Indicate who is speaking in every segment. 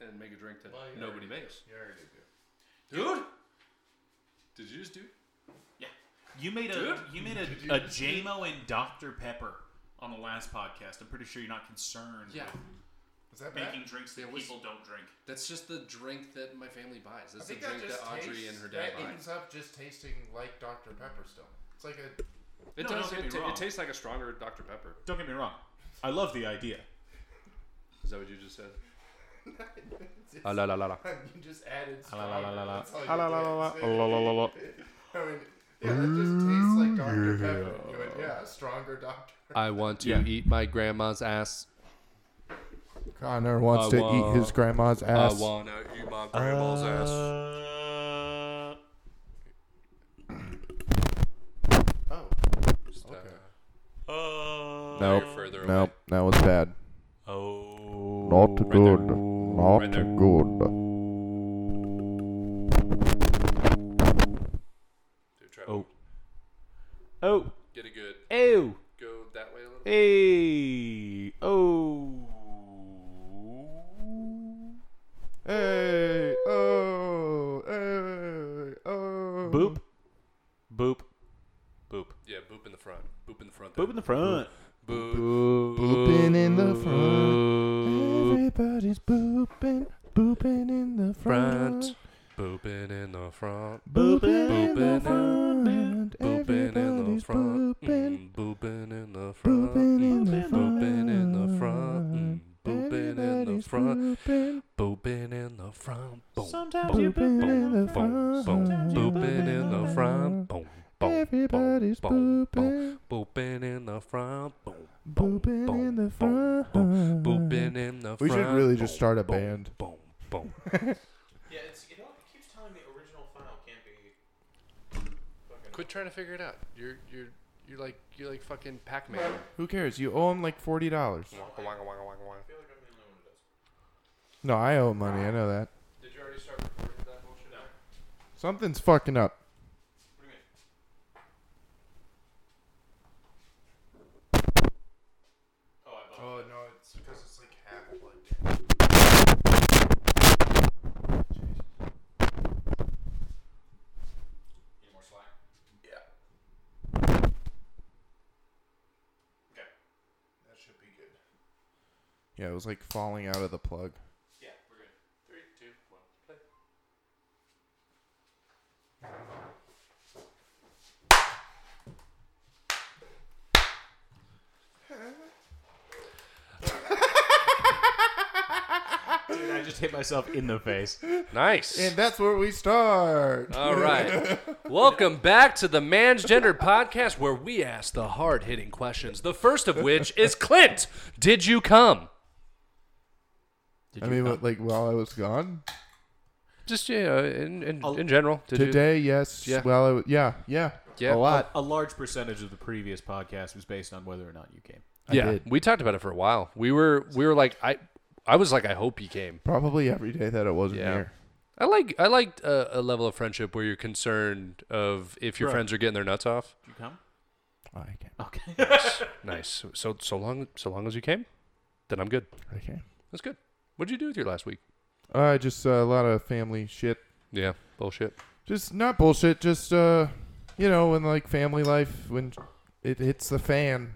Speaker 1: and make a drink that
Speaker 2: Well, you
Speaker 1: nobody
Speaker 2: already
Speaker 1: makes.
Speaker 2: You already do.
Speaker 1: Dude, did you just do?
Speaker 3: You made a
Speaker 1: Dude.
Speaker 3: you made a,
Speaker 2: you
Speaker 3: a
Speaker 2: just-
Speaker 3: JMO and Dr Pepper on the last podcast. I'm pretty sure you're not concerned with
Speaker 2: Is that bad?
Speaker 3: making drinks that
Speaker 1: It was-
Speaker 3: people don't drink.
Speaker 1: That's just the drink that my family buys.
Speaker 2: I
Speaker 1: That's the
Speaker 2: think that
Speaker 1: drink
Speaker 2: just
Speaker 1: that Audrey
Speaker 2: tastes,
Speaker 1: and her dad
Speaker 2: that
Speaker 1: buy.
Speaker 2: ends up just tasting like Dr Pepper still. It's like a
Speaker 1: It does.
Speaker 3: No, don't get me
Speaker 1: It, ta-
Speaker 3: wrong.
Speaker 1: it tastes like a stronger Dr Pepper.
Speaker 3: Don't get me wrong. I love the idea.
Speaker 1: Is that what you just said?
Speaker 2: it's-
Speaker 1: Ah, la la la la.
Speaker 2: you just added
Speaker 3: Ah, la, la, la, la.
Speaker 2: stronger.
Speaker 3: Ah, la, la, la,
Speaker 2: That's all
Speaker 1: Oh,
Speaker 2: you
Speaker 3: la, la, la, la.
Speaker 2: did. I mean, yeah, that just tastes like Dr Pepper. You went, yeah, stronger Dr.
Speaker 1: I want to
Speaker 3: Yeah.
Speaker 1: eat my grandma's ass.
Speaker 2: Connor wants to eat his grandma's ass.
Speaker 1: want to eat my grandma's ass.
Speaker 3: Uh,
Speaker 2: Oh,
Speaker 1: Just, uh,
Speaker 2: okay.
Speaker 3: uh,
Speaker 1: no further away.
Speaker 2: that was bad.
Speaker 3: Oh.
Speaker 2: Not
Speaker 1: there.
Speaker 2: good. Not
Speaker 1: Right there.
Speaker 2: good.
Speaker 1: Dude, try
Speaker 3: Oh.
Speaker 1: to
Speaker 3: Oh.
Speaker 1: Get it good.
Speaker 3: Oh.
Speaker 1: Go that way a little.
Speaker 3: Hey. Oh.
Speaker 2: Hey, oh, hey, oh.
Speaker 3: Boop. Boop. Boop.
Speaker 1: Yeah, boop in the front. Boop in the front.
Speaker 3: Boop in the front.
Speaker 1: Boop.
Speaker 2: Booping in the front. Everybody's booping, booping in the front.
Speaker 1: Booping in the front.
Speaker 2: Booping, in
Speaker 1: Booping
Speaker 2: the
Speaker 1: in-
Speaker 2: front.
Speaker 1: Booping in the
Speaker 2: Everybody's
Speaker 1: front.
Speaker 2: booping.
Speaker 1: Mm, booping in the front.
Speaker 2: Booping in the
Speaker 1: Mm, Booping in the front. Mm, Booping in the
Speaker 2: Everybody's
Speaker 1: front.
Speaker 2: booping.
Speaker 1: Booping in the front. Boom.
Speaker 3: Sometimes
Speaker 1: boom,
Speaker 3: you
Speaker 2: Booping
Speaker 3: boop
Speaker 2: in the
Speaker 1: Boom,
Speaker 2: front.
Speaker 1: boom,
Speaker 3: Sometimes you
Speaker 1: booping in the front, boom, boom,
Speaker 2: Everybody's
Speaker 1: boom, boom,
Speaker 2: booping.
Speaker 1: boom, booping in the front, boom, boom,
Speaker 2: Booping
Speaker 1: boom,
Speaker 2: in the
Speaker 1: boom,
Speaker 2: front.
Speaker 1: boom, booping in the front.
Speaker 2: We should really just
Speaker 1: boom,
Speaker 2: start a
Speaker 1: boom,
Speaker 2: band.
Speaker 1: Boom, boom.
Speaker 3: Yeah, it's, it, all, it keeps telling me original file can't be. Fucking
Speaker 1: Quit trying to figure it out. You're you're you're like you're like fucking Pac-Man.
Speaker 2: Who cares? You owe him like forty dollars.
Speaker 1: Waka, waka, waka, waka, waka.
Speaker 3: I feel like I'm the only one who does.
Speaker 2: No, I owe money. I know that.
Speaker 3: Did you already start recording that bullshit? No. What
Speaker 2: Something's fucking up.
Speaker 3: do you mean? Oh, I
Speaker 2: Oh no, it's because it's like half plugged
Speaker 3: Need more slack?
Speaker 2: Yeah.
Speaker 3: Okay.
Speaker 2: That should be good. Yeah, it was like falling out of the plug.
Speaker 3: Yeah, we're good. Three, two, one, play. Dude, I just hit myself in the face.
Speaker 1: Nice.
Speaker 2: And that's where we start.
Speaker 1: All right. Welcome back to the Man's Gender Podcast, where we ask the hard hitting questions. The first of which is Clint, did you come? Did
Speaker 2: I mean, what, like while I was gone
Speaker 1: Just yeah, in in, in general. Did
Speaker 2: today, yes.
Speaker 1: Yeah.
Speaker 2: While I was, yeah, yeah,
Speaker 1: Yeah.
Speaker 2: a lot.
Speaker 3: A large percentage of the previous podcast was based on whether or not you came.
Speaker 1: You, yeah,
Speaker 2: did.
Speaker 1: we talked about it for a while. We were we were like I I was like I hope he came.
Speaker 2: Probably every day that it wasn't
Speaker 1: Yeah.
Speaker 2: here.
Speaker 1: I like I liked a, a level of friendship where you're concerned of if your
Speaker 3: Right.
Speaker 1: friends are getting their nuts off.
Speaker 3: Did you come?
Speaker 2: Oh, I can.
Speaker 3: Okay.
Speaker 1: Nice. So so long so long as you came, then I'm good.
Speaker 2: I can.
Speaker 1: That's good. What'd you do with your last week?
Speaker 2: Uh, just uh, a lot of family shit.
Speaker 1: Yeah, bullshit.
Speaker 2: Just not bullshit. Just uh, you know, when like family life, when it hits the fan,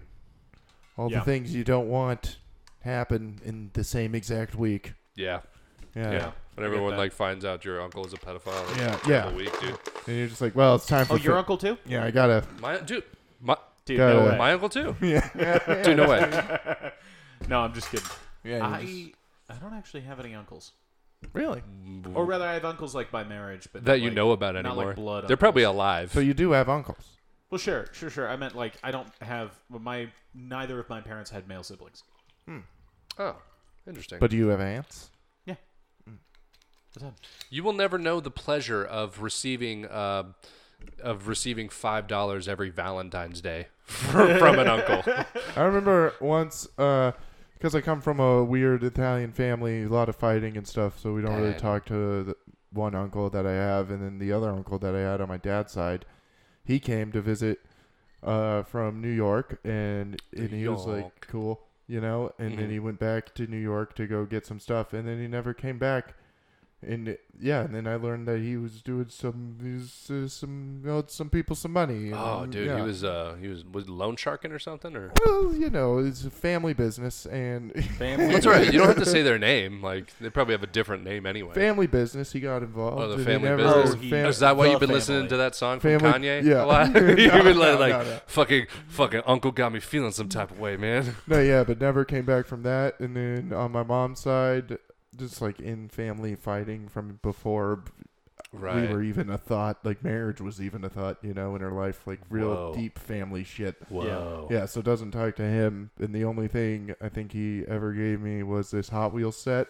Speaker 2: all
Speaker 3: Yeah.
Speaker 2: the things you don't want happen in the same exact week.
Speaker 1: Yeah.
Speaker 2: Yeah.
Speaker 1: Yeah.
Speaker 2: yeah.
Speaker 1: When
Speaker 3: I get
Speaker 1: everyone
Speaker 3: that.
Speaker 1: like finds out your uncle is a pedophile. like,
Speaker 2: Yeah,
Speaker 1: the
Speaker 2: yeah.
Speaker 1: week, dude.
Speaker 2: And you're just like, well, it's time for.
Speaker 3: oh, your
Speaker 2: fa-
Speaker 3: uncle too?
Speaker 2: Yeah, I gotta.
Speaker 1: My dude, my
Speaker 3: Dude,
Speaker 2: Got
Speaker 3: no
Speaker 2: it.
Speaker 3: way.
Speaker 1: my uncle too.
Speaker 2: Yeah.
Speaker 1: Dude, no way.
Speaker 3: no, I'm just kidding.
Speaker 2: yeah.
Speaker 3: I
Speaker 2: you
Speaker 3: I don't actually have any uncles,
Speaker 2: just- really.
Speaker 3: or rather, I have uncles like by marriage, but
Speaker 1: That
Speaker 3: not
Speaker 1: you
Speaker 3: like-
Speaker 1: know about
Speaker 3: not like
Speaker 1: anymore.
Speaker 3: blood
Speaker 1: They're probably
Speaker 3: uncles.
Speaker 1: alive.
Speaker 2: So you do have uncles.
Speaker 3: Well, sure, sure, sure. I meant like I don't have well, my neither of my parents had male siblings.
Speaker 1: oh, interesting.
Speaker 2: But do you have aunts?
Speaker 3: Mm. What's up?
Speaker 1: You will never know the pleasure of receiving uh, of receiving five dollars every Valentine's Day from, from an uncle.
Speaker 2: I remember once, because I come from a weird Italian family, a lot of fighting and stuff, so we don't really
Speaker 1: Dad.
Speaker 2: talk to the one uncle that I have, and then the other uncle that I had on my dad's side, he came to visit uh, from New York, and, and he was like,
Speaker 1: York. Mm-hmm.
Speaker 2: cool. you know, and then he went back to New York to go get some stuff, and then he never came back. And it- yeah, and then I learned that he was doing some, he was, uh, some, owed some people some money. and,
Speaker 1: Oh, dude, he
Speaker 2: yeah.
Speaker 1: was uh, he was was loan sharking or something, or
Speaker 2: Well, you know, it's a family business, and
Speaker 3: Family.
Speaker 1: that's all right. You don't have to say their name. Like they probably have a different name anyway.
Speaker 2: family business. He got involved.
Speaker 1: Oh, the
Speaker 2: and he
Speaker 1: family
Speaker 2: never-
Speaker 1: business.
Speaker 3: Oh,
Speaker 2: fam-
Speaker 3: he- Family-
Speaker 1: Is that why
Speaker 3: The
Speaker 1: you've been listening
Speaker 3: family.
Speaker 1: to that song from
Speaker 2: Family-
Speaker 1: Kanye? A
Speaker 2: yeah.
Speaker 1: lot? You've been
Speaker 2: No,
Speaker 1: like,
Speaker 2: no, no.
Speaker 1: fucking, fucking uncle got me feeling some type of way, man.
Speaker 2: No, yeah, but never came back from that. And then on my mom's side, just like in family fighting from before
Speaker 1: Right.
Speaker 2: we were even a thought, like marriage was even a thought, you know, in her life, like real
Speaker 1: Whoa.
Speaker 2: deep family shit.
Speaker 1: Whoa.
Speaker 2: Yeah, so it doesn't talk to him. And the only thing I think he ever gave me was this Hot Wheels set,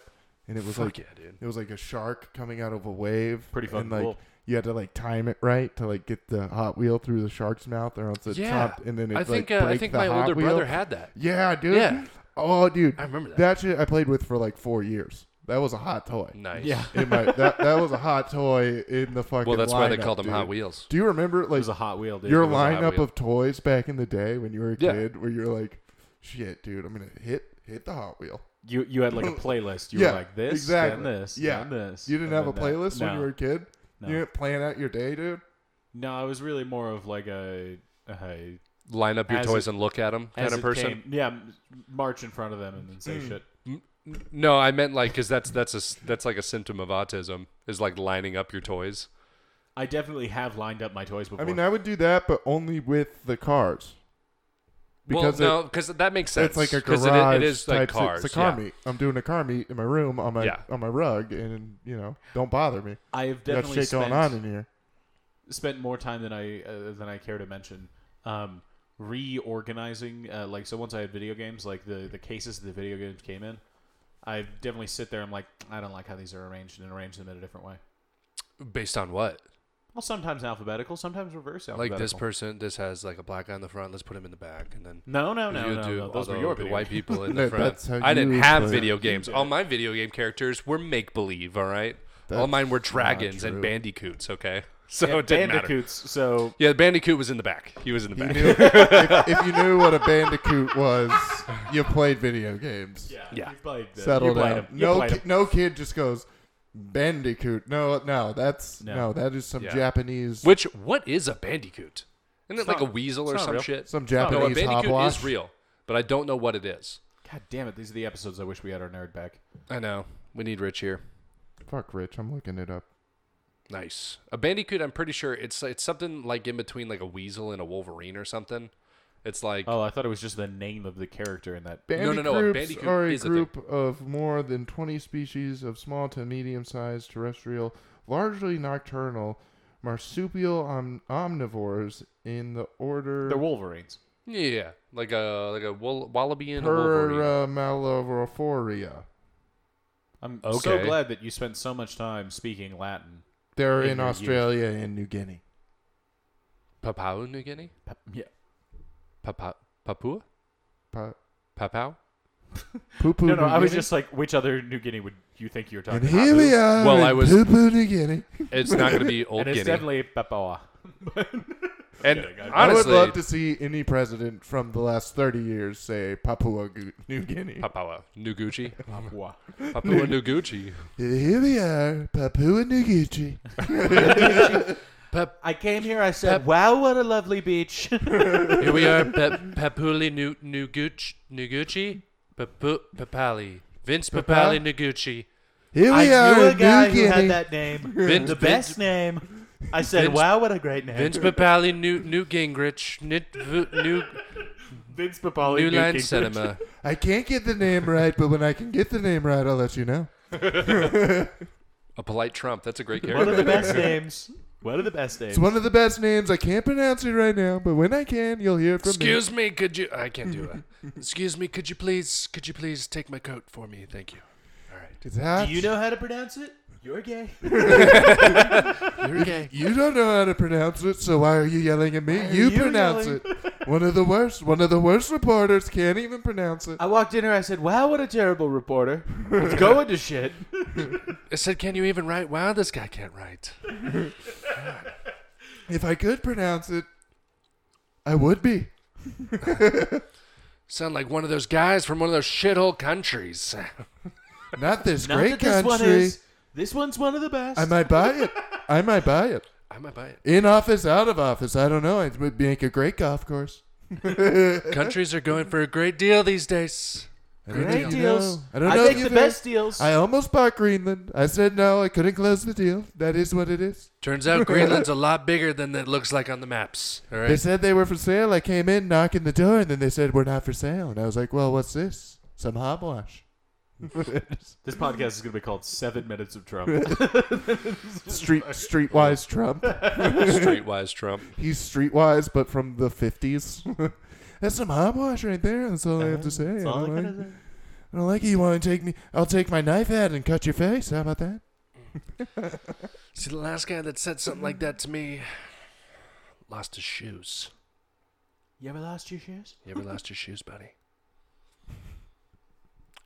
Speaker 2: and it was
Speaker 1: Fuck
Speaker 2: like
Speaker 1: yeah, dude.
Speaker 2: it was like a shark coming out of a wave.
Speaker 3: Pretty fucking
Speaker 2: and, like,
Speaker 3: cool.
Speaker 2: You had to like time it right to like get the Hot Wheel through the shark's mouth, or else it
Speaker 1: Yeah.
Speaker 2: chopped, and then it
Speaker 1: I
Speaker 2: like
Speaker 1: think uh,
Speaker 2: break
Speaker 1: I think
Speaker 2: the
Speaker 1: my
Speaker 2: Hot
Speaker 1: older
Speaker 2: Wheel.
Speaker 1: brother had that.
Speaker 2: Yeah, dude.
Speaker 1: Yeah.
Speaker 2: Oh, dude.
Speaker 1: I remember that.
Speaker 2: That shit I played with for like four years. That was a hot toy.
Speaker 1: Nice.
Speaker 3: Yeah.
Speaker 2: In my, that that was a hot toy in the fucking.
Speaker 1: Well, that's why they
Speaker 2: lineup,
Speaker 1: called them
Speaker 2: dude.
Speaker 1: Hot Wheels.
Speaker 2: Do you remember
Speaker 3: It
Speaker 2: like
Speaker 3: was a Hot Wheel, dude.
Speaker 2: your
Speaker 3: It was a Hot
Speaker 2: lineup
Speaker 3: Wheel.
Speaker 2: of toys back in the day when you were a
Speaker 1: Yeah.
Speaker 2: kid, where you're like, shit, dude, I'm gonna hit hit the Hot Wheel.
Speaker 3: you you had like a playlist. You
Speaker 2: Yeah,
Speaker 3: were like this,
Speaker 2: exactly.
Speaker 3: then this,
Speaker 2: Yeah.
Speaker 3: then this.
Speaker 2: You didn't
Speaker 3: and
Speaker 2: have a
Speaker 3: then that.
Speaker 2: playlist when
Speaker 3: Uh, No.
Speaker 2: you were a kid.
Speaker 3: No.
Speaker 2: You didn't plan out your day, dude.
Speaker 3: No, it was really more of like a, a
Speaker 1: Line up your
Speaker 3: As
Speaker 1: toys
Speaker 3: it-
Speaker 1: and look at them kind
Speaker 3: as
Speaker 1: of
Speaker 3: it
Speaker 1: person.
Speaker 3: came- yeah, m- march in front of them and then
Speaker 2: Hmm.
Speaker 3: say shit.
Speaker 1: No, I meant like because that's that's a s- that's like a symptom of autism is like lining up your toys.
Speaker 3: I definitely have lined up my toys before.
Speaker 2: I mean, I would do that, but only with the cars. Because it-
Speaker 1: well, no, because that makes sense.
Speaker 2: It's like a
Speaker 1: 'Cause
Speaker 2: garage.
Speaker 1: it i- It is like
Speaker 2: type sit-
Speaker 1: cars.
Speaker 2: It's a car
Speaker 1: yeah.
Speaker 2: meet. I'm doing a car meet in my room on my
Speaker 1: Yeah.
Speaker 2: on my rug, and you know, don't bother me.
Speaker 3: I have
Speaker 2: You got
Speaker 3: definitely
Speaker 2: shit
Speaker 3: spent,
Speaker 2: going on in here.
Speaker 3: spent more time than I uh, than I care to mention. Um, reorganizing, uh, like so. Once I had video games, like the the cases that the video games came in, I definitely sit there. I'm like, I don't like how these are arranged, and arrange them in a different way.
Speaker 1: Based on what?
Speaker 3: Well, sometimes alphabetical, sometimes reverse alphabetical.
Speaker 1: Like this person, this has like a black guy in the front. Let's put him in the back, and then
Speaker 3: No, no, no,
Speaker 1: you
Speaker 3: no,
Speaker 1: do-
Speaker 3: no. Those were
Speaker 1: although
Speaker 3: your
Speaker 1: the
Speaker 3: video
Speaker 1: white people in the
Speaker 2: That-
Speaker 1: front.
Speaker 2: that's how
Speaker 1: I
Speaker 2: you
Speaker 1: didn't
Speaker 2: would
Speaker 1: have
Speaker 2: play
Speaker 1: video
Speaker 2: it.
Speaker 1: games. All my video game characters were make believe. All right, all
Speaker 2: That's
Speaker 1: mine were dragons
Speaker 2: not
Speaker 1: and
Speaker 2: true.
Speaker 1: bandicoots. Okay, so
Speaker 3: Yeah,
Speaker 1: it didn't matter.
Speaker 3: bandicoots. So
Speaker 1: Yeah, the bandicoot was in the back. He was in the back.
Speaker 2: You- if, if you knew what a bandicoot was, you played video games.
Speaker 1: Yeah.
Speaker 3: you played. The,
Speaker 2: Settle
Speaker 3: you played
Speaker 2: down.
Speaker 3: 'em. You
Speaker 2: No,
Speaker 3: played 'em.
Speaker 2: ki- no kid just goes bandicoot. No, no, that's no,
Speaker 3: No.
Speaker 2: that is some
Speaker 1: Yeah.
Speaker 2: Japanese,
Speaker 1: Which what is a bandicoot? Isn't it
Speaker 3: It's
Speaker 1: like
Speaker 3: not-
Speaker 1: a weasel
Speaker 3: it's
Speaker 1: or
Speaker 3: not
Speaker 1: some
Speaker 3: real.
Speaker 1: shit? no,
Speaker 2: some
Speaker 1: a
Speaker 2: Japanese
Speaker 1: bandicoot
Speaker 2: hogwash.
Speaker 1: is real, but I don't know what it is.
Speaker 3: God damn it! These are the episodes I wish we had our nerd back.
Speaker 1: I know we need Rich here.
Speaker 2: Fuck, Rich, I'm looking it up.
Speaker 1: Nice. A bandicoot. I'm pretty sure it's it's something like in between like a weasel and a wolverine or something. It's like
Speaker 3: Oh, I thought it was just the name of the character in that.
Speaker 1: No, no, no, a
Speaker 2: Bandicoots
Speaker 1: bandicoot
Speaker 2: are a
Speaker 1: is a thing.
Speaker 2: group of more than 20 species of small to medium-sized terrestrial, largely nocturnal, marsupial om- omnivores in the
Speaker 3: They're
Speaker 2: order
Speaker 3: Wolverines.
Speaker 1: yeah, like a like a wall- wallaby and a wolverine.
Speaker 2: uh, Peramalophoria.
Speaker 3: I'm
Speaker 1: Okay.
Speaker 3: so glad that you spent so much time speaking Latin.
Speaker 2: They're
Speaker 3: In
Speaker 2: in
Speaker 3: your youth.
Speaker 2: Australia and New Guinea.
Speaker 1: Papua New Guinea?
Speaker 3: Pa- Yeah.
Speaker 1: Papa, Papua?
Speaker 2: Pa-
Speaker 1: Papua?
Speaker 2: Poo-poo
Speaker 3: No, no.
Speaker 2: New
Speaker 3: I was
Speaker 2: Guinea.
Speaker 3: just like, which other New Guinea would you think you were talking
Speaker 2: And here
Speaker 3: about?
Speaker 2: we are
Speaker 1: Well,
Speaker 2: in
Speaker 1: I was-
Speaker 2: Poo-poo New Guinea.
Speaker 1: It's not going to be Old
Speaker 3: And it's
Speaker 1: Guinea.
Speaker 3: definitely Papua.
Speaker 1: and
Speaker 2: I
Speaker 1: honestly,
Speaker 2: would love to see any president from the last 30 years say Papua Gu- New Guinea.
Speaker 1: Papua New Gucci.
Speaker 3: Papua.
Speaker 1: Papua New Gucci.
Speaker 2: And here we are, Papua New Guinea.
Speaker 3: I came here. I said, "Wow, what a lovely beach."
Speaker 1: Here we are, Pe- Papuli Nu New Gucci. New Gucci. Papu- Papali. Vince
Speaker 2: Papa?
Speaker 1: Papali Noguchi.
Speaker 2: Here we are, in New Guinea.
Speaker 3: name,
Speaker 1: Vince- the best
Speaker 3: name. I said,
Speaker 1: Vince-
Speaker 3: "Wow, what a great name."
Speaker 1: Vince Papali New New Gingrich. Nit vu, new
Speaker 3: Vince Papali.
Speaker 1: New Line
Speaker 3: King.
Speaker 1: Cinema.
Speaker 2: I can't get the name right, but when I can get the name right, I'll let you know.
Speaker 1: A polite Trump. That's a great
Speaker 3: One of
Speaker 1: character.
Speaker 3: the best names. One of the best names.
Speaker 2: It's one of the best names. I can't pronounce it right now, but when I can, you'll hear it from me.
Speaker 1: Excuse me, could you? I can't do it. Excuse me, could you please? Could you please take my coat for me? Thank you. All right.
Speaker 2: It's hot.
Speaker 3: Do you know how to pronounce it? You're gay.
Speaker 1: You're gay.
Speaker 2: You don't know how to pronounce it, so why are you yelling at me? You,
Speaker 3: you
Speaker 2: pronounce
Speaker 3: yelling?
Speaker 2: it. One of the worst. One of the worst reporters can't even pronounce it.
Speaker 3: I walked in here. I said, "Wow, what a terrible reporter! It's going to shit."
Speaker 1: I said, can you even write? Wow, this guy can't write.
Speaker 2: If I could pronounce it, I would be.
Speaker 1: Sound like one of those guys from one of those shithole countries.
Speaker 2: Not this
Speaker 3: Not
Speaker 2: great
Speaker 3: that this one
Speaker 2: country.
Speaker 3: is. This one's one of the best.
Speaker 2: I might buy it. I might buy it.
Speaker 1: I might buy it.
Speaker 2: In office, out of office. I don't know. It would make a great golf course.
Speaker 1: Countries are going for a great deal these days.
Speaker 2: I don't
Speaker 3: Great
Speaker 2: know.
Speaker 3: deals.
Speaker 2: I don't
Speaker 3: I
Speaker 2: know. if
Speaker 3: make the
Speaker 2: you've
Speaker 3: best deals.
Speaker 2: I almost bought Greenland. I said no. I couldn't close the deal. That is what it is.
Speaker 1: Turns out Greenland's a lot bigger than it looks like on the maps. All
Speaker 2: They
Speaker 1: right.
Speaker 2: said they were for sale. I came in knocking the door, and then they said we're not for sale. And I was like, well, what's this? Some hogwash.
Speaker 3: this podcast is going to be called Seven Minutes of Trump.
Speaker 2: Street streetwise Trump.
Speaker 1: Streetwise Trump.
Speaker 2: He's streetwise, but from the fifties. That's some hogwash right there. That's all I have to say. I
Speaker 3: That's all I
Speaker 2: don't,
Speaker 3: gotta
Speaker 2: like,
Speaker 3: say.
Speaker 2: I don't like it. You want to take me? I'll take my knife out and cut your face. How about that?
Speaker 1: See, the last guy that said something like that to me lost his shoes.
Speaker 3: You ever lost your shoes?
Speaker 1: You ever lost your shoes, buddy?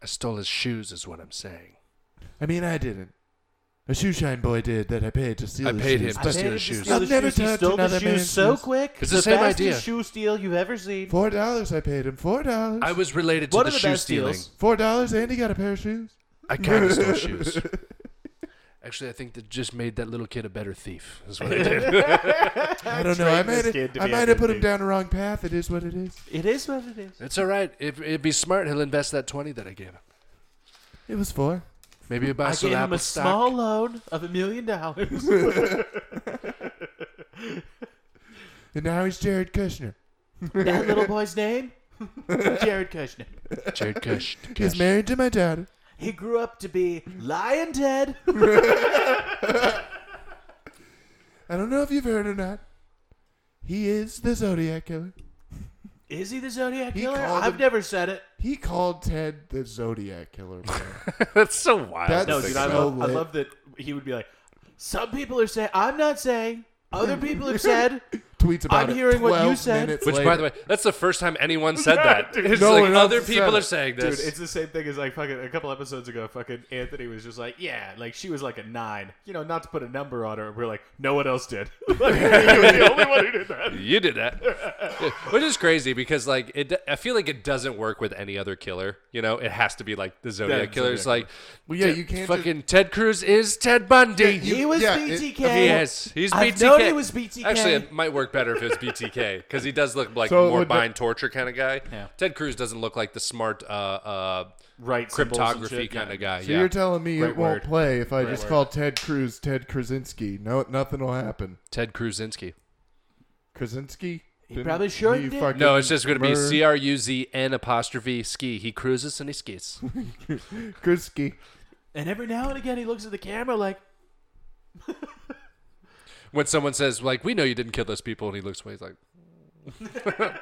Speaker 1: I stole his shoes, is what I'm saying.
Speaker 2: I mean, I didn't. A shoeshine boy did that. I paid to steal.
Speaker 1: I
Speaker 2: his
Speaker 1: paid him
Speaker 2: shoes, but
Speaker 1: to steal his shoes.
Speaker 2: I've never touched
Speaker 3: stole the
Speaker 2: another
Speaker 3: shoes
Speaker 2: man's
Speaker 3: so
Speaker 2: shoes.
Speaker 3: quick.
Speaker 1: It's the same
Speaker 3: fastest
Speaker 1: idea.
Speaker 3: shoe steal you've ever seen.
Speaker 2: Four dollars. I paid him four dollars.
Speaker 1: I was related to
Speaker 3: One
Speaker 1: the,
Speaker 3: of the
Speaker 1: shoe
Speaker 3: best
Speaker 1: stealing.
Speaker 3: deals.
Speaker 2: four dollars. and he got a pair of shoes.
Speaker 1: I kind of stole shoes. Actually, I think that just made that little kid a better thief. Is what I did.
Speaker 2: I don't know. I
Speaker 3: trained this
Speaker 2: might
Speaker 3: kid
Speaker 2: have,
Speaker 3: to
Speaker 2: I
Speaker 3: be a
Speaker 2: might have
Speaker 3: good
Speaker 2: put him
Speaker 3: dude.
Speaker 2: down the wrong path. It is what it is.
Speaker 3: It is what it is.
Speaker 1: it's all right. If it'd be smart, he'll invest that twenty that I gave him.
Speaker 2: It was four.
Speaker 1: Maybe he'll buy
Speaker 3: I
Speaker 1: some
Speaker 3: gave him
Speaker 1: Apple
Speaker 3: a
Speaker 1: stock.
Speaker 3: small loan of a million dollars.
Speaker 2: And now he's Jared Kushner.
Speaker 3: that little boy's name? Jared Kushner.
Speaker 1: Jared Kush.
Speaker 2: He's married to my daughter.
Speaker 3: He grew up to be Lion Ted.
Speaker 2: I don't know if you've heard or not. He is the Zodiac killer.
Speaker 3: Is he the Zodiac
Speaker 2: He
Speaker 3: Killer?
Speaker 2: called
Speaker 3: I've
Speaker 2: him-
Speaker 3: never said it.
Speaker 2: He called Ted the Zodiac killer. bro.
Speaker 1: That's so wild.
Speaker 2: That's-
Speaker 3: No,
Speaker 2: That's
Speaker 3: dude, I
Speaker 2: so
Speaker 3: love, I
Speaker 2: lit.
Speaker 3: love that he would be like, some people are saying, I'm not saying, other people have said,
Speaker 2: Tweets about
Speaker 3: I'm
Speaker 2: it
Speaker 3: hearing what you
Speaker 2: 12
Speaker 3: said.
Speaker 2: minutes
Speaker 1: Which,
Speaker 2: later.
Speaker 1: by the way, that's the first time anyone said that. It's
Speaker 2: no
Speaker 1: like
Speaker 2: one else
Speaker 1: other
Speaker 2: said
Speaker 1: people
Speaker 2: it.
Speaker 1: are saying
Speaker 3: Dude,
Speaker 1: this.
Speaker 3: it's the same thing as like fucking a couple episodes ago. Fucking Anthony was just like, yeah, like she was like a nine, you know, not to put a number on her. We're like, no one else did. like, you were the only one who did that.
Speaker 1: you did that, which is crazy because like it. I feel like it doesn't work with any other killer. You know, it has to be like the Zodiac
Speaker 3: Yeah,
Speaker 1: killer. It's
Speaker 3: Zodiac
Speaker 1: like,
Speaker 2: Well, yeah,
Speaker 1: Ted-
Speaker 2: you can't
Speaker 1: Fucking Ted Cruz is Ted Bundy.
Speaker 2: You-
Speaker 3: he was
Speaker 2: yeah, it-
Speaker 3: BTK.
Speaker 1: he is. He's BTK.
Speaker 3: I've known he was BTK.
Speaker 1: Actually, it might work better if it's BTK because he does look like
Speaker 2: So it
Speaker 1: more
Speaker 2: would be-
Speaker 1: mind torture kind of guy.
Speaker 3: Yeah.
Speaker 1: Ted Cruz doesn't look like the smart uh, uh,
Speaker 3: right symbols and
Speaker 1: cryptography
Speaker 3: shit, yeah.
Speaker 1: kind of guy.
Speaker 2: so
Speaker 1: yeah.
Speaker 2: you're telling me
Speaker 3: Great
Speaker 2: it won't
Speaker 3: word.
Speaker 2: play if I just
Speaker 3: word.
Speaker 2: call Ted Cruz Ted Krasinski? No, nothing will happen.
Speaker 1: Ted Kruzinski.
Speaker 2: Krasinski. He
Speaker 3: probably sure did.
Speaker 2: fucking
Speaker 1: No, it's just going to be
Speaker 2: murdered-
Speaker 1: C R U Z N apostrophe ski. He cruises and he skis.
Speaker 2: Krasinski.
Speaker 3: And every now and again, he looks at the camera like,
Speaker 1: when someone says like, "We know you didn't kill those people," and he looks away, he's like,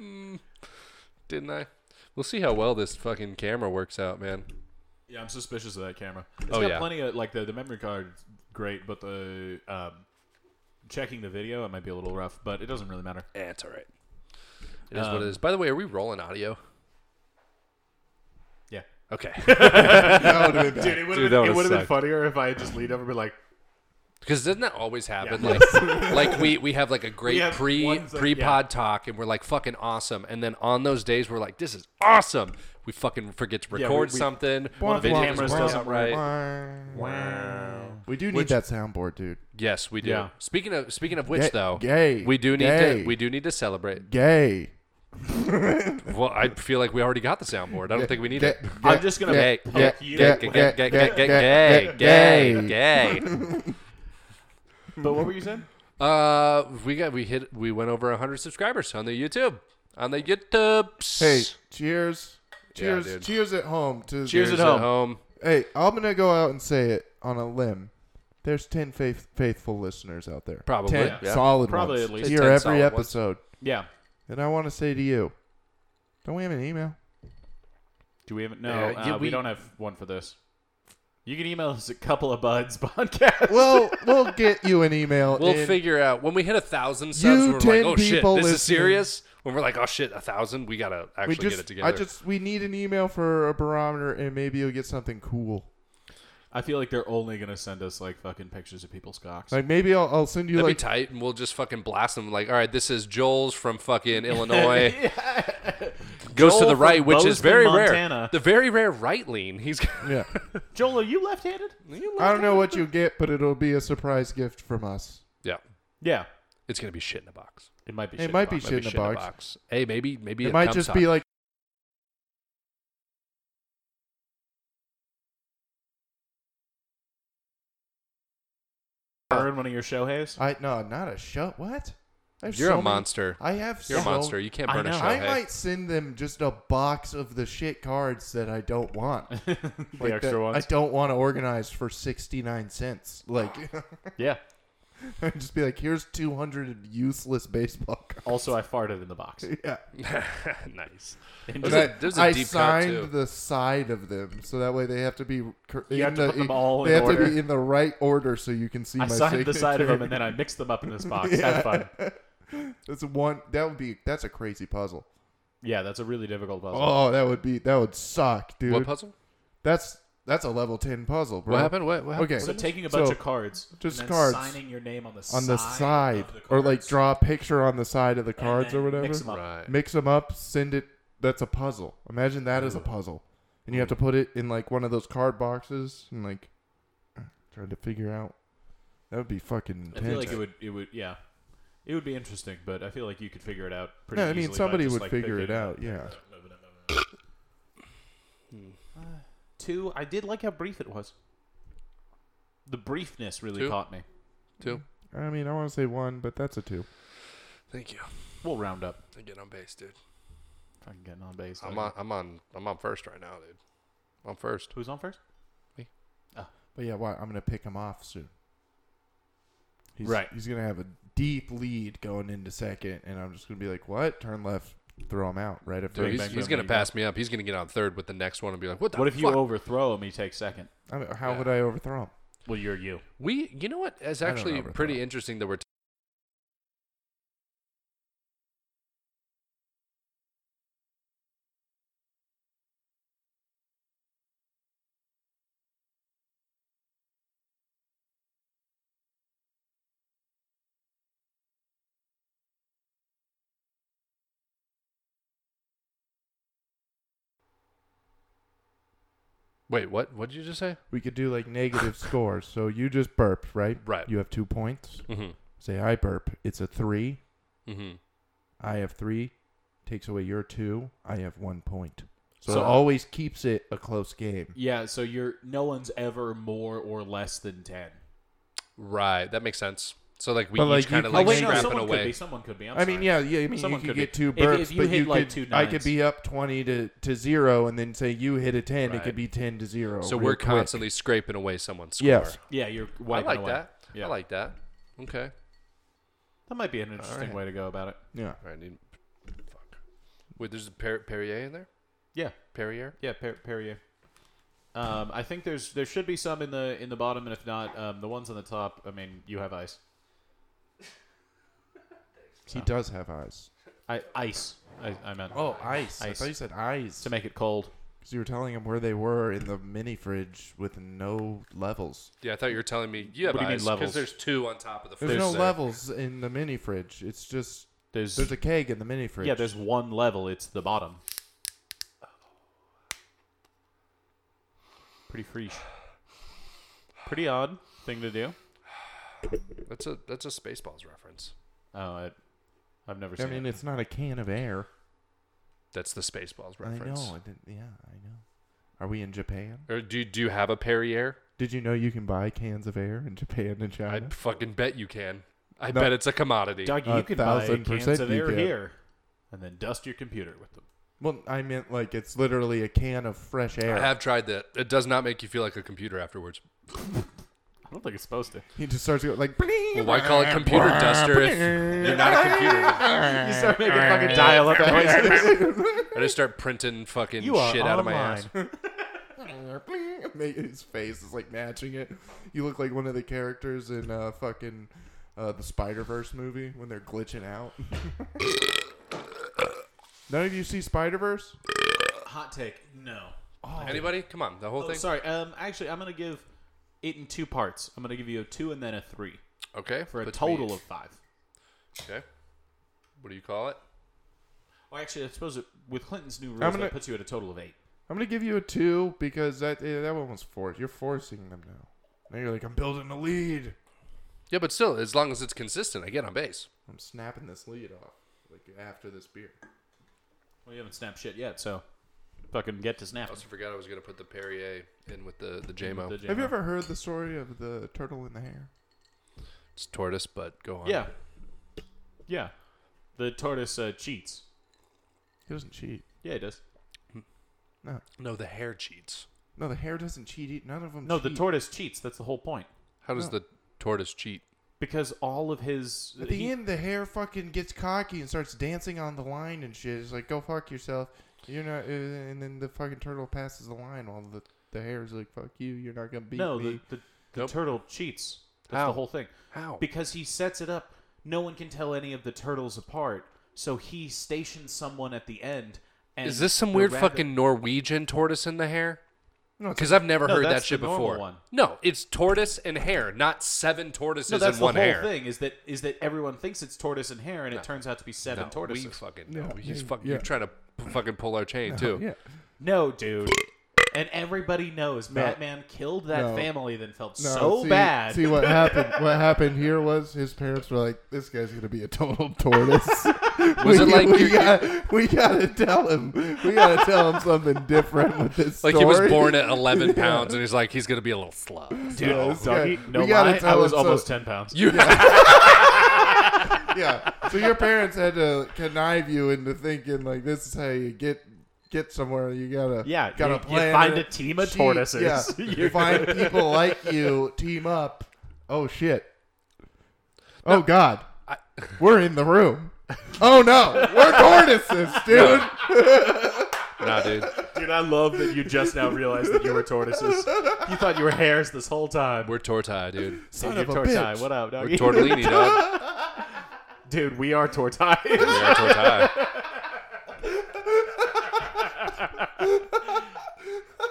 Speaker 1: "Mm, "Didn't I?" We'll see how well this fucking camera works out, man.
Speaker 3: yeah, I'm suspicious of that camera. It's
Speaker 1: Oh,
Speaker 3: got
Speaker 1: yeah.
Speaker 3: plenty of like the, the memory card's great, but the um, checking the video it might be a little rough, but it doesn't really matter.
Speaker 1: Eh, it's all right. It is
Speaker 3: Um,
Speaker 1: what it is. By the way, are we rolling audio?
Speaker 3: Yeah.
Speaker 1: Okay,
Speaker 2: That would've been bad.
Speaker 3: Dude, it would
Speaker 1: Dude, that
Speaker 3: have been,
Speaker 1: would've
Speaker 3: it would've been
Speaker 1: sucked.
Speaker 3: funnier if I had just leaned over and been like,
Speaker 1: because doesn't that always happen?
Speaker 3: Yeah.
Speaker 1: Like, like we we have like a great
Speaker 3: have
Speaker 1: pre
Speaker 3: ones that-
Speaker 1: pre pod talk, and we're like fucking awesome, and then on those days we're like, "This is awesome." We fucking forget to
Speaker 3: Yeah,
Speaker 1: record
Speaker 3: we- we-
Speaker 1: something.
Speaker 3: One of the
Speaker 1: Video
Speaker 3: cameras
Speaker 1: work
Speaker 3: doesn't
Speaker 1: out right.
Speaker 2: We do need
Speaker 1: Which-
Speaker 2: that soundboard, dude.
Speaker 1: Yes, we do.
Speaker 3: Yeah.
Speaker 1: Speaking of speaking of which,
Speaker 2: Ga-
Speaker 1: though,
Speaker 2: gay,
Speaker 1: we do need
Speaker 2: gay.
Speaker 1: to we do need to celebrate.
Speaker 2: Gay.
Speaker 1: Well, I feel like we already got the soundboard. I don't think we need
Speaker 2: Ga-
Speaker 1: it.
Speaker 2: ga-
Speaker 3: I'm just gonna
Speaker 2: ga-
Speaker 3: poke
Speaker 2: ga-
Speaker 3: you.
Speaker 2: ga-
Speaker 1: Gay,
Speaker 2: ga-
Speaker 1: gay, gay,
Speaker 2: ga-
Speaker 1: gay, gay,
Speaker 2: ga-
Speaker 1: gay,
Speaker 2: gay.
Speaker 1: gay, gay.
Speaker 3: but what were you saying?
Speaker 1: Uh, we got we hit we went over hundred subscribers on the YouTube on the YouTube.
Speaker 2: Hey, cheers. Cheers.
Speaker 1: dude.
Speaker 2: cheers at home. To
Speaker 3: Cheers at home.
Speaker 2: Hey, I'm gonna go out and say it on a limb. There's ten faith, faithful listeners out there.
Speaker 1: Probably,
Speaker 2: ten
Speaker 1: yeah.
Speaker 2: solid
Speaker 3: Probably
Speaker 2: ones.
Speaker 3: at least
Speaker 2: hear
Speaker 1: 10
Speaker 2: every
Speaker 1: solid ones.
Speaker 2: episode.
Speaker 3: Yeah.
Speaker 2: And I want to say to you, don't we have an email?
Speaker 3: Do we have no?
Speaker 1: Yeah,
Speaker 3: uh,
Speaker 1: yeah,
Speaker 3: we,
Speaker 1: we-
Speaker 3: don't have one for this. You can email us a couple of buds podcast.
Speaker 2: Well, we'll get you an email.
Speaker 1: We'll
Speaker 2: in-
Speaker 1: figure out when we hit a thousand subs. We're like,
Speaker 2: 10
Speaker 1: oh shit,
Speaker 2: people
Speaker 1: this is
Speaker 2: listening.
Speaker 1: serious. When we're like, oh shit, a thousand, we gotta
Speaker 2: We
Speaker 1: actually
Speaker 2: just,
Speaker 1: get it together.
Speaker 2: I just, we need an email for a barometer, and maybe you'll get something cool.
Speaker 3: I feel like they're only gonna send us like fucking pictures of people's cocks.
Speaker 2: Like maybe I'll, I'll send you
Speaker 1: That'd
Speaker 2: like
Speaker 1: be tight, and we'll just fucking blast them. Like, all right, this is Joel's from fucking Illinois. Goes
Speaker 3: Joel
Speaker 1: to the
Speaker 3: from
Speaker 1: right, which is
Speaker 3: Bozeman,
Speaker 1: very rare.
Speaker 3: Montana.
Speaker 1: The very rare right lean. He's.
Speaker 2: yeah.
Speaker 3: Joel, are you left-handed?
Speaker 2: I don't know what you get, but it'll be a surprise gift from us.
Speaker 1: Yeah,
Speaker 3: Yeah,
Speaker 1: it's gonna be shit in a box.
Speaker 3: it might be.
Speaker 2: It
Speaker 3: shit
Speaker 2: might be
Speaker 3: box.
Speaker 2: shit in a box.
Speaker 1: Hey, maybe maybe
Speaker 2: it might
Speaker 1: comes
Speaker 2: just
Speaker 1: up.
Speaker 2: be like
Speaker 3: Burn one of your shohei's.
Speaker 2: I no, not a show. What? I have
Speaker 1: you're
Speaker 2: so
Speaker 1: a
Speaker 2: many-
Speaker 1: monster.
Speaker 2: I have
Speaker 1: You're a
Speaker 2: so-
Speaker 1: monster. You can't
Speaker 3: I
Speaker 1: burn a
Speaker 3: know.
Speaker 1: show.
Speaker 2: I
Speaker 1: hey.
Speaker 2: might send them just a box of the shit cards that I don't want.
Speaker 3: the
Speaker 2: Like
Speaker 3: extra
Speaker 2: that I
Speaker 3: ones.
Speaker 2: don't want to organize for 69 cents. Like,
Speaker 3: yeah.
Speaker 2: I'd just be like, here's 200 useless baseball cards.
Speaker 3: Also, I farted in the box.
Speaker 2: Yeah.
Speaker 1: nice.
Speaker 3: And
Speaker 1: There's
Speaker 2: And
Speaker 1: a-
Speaker 2: I,
Speaker 1: there's a
Speaker 2: I
Speaker 1: deep cut, too.
Speaker 2: signed the side of them, so that way they have to be. cor-
Speaker 3: You have
Speaker 2: in
Speaker 3: to
Speaker 2: the,
Speaker 3: put them all
Speaker 2: They
Speaker 3: in
Speaker 2: have to
Speaker 3: order.
Speaker 2: be in the right order, so you can see my
Speaker 3: I signed the side of them, and
Speaker 2: signature.
Speaker 3: then I mixed them up in this box. Have fun.
Speaker 2: That's one. That would be. That's a crazy puzzle.
Speaker 3: Yeah, that's a really difficult puzzle.
Speaker 2: Oh, that would be. That would suck, dude.
Speaker 1: What puzzle?
Speaker 2: That's that's a level ten puzzle, bro.
Speaker 1: What happened? What, what happened?
Speaker 2: Okay,
Speaker 3: So taking a bunch
Speaker 2: so
Speaker 3: of cards,
Speaker 2: just
Speaker 3: and then
Speaker 2: cards.
Speaker 3: signing your name on the
Speaker 2: on
Speaker 3: side
Speaker 2: the side,
Speaker 3: of the
Speaker 2: or like
Speaker 3: cards,
Speaker 2: draw a picture on the side of the
Speaker 3: and
Speaker 2: cards or
Speaker 3: then
Speaker 2: whatever.
Speaker 3: Mix them up.
Speaker 1: Right.
Speaker 2: mix them up, send it. That's a puzzle. Imagine that as a puzzle, and you have to put it in like one of those card boxes and like try to figure out. That would be fucking
Speaker 3: I
Speaker 2: intense.
Speaker 3: feel like it would. It would. Yeah, it would be interesting, but I feel like you could figure it out pretty.
Speaker 2: no, I
Speaker 3: easily
Speaker 2: mean
Speaker 3: by
Speaker 2: somebody
Speaker 3: just,
Speaker 2: would
Speaker 3: like,
Speaker 2: figure it
Speaker 3: picking
Speaker 2: out. Yeah,
Speaker 3: up, moving it, moving it. Uh, Two. I did like how brief it was. The briefness really
Speaker 1: Two?
Speaker 3: caught me.
Speaker 1: Two.
Speaker 2: I mean I want to say one, but that's a two.
Speaker 1: Thank you.
Speaker 3: We'll round up.
Speaker 1: I get on base, dude.
Speaker 3: Fucking getting on base.
Speaker 1: I'm on. I'm on. I'm on first right now, dude. I'm first.
Speaker 3: Who's on first?
Speaker 2: But yeah, why? I'm gonna pick him off soon. He's,
Speaker 3: Right.
Speaker 2: He's gonna have a deep lead going into second, and I'm just gonna be like, "What? Turn left, throw him out right at
Speaker 3: Dude,
Speaker 2: first.
Speaker 1: He's,
Speaker 3: bang,
Speaker 1: he's
Speaker 3: bang,
Speaker 1: gonna
Speaker 3: bang,
Speaker 1: pass me up. He's gonna get on third with the next one and be like, "What the
Speaker 3: What if you
Speaker 1: fuck?"
Speaker 3: overthrow him? He takes second.
Speaker 2: I mean, how
Speaker 1: Yeah.
Speaker 2: would I overthrow him?
Speaker 3: Well, you're you.
Speaker 1: we, you know what? It's
Speaker 2: I don't
Speaker 1: actually
Speaker 2: overthrow.
Speaker 1: pretty interesting that we're. T- Wait, what? What did you just say?
Speaker 2: We could do like negative scores. So you just burp, right?
Speaker 1: Right.
Speaker 2: You have two points.
Speaker 1: Mm-hmm.
Speaker 2: Say I burp. It's a three.
Speaker 1: Mm-hmm.
Speaker 2: I have three. Takes away your two. I have one point. So,
Speaker 3: So-
Speaker 2: it always keeps it a close game.
Speaker 3: Yeah. So you're. No one's ever more or less than ten.
Speaker 1: Right, that makes sense. So like we
Speaker 2: But,
Speaker 1: each
Speaker 2: like, you
Speaker 1: kind of
Speaker 2: can-
Speaker 1: like
Speaker 2: Oh, wait, no,
Speaker 1: scrapping
Speaker 3: someone could
Speaker 1: away.
Speaker 3: be. Someone could be. I'm
Speaker 2: I mean,
Speaker 3: sorry.
Speaker 2: yeah, yeah. I mean,
Speaker 3: Someone
Speaker 2: you
Speaker 3: could
Speaker 2: could get
Speaker 3: be.
Speaker 2: two
Speaker 3: If- if
Speaker 2: burps,
Speaker 3: you
Speaker 2: but
Speaker 3: hit,
Speaker 2: you
Speaker 3: like,
Speaker 2: could.
Speaker 3: two
Speaker 2: I could
Speaker 3: nines.
Speaker 2: be up twenty to, to zero, and then say you hit a ten.
Speaker 1: Right.
Speaker 2: It could be ten to zero.
Speaker 1: So
Speaker 2: real
Speaker 1: we're
Speaker 2: quick.
Speaker 1: constantly scraping away someone's score.
Speaker 2: Yes.
Speaker 3: Yeah, you're
Speaker 1: I
Speaker 3: wiping
Speaker 1: like
Speaker 3: away.
Speaker 1: that.
Speaker 3: Yeah.
Speaker 1: I like that. Okay.
Speaker 3: That might be an interesting
Speaker 2: right.
Speaker 3: way to go about it.
Speaker 2: Yeah.
Speaker 1: All right. Need, fuck. Wait, there's a per, Perrier in there.
Speaker 3: Yeah,
Speaker 1: Perrier.
Speaker 3: yeah, per- Perrier. Um, I think there's there should be some in the in the bottom, and if not, um, the ones on the top. I mean, you have ice.
Speaker 2: He does have eyes.
Speaker 3: I ice. I, I meant
Speaker 2: Oh, ice. I
Speaker 3: Ice.
Speaker 2: thought you said eyes.
Speaker 3: to make it cold.
Speaker 2: Because you were telling him where they were in the mini fridge with no levels.
Speaker 1: Yeah, I thought you were telling me you have
Speaker 3: What do you mean
Speaker 1: eyes because
Speaker 3: levels?
Speaker 1: there's two on top of the.
Speaker 2: There's
Speaker 1: first
Speaker 2: no
Speaker 1: set.
Speaker 2: levels in the mini fridge. It's just
Speaker 3: There's,
Speaker 2: there's a keg in the mini fridge.
Speaker 3: yeah, there's one level. It's the bottom. Pretty fresh. Pretty odd thing to do.
Speaker 1: That's a that's a Spaceballs reference.
Speaker 3: Oh, I, I've never
Speaker 2: I
Speaker 3: seen
Speaker 2: mean,
Speaker 3: it.
Speaker 2: it's not a can of air.
Speaker 1: That's the Spaceballs
Speaker 2: I
Speaker 1: reference.
Speaker 2: know. I didn't, yeah, I know. Are we in Japan?
Speaker 1: Or do do you have a Perrier?
Speaker 2: Did you know you can buy cans of air in Japan and
Speaker 1: I
Speaker 2: China?
Speaker 1: fucking bet you can. I
Speaker 2: No.
Speaker 1: bet it's a commodity.
Speaker 3: Doug,
Speaker 2: A
Speaker 3: you could buy
Speaker 2: thousand
Speaker 3: cans
Speaker 2: percent
Speaker 3: of
Speaker 2: you
Speaker 3: air
Speaker 2: can.
Speaker 3: here, and then dust your computer with them.
Speaker 2: well, I meant like it's literally a can of fresh air.
Speaker 1: I have tried that. It does not make you feel like a computer afterwards.
Speaker 3: I don't think it's supposed to.
Speaker 2: he just starts going like.
Speaker 1: Well, why call it computer duster if you're not a computer?
Speaker 3: You start making fucking dial-up noises.
Speaker 1: I just start printing fucking
Speaker 3: You are
Speaker 1: shit out of my ass.
Speaker 2: Make- His face is like matching it. You look like one of the characters in uh, fucking uh, the Spider Verse movie when they're glitching out. None of you see Spider Verse?
Speaker 3: Hot take. No.
Speaker 1: Anybody? Come on, the whole
Speaker 3: Oh,
Speaker 1: thing.
Speaker 3: sorry. Um, actually, I'm gonna give it in two parts. I'm gonna give you a two and then a three
Speaker 1: Okay.
Speaker 3: for a
Speaker 1: Which
Speaker 3: total
Speaker 1: means-
Speaker 3: of five.
Speaker 1: Okay. What do you call it?
Speaker 3: Well, actually, I suppose it, with Clinton's new rules,
Speaker 2: gonna-
Speaker 3: that puts you at a total of eight.
Speaker 2: I'm gonna give you a two because that eh, that one was forced. You're forcing them now. Now you're like, I'm building a lead.
Speaker 1: Yeah, but still, as long as it's consistent, I get on base.
Speaker 2: I'm snapping this lead off like after this beer.
Speaker 3: Well, you haven't snapped shit yet, so fucking get to
Speaker 1: I
Speaker 3: snap.
Speaker 1: also forgot I was gonna put the Perrier in with the the
Speaker 3: The
Speaker 1: JMO.
Speaker 3: jam.
Speaker 2: Have you ever heard the story of the turtle and the hare?
Speaker 1: It's tortoise, but go on.
Speaker 3: Yeah. Yeah. The tortoise uh, cheats.
Speaker 2: He doesn't cheat.
Speaker 3: Yeah, he does.
Speaker 2: No,
Speaker 1: No, the hair cheats.
Speaker 2: no, the hare doesn't cheat. He- None of them.
Speaker 3: No,
Speaker 2: cheat.
Speaker 3: the tortoise cheats. That's the whole point.
Speaker 1: How does
Speaker 2: No.
Speaker 1: the tortoise cheat?
Speaker 3: Because all of his.
Speaker 2: At the
Speaker 3: he-
Speaker 2: end, the hare fucking gets cocky and starts dancing on the line and shit. It's like, go fuck yourself. You're not. uh, And then the fucking turtle passes the line while the the hare's like, fuck you. You're not gonna beat
Speaker 3: no,
Speaker 2: me.
Speaker 3: the, the, the
Speaker 1: Nope.
Speaker 3: turtle cheats. That's
Speaker 1: How?
Speaker 3: the whole thing.
Speaker 1: How?
Speaker 3: Because he sets it up. No one can tell any of the turtles apart. So he stations someone at the end. And
Speaker 1: Is this some
Speaker 3: the
Speaker 1: weird
Speaker 3: rabbit-
Speaker 1: fucking Norwegian tortoise in the hair?
Speaker 2: no, it's
Speaker 1: Because I've never
Speaker 3: No,
Speaker 1: heard that
Speaker 3: that's
Speaker 1: shit
Speaker 3: the normal
Speaker 1: before.
Speaker 3: one.
Speaker 1: No, it's tortoise and hare, not seven tortoises
Speaker 3: No, that's
Speaker 1: in
Speaker 3: the
Speaker 1: one
Speaker 3: whole
Speaker 1: hare.
Speaker 3: thing. Is that is that everyone thinks it's tortoise and hare, and
Speaker 1: No.
Speaker 3: it turns out to be seven
Speaker 1: No,
Speaker 3: tortoises.
Speaker 1: we fucking know.
Speaker 2: No,
Speaker 1: He's
Speaker 2: yeah,
Speaker 1: fuck,
Speaker 2: yeah.
Speaker 1: You're trying to p- fucking pull our chain too.
Speaker 2: yeah.
Speaker 3: No, dude. And everybody knows
Speaker 2: No.
Speaker 3: Batman killed that
Speaker 2: No.
Speaker 3: family, then felt
Speaker 2: No,
Speaker 3: so
Speaker 2: see-
Speaker 3: bad.
Speaker 2: See what happened? What happened here was his parents were like, "This guy's gonna be a total tortoise."
Speaker 1: Was
Speaker 2: we,
Speaker 1: it like
Speaker 2: we
Speaker 1: you-
Speaker 2: got we gotta tell him? We gotta tell him something different with this.
Speaker 1: Like he was
Speaker 2: story.
Speaker 1: born at 11 pounds, and he's like, he's gonna be a little slow.
Speaker 3: Dude,
Speaker 2: Yeah, this
Speaker 3: doggy,
Speaker 2: guy-
Speaker 3: no
Speaker 2: we gotta
Speaker 3: lie, I
Speaker 2: tell
Speaker 3: was
Speaker 2: him
Speaker 3: almost
Speaker 2: so-
Speaker 3: ten pounds.
Speaker 1: You
Speaker 2: yeah. So your parents had to connive you into thinking like this is how you get get somewhere. You gotta
Speaker 3: Yeah,
Speaker 2: gotta
Speaker 3: you- you
Speaker 2: plan
Speaker 3: find
Speaker 2: it.
Speaker 3: a team of
Speaker 2: Gee,
Speaker 3: tortoises.
Speaker 2: Yeah,
Speaker 3: You're-
Speaker 2: you find people like you team up. Oh shit. Oh god. We're in the room. Oh no, we're tortoises, dude.
Speaker 1: nah, dude.
Speaker 3: Dude, I love that you just now realized that you were tortoises. You thought you were hares this whole time.
Speaker 1: We're tortai, dude.
Speaker 2: Son
Speaker 3: Dude,
Speaker 2: of a
Speaker 3: you're tortai.
Speaker 2: bitch.
Speaker 3: What up,
Speaker 1: We're
Speaker 3: doggy?
Speaker 1: tortellini, dog.
Speaker 3: Dude, we are tortai.
Speaker 1: We're tortai.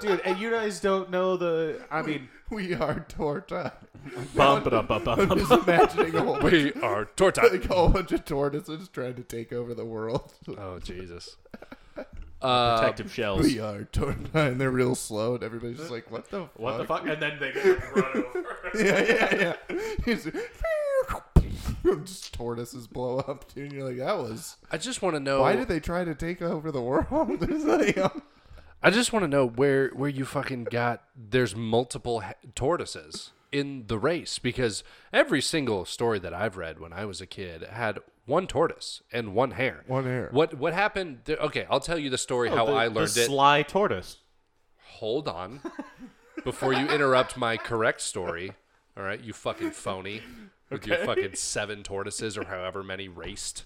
Speaker 3: Dude, and you guys don't know the. I mean,
Speaker 2: We are torta.
Speaker 3: bum ba bum
Speaker 2: I'm
Speaker 3: bum.
Speaker 2: just imagining a whole, bunch,
Speaker 1: We are tortai.
Speaker 2: like, a whole bunch of tortoises trying to take over the world.
Speaker 1: Oh Jesus. Uh,
Speaker 3: Protective shells.
Speaker 2: We are torta, and they're real slow, and everybody's just like, "What the?
Speaker 3: What the
Speaker 2: fuck?
Speaker 3: fuck? And then they get run over.
Speaker 2: Yeah, yeah, yeah. He's just tortoises blow up, dude. And you're like, that was.
Speaker 1: I just want to know.
Speaker 2: Why did they try to take over the world? It's like, um,
Speaker 1: I just want to know where where you fucking got. There's multiple ha- tortoises in the race because every single story that I've read when I was a kid had one tortoise and one hare.
Speaker 2: One hare.
Speaker 1: What what happened? there- okay, I'll tell you the story how
Speaker 3: Oh, the,
Speaker 1: I learned
Speaker 3: the
Speaker 1: it.
Speaker 3: Sly tortoise.
Speaker 1: Hold on, before you interrupt my correct story. All right, you fucking phony with your fucking seven tortoises or however many raced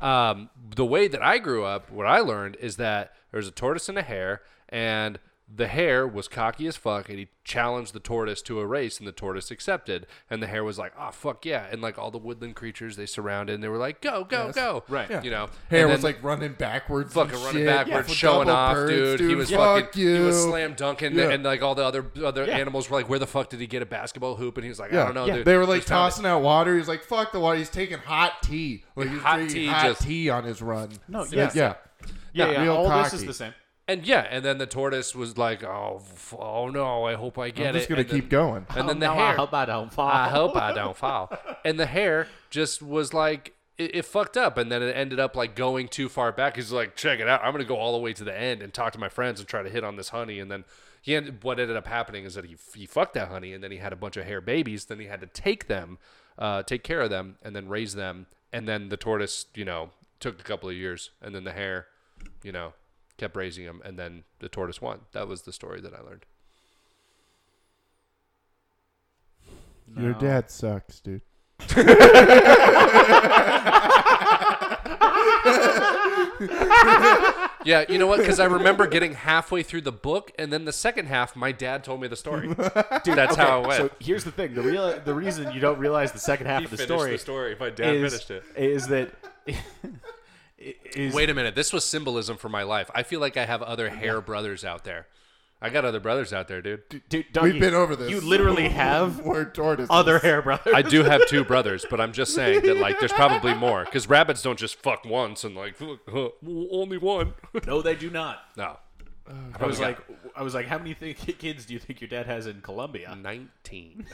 Speaker 1: um, the way that I grew up, what I learned is that there's a tortoise and a hare, and the hare was cocky as fuck, and he challenged the tortoise to a race, and the tortoise accepted. And the hare was like, "Ah, fuck yeah!" And like all the woodland creatures they surrounded, and they were like, "Go, go, go!"
Speaker 3: Right. Yeah.
Speaker 1: You know,
Speaker 2: Hare
Speaker 1: And
Speaker 2: was
Speaker 1: then
Speaker 2: like running backwards,
Speaker 1: fucking
Speaker 2: and
Speaker 1: running
Speaker 2: shit.
Speaker 1: backwards,
Speaker 2: Yeah,
Speaker 1: showing
Speaker 2: double
Speaker 1: off, dude.
Speaker 2: birds,
Speaker 1: He was
Speaker 2: Fuck
Speaker 1: fucking,
Speaker 2: you.
Speaker 1: he was slam dunking,
Speaker 2: Yeah.
Speaker 1: and like all the other other
Speaker 3: Yeah.
Speaker 1: animals were like, "Where the fuck did he get a basketball hoop?" And he was like, "I
Speaker 2: Yeah.
Speaker 1: don't know." dude.
Speaker 2: They were like
Speaker 1: Just found it."
Speaker 2: tossing out water. He's like, "Fuck the water." He's taking hot tea. Like he's
Speaker 1: Hot
Speaker 2: drinking
Speaker 1: tea,
Speaker 2: hot
Speaker 1: just-
Speaker 2: tea on his run.
Speaker 3: No,
Speaker 2: Like,
Speaker 3: yes.
Speaker 2: yeah,
Speaker 3: Yeah, yeah.
Speaker 2: Real
Speaker 3: all
Speaker 2: cocky.
Speaker 3: this is the same.
Speaker 1: And yeah, and then the tortoise was like, "Oh, f- oh no! I hope I get
Speaker 2: I'm just
Speaker 1: it."
Speaker 2: gonna
Speaker 1: And then-
Speaker 2: keep going.
Speaker 1: And then
Speaker 3: Oh,
Speaker 1: the
Speaker 3: no,
Speaker 1: hare.
Speaker 3: I hope I don't fall.
Speaker 1: I hope I don't fall. And the hair just was like it, it fucked up, and then it ended up like going too far back. He's like, check it out. I'm gonna go all the way to the end and talk to my friends and try to hit on this honey. And then he ended, what ended up happening is that he he fucked that honey, and then he had a bunch of hair babies. Then he had to take them, uh, take care of them, and then raise them. And then the tortoise, you know, took a couple of years, and then the hare, you know, kept raising them, and then the tortoise won. That was the story that I learned.
Speaker 2: Your dad sucks, dude.
Speaker 1: Yeah, you know what? Because I remember getting halfway through the book, and then the second half, my dad told me the story. Dude, that's how it went.
Speaker 3: So here's the thing: the real, the reason you don't realize the second half of the story,
Speaker 1: story. My dad
Speaker 3: is, is that is
Speaker 1: Wait a minute. This was symbolism for my life. I feel like I have other hair brothers out there. I got other brothers out there, dude.
Speaker 3: Dude, Doug,
Speaker 2: We've
Speaker 3: you-
Speaker 2: been over this.
Speaker 3: You literally have
Speaker 2: We're tortoises.
Speaker 3: other hair brothers.
Speaker 1: I do have two brothers, but I'm just saying that like there's probably more because rabbits don't just fuck once and like only one.
Speaker 3: no, they do not.
Speaker 1: No,
Speaker 3: Uh, I was like, I was like, how many th- kids do you think your dad has in
Speaker 1: Mm.
Speaker 3: Colombia?
Speaker 1: nineteen.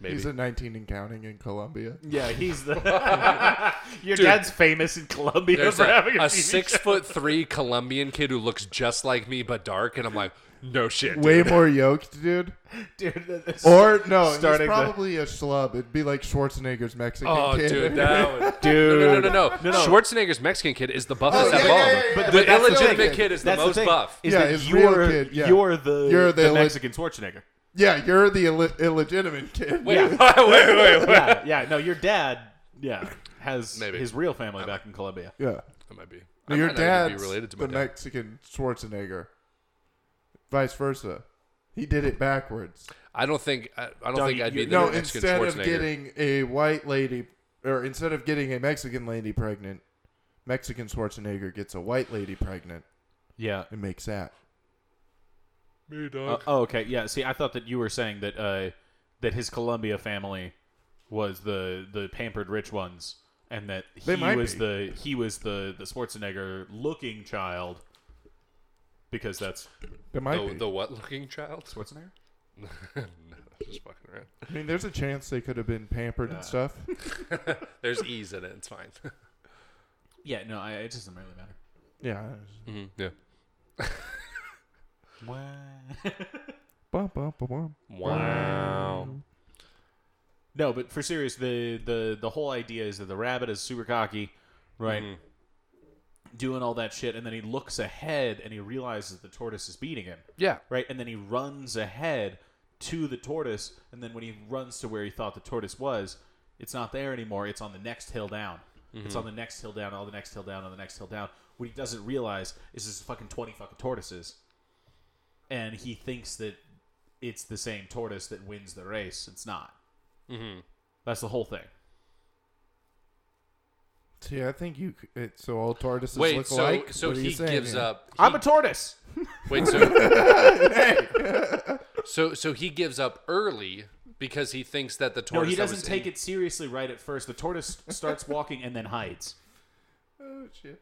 Speaker 1: Maybe
Speaker 2: He's at 19 and counting in Colombia.
Speaker 3: Yeah, he's the. your dad's famous in Colombia
Speaker 1: There's
Speaker 3: for
Speaker 1: a,
Speaker 3: having a,
Speaker 1: a
Speaker 3: TV
Speaker 1: six
Speaker 3: show.
Speaker 1: foot three Colombian kid who looks just like me but dark, and I'm like, no shit. dude.
Speaker 2: Way more yoked, dude.
Speaker 3: Dude, that- that's-
Speaker 2: Or no, he's
Speaker 3: Starting the-
Speaker 2: probably a schlub. It'd be like Schwarzenegger's Mexican
Speaker 1: Oh,
Speaker 2: kid.
Speaker 1: dude, that was.
Speaker 3: dude.
Speaker 1: No, no, no, no, no. Schwarzenegger's Mexican kid is the
Speaker 2: Oh,
Speaker 1: buffest out
Speaker 2: yeah,
Speaker 1: of
Speaker 2: yeah,
Speaker 1: all of
Speaker 2: yeah,
Speaker 1: them.
Speaker 2: yeah,
Speaker 1: But
Speaker 2: yeah.
Speaker 1: the
Speaker 2: But that's the
Speaker 1: illegitimate
Speaker 2: thing.
Speaker 1: kid is the
Speaker 3: That's
Speaker 1: most
Speaker 3: thing,
Speaker 1: buff.
Speaker 3: is
Speaker 2: Yeah,
Speaker 3: that
Speaker 2: his real
Speaker 3: you're,
Speaker 2: kid, yeah.
Speaker 3: you're the
Speaker 2: You're the
Speaker 3: the,
Speaker 2: illeg-
Speaker 3: Mexican Schwarzenegger.
Speaker 2: yeah, you're the Ill- illegitimate kid.
Speaker 1: Wait, wait, wait, wait.
Speaker 3: yeah, yeah. No, your dad. Yeah, has
Speaker 1: Maybe.
Speaker 3: his real family back in Colombia.
Speaker 2: Yeah.
Speaker 1: That might be.
Speaker 2: No,
Speaker 1: I
Speaker 2: your
Speaker 1: might not
Speaker 2: dad's
Speaker 1: even be related to my
Speaker 2: the
Speaker 1: dad.
Speaker 2: Mexican Schwarzenegger. Vice versa. He did it backwards.
Speaker 1: I don't think. I, I don't
Speaker 3: Doug,
Speaker 1: think I'd be
Speaker 3: you-
Speaker 1: the
Speaker 2: no,
Speaker 1: Mexican
Speaker 2: instead of
Speaker 1: Schwarzenegger.
Speaker 2: getting a white lady, or instead of getting a Mexican lady pregnant, Mexican Schwarzenegger gets a white lady pregnant
Speaker 3: Yeah.
Speaker 2: and makes that.
Speaker 1: Me,
Speaker 3: Uh,
Speaker 1: dog.
Speaker 3: oh, okay. Yeah. See, I thought that you were saying that uh, that his Columbia family was the the pampered rich ones, and that he
Speaker 2: They might
Speaker 3: was
Speaker 2: be.
Speaker 3: the he was the the Schwarzenegger looking child, because that's
Speaker 2: That might
Speaker 1: the,
Speaker 2: be.
Speaker 1: the what looking child?
Speaker 3: Schwarzenegger.
Speaker 1: no, just fucking around.
Speaker 2: I mean, there's a chance they could have been pampered and stuff.
Speaker 1: There's ease in it. It's fine.
Speaker 3: Yeah. No, I, it doesn't really matter.
Speaker 2: yeah.
Speaker 3: Mm-hmm.
Speaker 1: Yeah.
Speaker 2: Bum, bum, bum, bum.
Speaker 1: Wow.
Speaker 3: No, but for serious, the the the whole idea is that the rabbit is super cocky, right? Doing all that shit, and then he looks ahead and he realizes the tortoise is beating him,
Speaker 1: Yeah.
Speaker 3: right? And then he runs ahead to the tortoise, and then when he runs to where he thought the tortoise was, it's not there anymore. It's on the next hill down. It's on the next hill down, all the next hill down, on the next hill down. What he doesn't realize is there's fucking twenty fucking tortoises, and he thinks that it's the same tortoise that wins the race. It's not.
Speaker 1: Mm-hmm.
Speaker 3: That's the whole thing.
Speaker 2: See, I think you. c- It, so all tortoises
Speaker 1: Wait.
Speaker 2: look
Speaker 1: So
Speaker 2: alike.
Speaker 1: so
Speaker 2: What are you
Speaker 1: he
Speaker 2: saying
Speaker 1: gives
Speaker 2: here?
Speaker 1: up.
Speaker 3: I'm a tortoise.
Speaker 1: Wait. So. so so he gives up early because he thinks that the
Speaker 3: No,
Speaker 1: tortoise.
Speaker 3: he
Speaker 1: that
Speaker 3: doesn't
Speaker 1: was
Speaker 3: take
Speaker 1: in-
Speaker 3: it seriously right at first. The tortoise starts walking and then hides.
Speaker 2: Oh shit.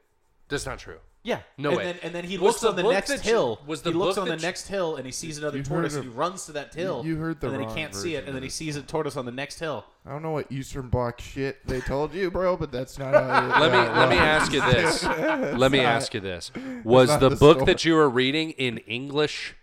Speaker 1: That's not true.
Speaker 3: Yeah,
Speaker 1: No
Speaker 3: and
Speaker 1: way.
Speaker 3: Then, and then he
Speaker 1: Was
Speaker 3: looks
Speaker 1: the
Speaker 3: on the
Speaker 1: book
Speaker 3: next
Speaker 1: that you-
Speaker 3: hill.
Speaker 1: was the
Speaker 3: he looks
Speaker 1: book
Speaker 3: on the
Speaker 1: that you-
Speaker 3: next hill and he sees another
Speaker 2: You heard
Speaker 3: tortoise.
Speaker 2: of-
Speaker 3: and he runs to that hill.
Speaker 2: you heard the
Speaker 3: and then
Speaker 2: wrong
Speaker 3: he can't
Speaker 2: version
Speaker 3: see it, and then
Speaker 2: of
Speaker 3: he sees a tortoise on the next hill.
Speaker 2: I don't know what Eastern Bloc shit they told you, bro, but that's not. How it-
Speaker 1: Let me
Speaker 2: yeah,
Speaker 1: let me
Speaker 2: well,
Speaker 1: ask you this. Let me
Speaker 2: not-
Speaker 1: ask you this. Was
Speaker 2: not
Speaker 1: the
Speaker 2: the
Speaker 1: book
Speaker 2: story.
Speaker 1: that you were reading in English?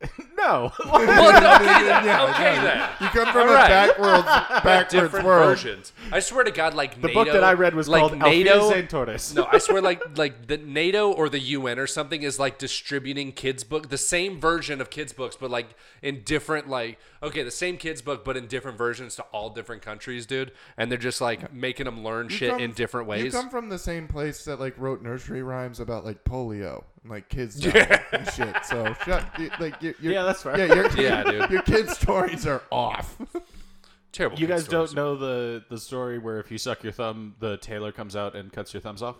Speaker 3: No,
Speaker 1: Well, okay,
Speaker 2: yeah,
Speaker 1: then.
Speaker 2: yeah.
Speaker 1: okay then.
Speaker 2: You come from
Speaker 1: All right.
Speaker 2: a backwards, backwards
Speaker 1: Different
Speaker 2: world.
Speaker 1: versions. I swear to God, like
Speaker 3: the book that I read was
Speaker 1: like
Speaker 3: called
Speaker 1: NATO.
Speaker 3: Alfie and Tortoise.
Speaker 1: No, I swear, like like the NATO or the UN or something is like distributing kids' book, the same version of kids' books, but like in different like okay, the same kids' book, but in different versions to all different countries, dude. And they're just like making them learn
Speaker 2: You
Speaker 1: shit
Speaker 2: come-
Speaker 1: in different
Speaker 2: You
Speaker 1: ways.
Speaker 2: come from the same place that like wrote nursery rhymes about like polio and like kids dying and shit. So shut you- like you you're,
Speaker 3: Yeah, that's fair.
Speaker 2: Yeah, your,
Speaker 1: Yeah, dude.
Speaker 2: Your kids' stories are off.
Speaker 1: Terrible.
Speaker 3: you
Speaker 1: kid
Speaker 3: guys
Speaker 1: stories.
Speaker 3: don't know the the story where if you suck your thumb, the tailor comes out and cuts your thumbs off.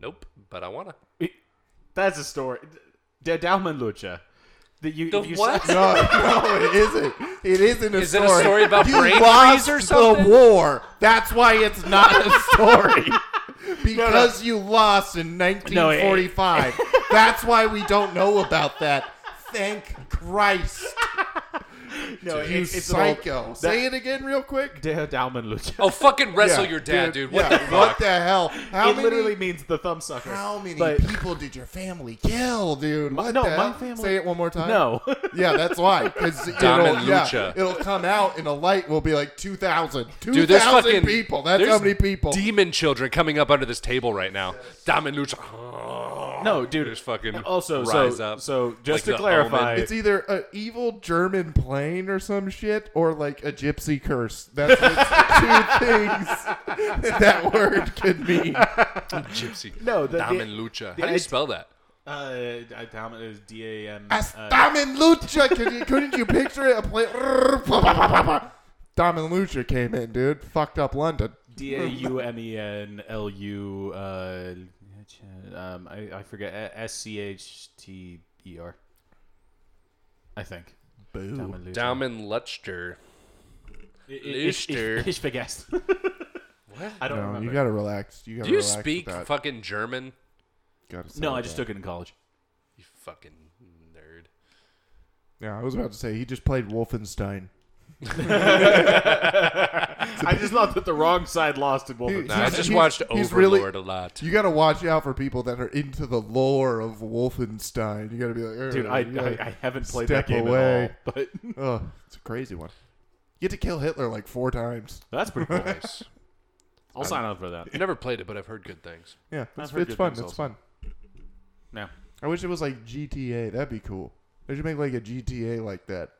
Speaker 1: Nope. But I wanna.
Speaker 3: That's a story. Der Daumenlutscher. That you,
Speaker 1: The
Speaker 3: if you
Speaker 1: what?
Speaker 3: suck-
Speaker 2: No, no, it isn't. It isn't a
Speaker 1: Is it
Speaker 2: story.
Speaker 1: a story about
Speaker 2: you
Speaker 1: brain
Speaker 2: lost
Speaker 1: freeze or something?
Speaker 2: The war. That's why it's not a story. Because you lost in 1945. That's why we don't know about that. Thank Christ.
Speaker 3: no, it-
Speaker 2: You
Speaker 3: it's an old-
Speaker 2: psycho. Say it again, real quick.
Speaker 3: Der Daumenlutscher.
Speaker 1: Oh, fucking wrestle
Speaker 2: Yeah,
Speaker 1: your dad, dude. What
Speaker 2: yeah,
Speaker 1: the
Speaker 2: What
Speaker 1: fuck?
Speaker 2: the hell? How
Speaker 3: it
Speaker 2: many?
Speaker 3: literally means the thumb sucker.
Speaker 2: how many
Speaker 3: But
Speaker 2: people did your family kill, dude? What
Speaker 3: no,
Speaker 2: the hell?
Speaker 3: my family-
Speaker 2: Say it one more time.
Speaker 3: no,
Speaker 2: Yeah, that's why. Because
Speaker 1: Dom
Speaker 2: it'll,
Speaker 1: and
Speaker 2: yeah,
Speaker 1: Lucha.
Speaker 2: it'll come out in a light. Will be like 2,000.
Speaker 1: Dude, there's
Speaker 2: 2,000
Speaker 1: fucking
Speaker 2: people. That's
Speaker 1: there's
Speaker 2: how many people.
Speaker 1: Demon children coming up under this table right now. Diamond Lucha.
Speaker 3: no, dude.
Speaker 1: There's fucking
Speaker 3: also,
Speaker 1: rise
Speaker 3: so
Speaker 1: up.
Speaker 3: so
Speaker 1: like
Speaker 3: just
Speaker 1: the
Speaker 3: to clarify,
Speaker 1: Omen.
Speaker 2: It's either an evil German plane or some shit, or like a gypsy curse. That's the two things that, that word could mean.
Speaker 1: Gypsy.
Speaker 3: No, the-
Speaker 1: Dam
Speaker 3: the-
Speaker 1: and Lucha.
Speaker 3: the
Speaker 1: How do you
Speaker 3: id-
Speaker 1: spell that?
Speaker 3: uh, I- Dam is D A M. uh,
Speaker 2: Damen Lucha. Could you, couldn't you picture it? A plane. Damen Lucha came in, dude. Fucked up London.
Speaker 3: D A U M E N L U uh, Ch- Um, I, I forget S C H T E R. I think.
Speaker 2: Boo.
Speaker 1: Dauman Lutster. Luster.
Speaker 3: Ich, ich, ich vergesse.
Speaker 1: What?
Speaker 3: I don't
Speaker 2: No,
Speaker 3: remember.
Speaker 2: you gotta relax. You gotta
Speaker 1: Do you
Speaker 2: relax with
Speaker 1: speak
Speaker 2: that.
Speaker 1: fucking German?
Speaker 2: Gotta
Speaker 3: no,
Speaker 2: settle
Speaker 3: I just
Speaker 2: down.
Speaker 3: took it in college.
Speaker 1: You fucking nerd.
Speaker 2: Yeah, I was about to say he just played Wolfenstein.
Speaker 3: I just thought that the wrong side lost in Wolfenstein.
Speaker 1: Nah, I
Speaker 2: He's-
Speaker 1: just
Speaker 2: he's-
Speaker 1: watched
Speaker 2: he's really-
Speaker 1: Overlord a lot.
Speaker 2: You gotta watch out for people that are into the lore of Wolfenstein. You gotta be like, "Ugh,
Speaker 3: Dude, I,
Speaker 2: you gotta-
Speaker 3: I, I haven't played
Speaker 2: Step
Speaker 3: that game
Speaker 2: away.
Speaker 3: at all. But
Speaker 2: ugh, it's a crazy one. You get to kill Hitler like four times.
Speaker 3: that's pretty cool.
Speaker 1: Nice.
Speaker 3: I'll sign up for that.
Speaker 1: I've never played it, but I've heard good things.
Speaker 2: Yeah,
Speaker 3: I've
Speaker 2: it's,
Speaker 3: heard
Speaker 2: it's
Speaker 3: good
Speaker 2: fun.
Speaker 3: things
Speaker 2: It's
Speaker 3: also.
Speaker 2: fun.
Speaker 3: No.
Speaker 2: I wish it was like GTA. That'd be cool. They should make like a GTA like that.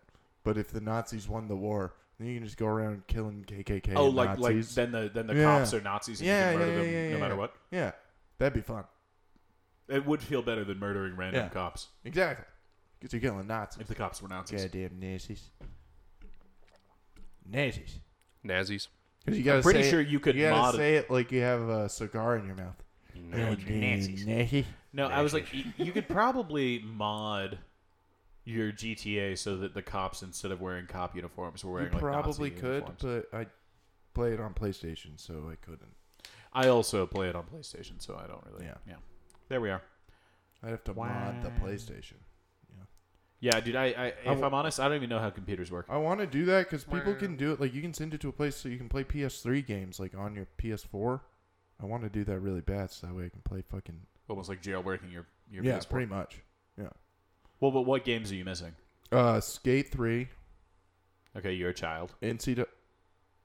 Speaker 2: But if the Nazis won the war, then you can just go around killing KKK.
Speaker 3: Oh,
Speaker 2: and
Speaker 3: like like
Speaker 2: Nazis.
Speaker 3: then the then the
Speaker 2: Yeah.
Speaker 3: cops are Nazis and
Speaker 2: Yeah,
Speaker 3: you can
Speaker 2: yeah, yeah,
Speaker 3: murder them
Speaker 2: yeah,
Speaker 3: no
Speaker 2: yeah.
Speaker 3: matter what.
Speaker 2: Yeah, that'd be fun.
Speaker 3: It would feel better than murdering random
Speaker 2: Yeah.
Speaker 3: cops
Speaker 2: Exactly. Because you're killing Nazis.
Speaker 3: if the cops were Nazis.
Speaker 2: Goddamn Nazis. Nazis.
Speaker 1: Nazis.
Speaker 2: Because you gotta
Speaker 3: I'm pretty
Speaker 2: say
Speaker 3: sure
Speaker 2: it,
Speaker 3: you could
Speaker 2: gotta
Speaker 3: mod it.
Speaker 2: say it like you have a cigar in your mouth. Nazis. Nazis.
Speaker 3: No, I was like, y- you could probably mod your GTA so that the cops, instead of wearing cop uniforms, were
Speaker 2: You
Speaker 3: wearing like
Speaker 2: probably
Speaker 3: Nazi
Speaker 2: could,
Speaker 3: uniforms.
Speaker 2: but I play it on PlayStation, so I couldn't.
Speaker 3: I also play it on PlayStation, so I don't really. Yeah,
Speaker 2: Yeah.
Speaker 3: There we are.
Speaker 2: I'd have to mod the
Speaker 3: Wow.
Speaker 2: PlayStation.
Speaker 3: Yeah, dude. I, I if
Speaker 2: I w-
Speaker 3: I'm honest, I don't even know how computers work.
Speaker 2: I want to do that because people can do it. Like you can send it to a place so you can play PS3 games like on your PS4. I want to do that really bad, so that way I can play fucking
Speaker 3: Almost like jailbreaking your your
Speaker 2: yeah,
Speaker 3: PS4.
Speaker 2: pretty much.
Speaker 3: Well, but what games are you missing?
Speaker 2: Uh, Skate three,
Speaker 3: Okay, you're a child.
Speaker 2: NCAA.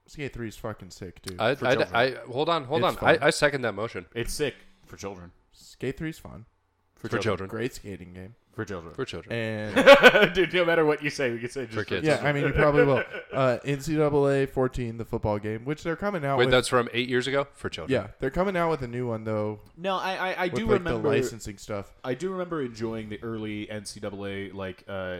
Speaker 2: Skate three is fucking sick, dude.
Speaker 1: I,
Speaker 3: For
Speaker 1: I,
Speaker 3: children.
Speaker 1: I, hold on, hold on.
Speaker 2: It's
Speaker 1: I,
Speaker 2: fun.
Speaker 1: I second that motion
Speaker 3: It's sick for children.
Speaker 2: Skate three is fun.
Speaker 1: for, children.
Speaker 2: Great skating game.
Speaker 3: For children.
Speaker 1: For children.
Speaker 2: And
Speaker 3: Dude, no matter what you say, we can say just
Speaker 1: For kids.
Speaker 2: yeah, I mean you probably will. Uh, NCAA fourteen, the football game, which they're coming out
Speaker 1: Wait,
Speaker 2: with.
Speaker 1: that's from eight years ago. For children.
Speaker 2: yeah, they're coming out with a new one though.
Speaker 3: No, I I, I
Speaker 2: With,
Speaker 3: do
Speaker 2: like,
Speaker 3: remember.
Speaker 2: the licensing stuff.
Speaker 3: I do remember enjoying the early NCAA like uh,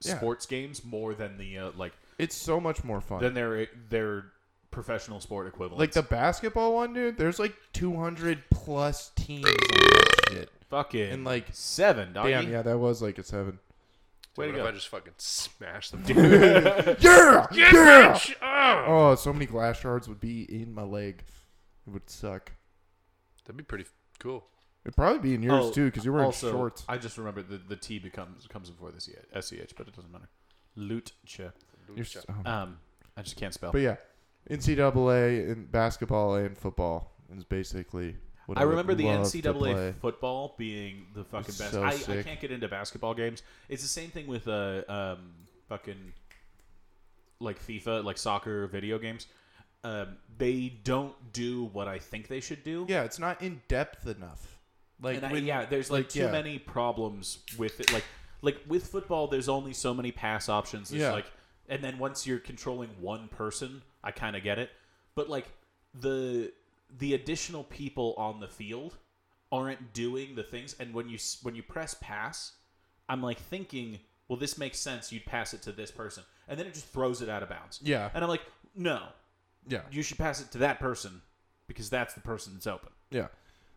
Speaker 2: Yeah.
Speaker 3: sports games more than the uh, like
Speaker 2: It's so much more fun.
Speaker 3: than their their professional sport equivalents.
Speaker 2: Like the basketball one, dude. There's like 200 plus teams. on that shit.
Speaker 3: fucking
Speaker 2: and, like,
Speaker 3: seven. Doggy.
Speaker 2: Damn, yeah, that was like a seven.
Speaker 1: Dude, what
Speaker 3: Way to
Speaker 1: if
Speaker 3: go.
Speaker 1: I just fucking smash them?
Speaker 2: Yeah,
Speaker 1: Yes,
Speaker 2: yeah.
Speaker 1: bitch! Oh!
Speaker 2: Oh, so many glass shards would be in my leg. It would suck.
Speaker 1: That'd be pretty cool.
Speaker 2: It'd probably be in yours
Speaker 3: Oh,
Speaker 2: too, because you're wearing
Speaker 3: also,
Speaker 2: shorts.
Speaker 3: I just remembered the the T becomes comes before the C- SCH, but it doesn't matter. Lucha.
Speaker 2: You're s- oh.
Speaker 3: Um, I just can't spell.
Speaker 2: But yeah, NCAA and basketball and football is basically. what
Speaker 3: I
Speaker 2: would
Speaker 3: remember the
Speaker 2: love to
Speaker 3: NCAA
Speaker 2: play.
Speaker 3: football being the fucking
Speaker 2: It's
Speaker 3: best.
Speaker 2: so
Speaker 3: I, I
Speaker 2: sick.
Speaker 3: can't get into basketball games. It's the same thing with uh, um, fucking like FIFA, like soccer video games. Um, they don't do what I think they should do.
Speaker 2: Yeah, it's not in depth enough. Like
Speaker 3: and I,
Speaker 2: when-
Speaker 3: yeah, there's like,
Speaker 2: like,
Speaker 3: too
Speaker 2: yeah.
Speaker 3: many problems with it. Like like with football, there's only so many pass options. There's
Speaker 2: Yeah.
Speaker 3: like and then once you're controlling one person, I kind of get it. But like the the additional people on the field aren't doing the things. And when you s- when you press pass, I'm like thinking, well, this makes sense. You'd pass it to this person, and then it just throws it out of bounds.
Speaker 2: yeah,
Speaker 3: And I'm like, no,
Speaker 2: yeah.
Speaker 3: you should pass it to that person because that's the person that's open.
Speaker 2: Yeah,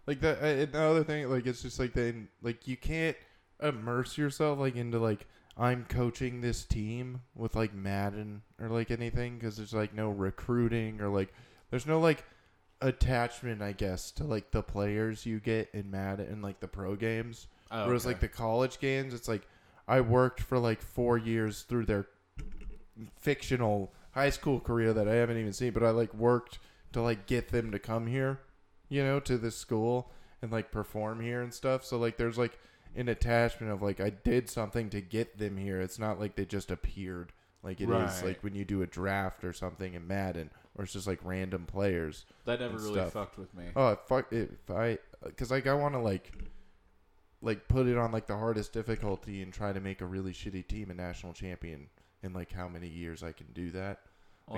Speaker 2: like the uh, and the other thing, like it's just like then like you can't immerse yourself like into like I'm coaching this team with like Madden or like anything because there's like no recruiting or like there's no like attachment I guess to like the players you get in Madden and like the pro games.
Speaker 3: Oh,
Speaker 2: Whereas
Speaker 3: okay.
Speaker 2: like the college games, it's like I worked for like four years through their fictional high school career that I haven't even seen, but I like worked to like get them to come here, you know, to this school and like perform here and stuff. So like there's like an attachment of like I did something to get them here. It's not like they just appeared. Like it is
Speaker 3: Right.
Speaker 2: like when you do a draft or something in Madden, or it's just like random players.
Speaker 3: That never
Speaker 2: and
Speaker 3: really
Speaker 2: stuff.
Speaker 3: fucked with me.
Speaker 2: Oh, fuck! If I, because like I want to like, like put it on like the hardest difficulty and try to make a really shitty team a national champion in like how many years I can do that.
Speaker 3: Well,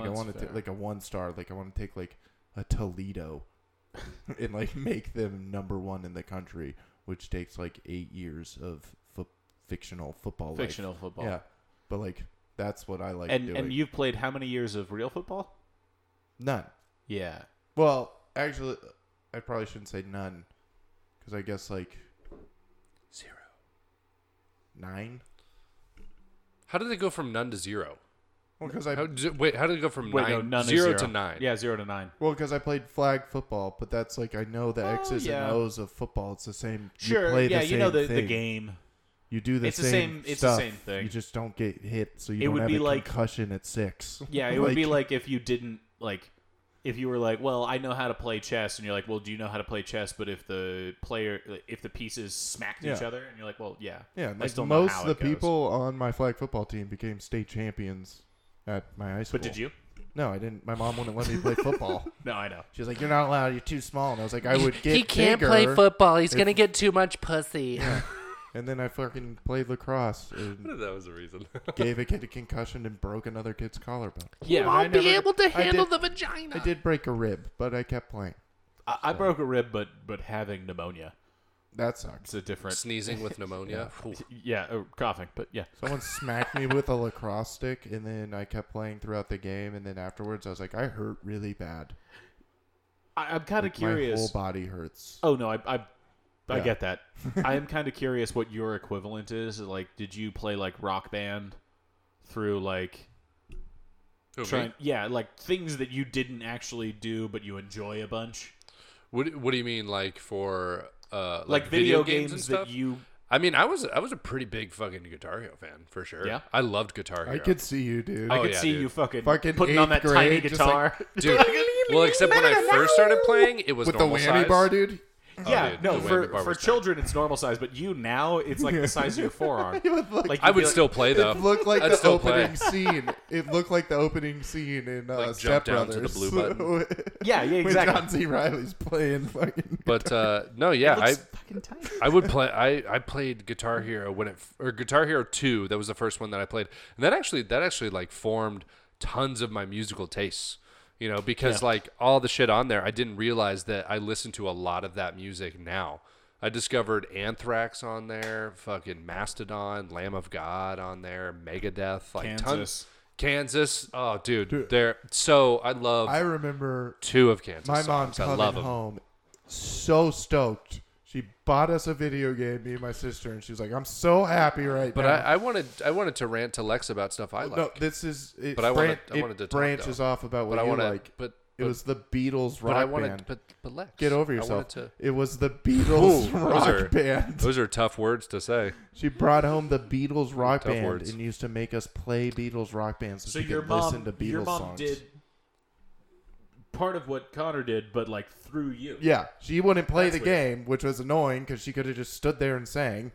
Speaker 2: Like I
Speaker 3: Oh, that's
Speaker 2: want to
Speaker 3: fair.
Speaker 2: like a one star. Like I want to take like a Toledo, and like make them number one in the country, which takes like eight years of fo- fictional football. life.
Speaker 3: fictional football.
Speaker 2: Yeah, but like that's what I like
Speaker 3: and
Speaker 2: doing.
Speaker 3: and you've played how many years of real football?
Speaker 2: none.
Speaker 3: Yeah.
Speaker 2: Well, actually, I probably shouldn't say none, Because I guess like
Speaker 1: Zero.
Speaker 2: nine.
Speaker 1: How did they go from none to zero?
Speaker 2: Well, because I
Speaker 1: How did, wait, how did it go from
Speaker 3: Wait,
Speaker 1: nine,
Speaker 3: no, none is
Speaker 1: zero
Speaker 3: zero
Speaker 1: to nine?
Speaker 3: Yeah, zero to nine.
Speaker 2: well because I played flag football, but that's like I know the X's
Speaker 3: Oh, yeah.
Speaker 2: and O's of football. It's the same.
Speaker 3: Sure.
Speaker 2: You play
Speaker 3: yeah,
Speaker 2: the
Speaker 3: you know
Speaker 2: same
Speaker 3: the, the
Speaker 2: thing.
Speaker 3: game.
Speaker 2: You do the
Speaker 3: It's the
Speaker 2: same.
Speaker 3: same- it's the
Speaker 2: stuff.
Speaker 3: same thing.
Speaker 2: You just don't get hit, so you
Speaker 3: It
Speaker 2: don't
Speaker 3: would
Speaker 2: have
Speaker 3: be
Speaker 2: a
Speaker 3: like-
Speaker 2: concussion at six.
Speaker 3: Yeah, it would be like if you didn't like if you were like, well, I know how to play chess, and you're like, well, do you know how to play chess? But if the player, if the pieces smacked each
Speaker 2: Yeah.
Speaker 3: other, and you're like, well, yeah,
Speaker 2: Yeah,
Speaker 3: I
Speaker 2: like
Speaker 3: still know
Speaker 2: most
Speaker 3: how
Speaker 2: of the
Speaker 3: it goes.
Speaker 2: people on my flag football team became state champions at my high school.
Speaker 3: But did you?
Speaker 2: No, I didn't. My mom wouldn't let me play football.
Speaker 3: No, I know.
Speaker 2: She was like, "You're not allowed. You're too small." And I was like, "I would get."
Speaker 4: he can't
Speaker 2: bigger.
Speaker 4: play football. He's
Speaker 2: if-
Speaker 4: gonna get too much pussy.
Speaker 2: And then I fucking played lacrosse and
Speaker 1: That was the reason.
Speaker 2: gave a kid a concussion and broke another kid's collarbone.
Speaker 3: Yeah,
Speaker 4: you won't
Speaker 3: I,
Speaker 4: be
Speaker 3: never-
Speaker 4: able to
Speaker 2: I
Speaker 4: handle
Speaker 2: did-
Speaker 4: the vagina.
Speaker 2: I did break a rib, but I kept playing.
Speaker 3: I, I broke a rib, but but having pneumonia,
Speaker 2: That sucks.
Speaker 3: it's a different.
Speaker 1: Sneezing with pneumonia. Ooh.
Speaker 3: Yeah, or coughing, but yeah.
Speaker 2: Someone smacked me with a lacrosse stick, and then I kept playing throughout the game. And then afterwards, I was like, "I hurt really bad.
Speaker 3: I, I'm kind of
Speaker 2: My whole
Speaker 3: curious.
Speaker 2: body hurts."
Speaker 3: Oh no, I I, I
Speaker 2: Yeah.
Speaker 3: get that. I am kind of curious what your equivalent is. Like, did you play like rock band through like
Speaker 1: Who, me?
Speaker 3: trying? Yeah, like things that you didn't actually do, but you enjoy a bunch.
Speaker 1: What What do you mean, like for uh, like,
Speaker 3: Like,
Speaker 1: video, games, and
Speaker 3: that
Speaker 1: stuff?
Speaker 3: you.
Speaker 1: I mean, I was I was a pretty big fucking Guitar Hero fan for sure.
Speaker 3: Yeah?
Speaker 1: I loved Guitar Hero.
Speaker 2: I could see you, dude.
Speaker 1: I
Speaker 3: I
Speaker 1: Oh,
Speaker 3: could
Speaker 1: yeah,
Speaker 3: see
Speaker 1: dude.
Speaker 3: you fucking,
Speaker 2: Fucking
Speaker 3: putting on that
Speaker 2: eighth
Speaker 3: tiny
Speaker 2: grade, just like-
Speaker 3: guitar.
Speaker 1: dude. well, except when I first started playing, it was
Speaker 2: with the
Speaker 1: normal
Speaker 2: whammy
Speaker 1: size.
Speaker 2: bar, dude.
Speaker 3: yeah,
Speaker 1: Oh, dude,
Speaker 3: no,
Speaker 1: the whammy
Speaker 3: for
Speaker 1: bar
Speaker 3: for
Speaker 1: was tight.
Speaker 3: children it's normal size, but you now it's like the size of your forearm. like
Speaker 1: I
Speaker 3: you'd be
Speaker 1: would
Speaker 3: like-
Speaker 1: still play though.
Speaker 2: It looked like
Speaker 1: I'd
Speaker 2: the
Speaker 1: still play.
Speaker 2: opening scene. It looked like the opening scene in uh,
Speaker 1: Like,
Speaker 2: Step
Speaker 1: jump down to the
Speaker 2: Brothers.
Speaker 1: blue button.
Speaker 3: Yeah, yeah,
Speaker 2: when
Speaker 3: exactly.
Speaker 2: John C. Riley's playing fucking.
Speaker 1: But uh, no, yeah, I
Speaker 3: fucking tiny.
Speaker 1: I would play. I, I played Guitar Hero when it or Guitar Hero Two. That was the first one that I played, and that actually that actually like formed tons of my musical tastes. You know, because like all the shit on there, I didn't realize that I listened to a lot of that music now. I discovered Anthrax on there, fucking Mastodon, Lamb of God on there, Megadeth, like
Speaker 3: Kansas.
Speaker 1: tons. Kansas, oh dude, they're so I love
Speaker 2: I remember
Speaker 1: two of Kansas.
Speaker 2: my mom
Speaker 1: songs. I love
Speaker 2: coming
Speaker 1: 'em.
Speaker 2: home so stoked. She bought us a video game, me and my sister, and she was like, "I'm so happy right
Speaker 1: But
Speaker 2: now."
Speaker 1: I, I wanted I wanted to rant to Lex about stuff I like.
Speaker 2: no, this is. It
Speaker 1: But I
Speaker 2: bran-
Speaker 1: wanted- I
Speaker 2: it
Speaker 1: wanted to talk,
Speaker 2: branches
Speaker 1: though.
Speaker 2: off about what
Speaker 1: but I
Speaker 2: you
Speaker 1: want to
Speaker 2: like.
Speaker 1: but
Speaker 2: it was the Beatles rock
Speaker 1: But I wanted,
Speaker 2: band.
Speaker 1: but but Lex,
Speaker 2: Get over
Speaker 1: I
Speaker 2: yourself.
Speaker 1: wanted to-
Speaker 2: It was the Beatles
Speaker 1: Ooh,
Speaker 2: rock
Speaker 1: those are-
Speaker 2: band.
Speaker 1: those are tough words to say.
Speaker 2: She brought home the Beatles rock
Speaker 1: Tough
Speaker 2: band
Speaker 1: words.
Speaker 2: and used to make us play Beatles rock bands so,
Speaker 3: So
Speaker 2: she
Speaker 3: your
Speaker 2: could
Speaker 3: mom,
Speaker 2: listen to Beatles
Speaker 3: your mom
Speaker 2: songs.
Speaker 3: did part of what Connor did, but like through you.
Speaker 2: Yeah, she wouldn't play
Speaker 3: That's
Speaker 2: the
Speaker 3: weird.
Speaker 2: game, which was annoying because she could have just stood there and sang.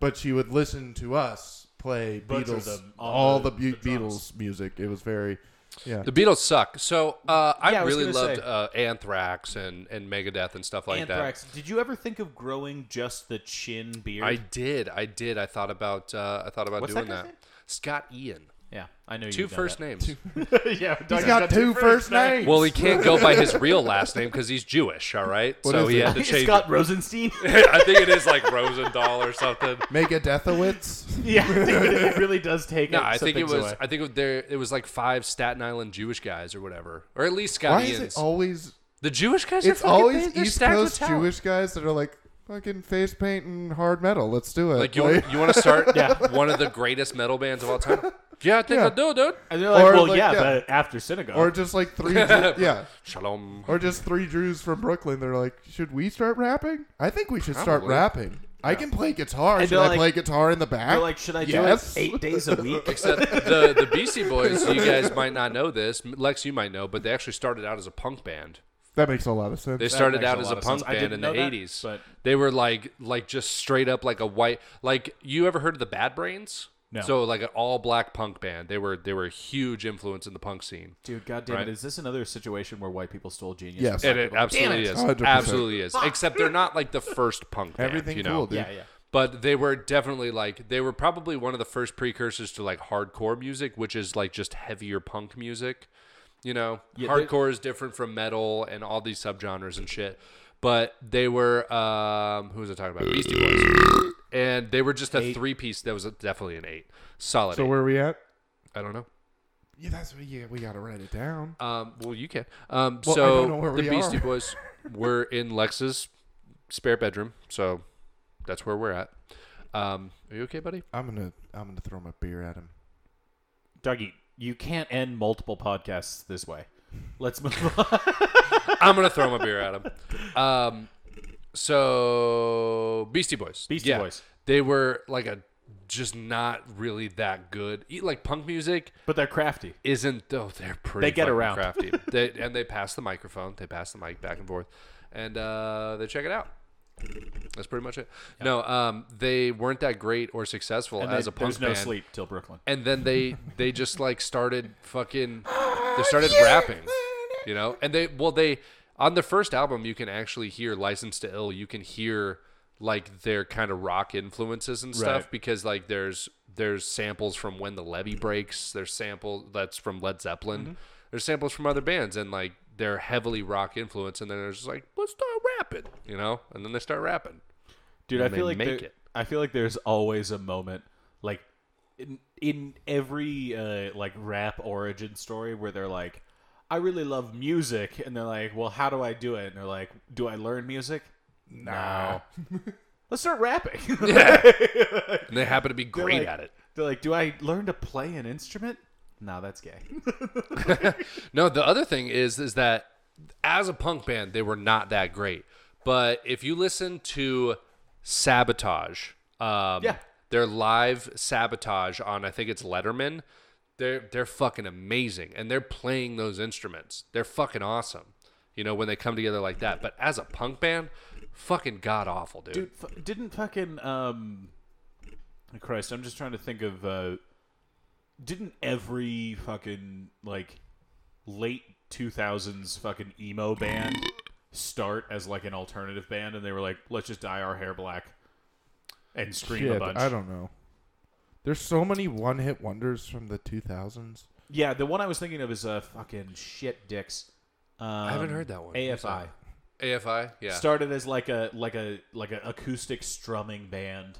Speaker 2: But she would listen to us play
Speaker 3: Butcher
Speaker 2: Beatles,
Speaker 3: them on
Speaker 2: all
Speaker 3: the-
Speaker 2: the,
Speaker 3: the
Speaker 2: Be-
Speaker 3: drums.
Speaker 2: Beatles music. It was very, yeah.
Speaker 1: The Beatles suck. So uh, I
Speaker 3: Yeah, I was
Speaker 1: really
Speaker 3: gonna
Speaker 1: loved
Speaker 3: say.
Speaker 1: uh, Anthrax and and Megadeth and stuff like
Speaker 3: Anthrax. Did you ever think of growing just the chin
Speaker 1: that.
Speaker 3: beard?
Speaker 1: I did, I did. I thought about uh, I thought about
Speaker 3: What's
Speaker 1: doing
Speaker 3: that guy's
Speaker 1: that. Scott Ian,
Speaker 3: yeah, I know you.
Speaker 1: two first names.
Speaker 3: names. yeah,
Speaker 2: He's got two first names.
Speaker 1: Well, he can't go by his real last name because he's Jewish. All right, so
Speaker 2: is
Speaker 1: he
Speaker 2: it?
Speaker 1: had to change.
Speaker 3: Scott Rosenstein.
Speaker 1: I think it is like Rosendahl or something.
Speaker 2: Mega Deathowitz.
Speaker 3: yeah, I think it really does take.
Speaker 1: No,
Speaker 3: it,
Speaker 1: I
Speaker 3: some
Speaker 1: think it
Speaker 3: things
Speaker 1: was.
Speaker 3: away.
Speaker 1: I think it was there it was like five Staten Island Jewish guys or whatever, or at least Scott
Speaker 2: Why
Speaker 1: Ian's.
Speaker 2: is it always?
Speaker 1: the Jewish guys are
Speaker 2: It's
Speaker 1: fucking
Speaker 2: always
Speaker 1: big. They're
Speaker 2: East
Speaker 1: stacked with
Speaker 2: Coast
Speaker 1: talent.
Speaker 2: Jewish guys that are like fucking face paint and hard metal. Let's do it.
Speaker 1: Like you,
Speaker 2: Like-
Speaker 1: want, you want to start
Speaker 3: Yeah.
Speaker 1: one of the greatest metal bands of all time? Yeah, I think
Speaker 2: Yeah.
Speaker 1: I do, dude.
Speaker 3: And they're like,
Speaker 2: or
Speaker 3: well,
Speaker 2: like,
Speaker 3: yeah,
Speaker 2: yeah.
Speaker 3: but after synagogue.
Speaker 2: or just like three, Jew- yeah,
Speaker 1: Shalom.
Speaker 2: or just three Jews from Brooklyn. They're like, should we start rapping? I think we should start
Speaker 1: Probably.
Speaker 2: rapping. I can play guitar.
Speaker 3: And
Speaker 2: Should
Speaker 3: they're
Speaker 2: I
Speaker 3: like-
Speaker 2: play guitar in the back?
Speaker 3: They're like, should I do
Speaker 2: Yes.
Speaker 3: it eight days a week?
Speaker 1: Except the the Beastie Boys, you guys might not know this. Lex, you might know, but they actually started out as a punk band.
Speaker 2: that makes a lot of sense.
Speaker 1: They started
Speaker 3: makes
Speaker 1: out
Speaker 3: a
Speaker 1: as
Speaker 3: lot
Speaker 1: a
Speaker 3: of
Speaker 1: punk
Speaker 3: sense. I
Speaker 1: band
Speaker 3: didn't
Speaker 1: in the
Speaker 3: know that,
Speaker 1: '80s.
Speaker 3: but-
Speaker 1: They were like like just straight up like a white like you ever heard of the Bad Brains?
Speaker 3: No.
Speaker 1: So like an all black punk band. They were they were a huge influence in the punk scene.
Speaker 3: Dude, goddamn
Speaker 1: Right.
Speaker 3: it! Is this another situation where white people stole genius?
Speaker 2: Yes.
Speaker 3: from
Speaker 1: And
Speaker 3: black
Speaker 1: it
Speaker 3: people?
Speaker 1: absolutely
Speaker 3: Damn
Speaker 1: is,
Speaker 3: it.
Speaker 2: 100%.
Speaker 1: absolutely is. Except they're not like the first punk band.
Speaker 2: Everything
Speaker 1: you know?
Speaker 2: cool, dude.
Speaker 3: Yeah, yeah.
Speaker 1: but they were definitely like they were probably one of the first precursors to like hardcore music which is like just heavier punk music you know
Speaker 3: they-
Speaker 1: hardcore is different from metal and all these subgenres and shit but they were um who was i talking about beastie boys and they were just a three piece that was a- definitely an eight solid
Speaker 2: So
Speaker 1: eight.
Speaker 2: where are we at?
Speaker 1: i don't know
Speaker 2: Yeah, that's what, yeah. We gotta write it down.
Speaker 1: um well you can um
Speaker 2: Well, I
Speaker 1: so
Speaker 2: don't know where
Speaker 1: the
Speaker 2: we
Speaker 1: beastie
Speaker 2: are.
Speaker 1: boys were in lex's spare bedroom. So that's where we're at. Um, are you okay, buddy?
Speaker 2: I'm gonna I'm gonna throw my beer at him.
Speaker 3: Dougie, you can't end multiple podcasts this way. Let's move on.
Speaker 1: I'm gonna throw my beer at him. Um, so Beastie Boys,
Speaker 3: Beastie Boys.
Speaker 1: they were like a just not really that good. E- Like punk music
Speaker 3: But they're crafty.
Speaker 1: isn't. Oh, they're pretty.
Speaker 3: They get
Speaker 1: fucking
Speaker 3: around.
Speaker 1: crafty. they, and they pass the microphone. They pass the mic back and forth, and uh, they check it out. That's pretty much it. No, um, they weren't that great or successful
Speaker 3: And
Speaker 1: as
Speaker 3: they-
Speaker 1: a punk
Speaker 3: there's no
Speaker 1: band.
Speaker 3: sleep till Brooklyn.
Speaker 1: and then they they just like started fucking they started rapping you know and they well they on the first album you can actually hear license to ill you can hear like their kind of rock influences and stuff
Speaker 3: Right.
Speaker 1: because like there's there's samples from when the levee breaks there's sample that's from led zeppelin
Speaker 3: Mm-hmm.
Speaker 1: there's samples from other bands and like they're heavily rock influence and then there's just like let's start rapping you know and then they start rapping
Speaker 3: Dude,
Speaker 1: and
Speaker 3: I feel
Speaker 1: they
Speaker 3: like
Speaker 1: make
Speaker 3: there-
Speaker 1: it.
Speaker 3: I feel like there's always a moment like in, in every uh, like rap origin story where they're like, I really love music, and they're like, Well, how do I do it? And they're like, Do I learn music? No. Let's start rapping.
Speaker 1: and they happen to be
Speaker 3: They're
Speaker 1: great
Speaker 3: like-
Speaker 1: at it
Speaker 3: They're like, Do I learn to play an instrument? No, that's gay.
Speaker 1: No, the other thing is is that as a punk band, they were not that great. But if you listen to Sabotage, um,
Speaker 3: Yeah.
Speaker 1: their live Sabotage on I think it's Letterman, they're they're fucking amazing, and they're playing those instruments. They're fucking awesome. You know when they come together like that. But as a punk band, fucking god awful, dude.
Speaker 3: Dude, f- didn't fucking um, oh, Christ, I'm just trying to think of. Uh, didn't every fucking like late 2000s fucking emo band start as like an alternative band, and they were like, let's just dye our hair black and scream a
Speaker 2: Shit,
Speaker 3: bunch.
Speaker 2: I don't know. There's so many one hit wonders from the 2000s.
Speaker 3: Yeah, the one I was thinking of is uh, fucking shit dicks. Um, I
Speaker 1: haven't heard that one. What's
Speaker 3: AFI.
Speaker 1: that? AFI, yeah.
Speaker 3: started as like a like a like an acoustic strumming band,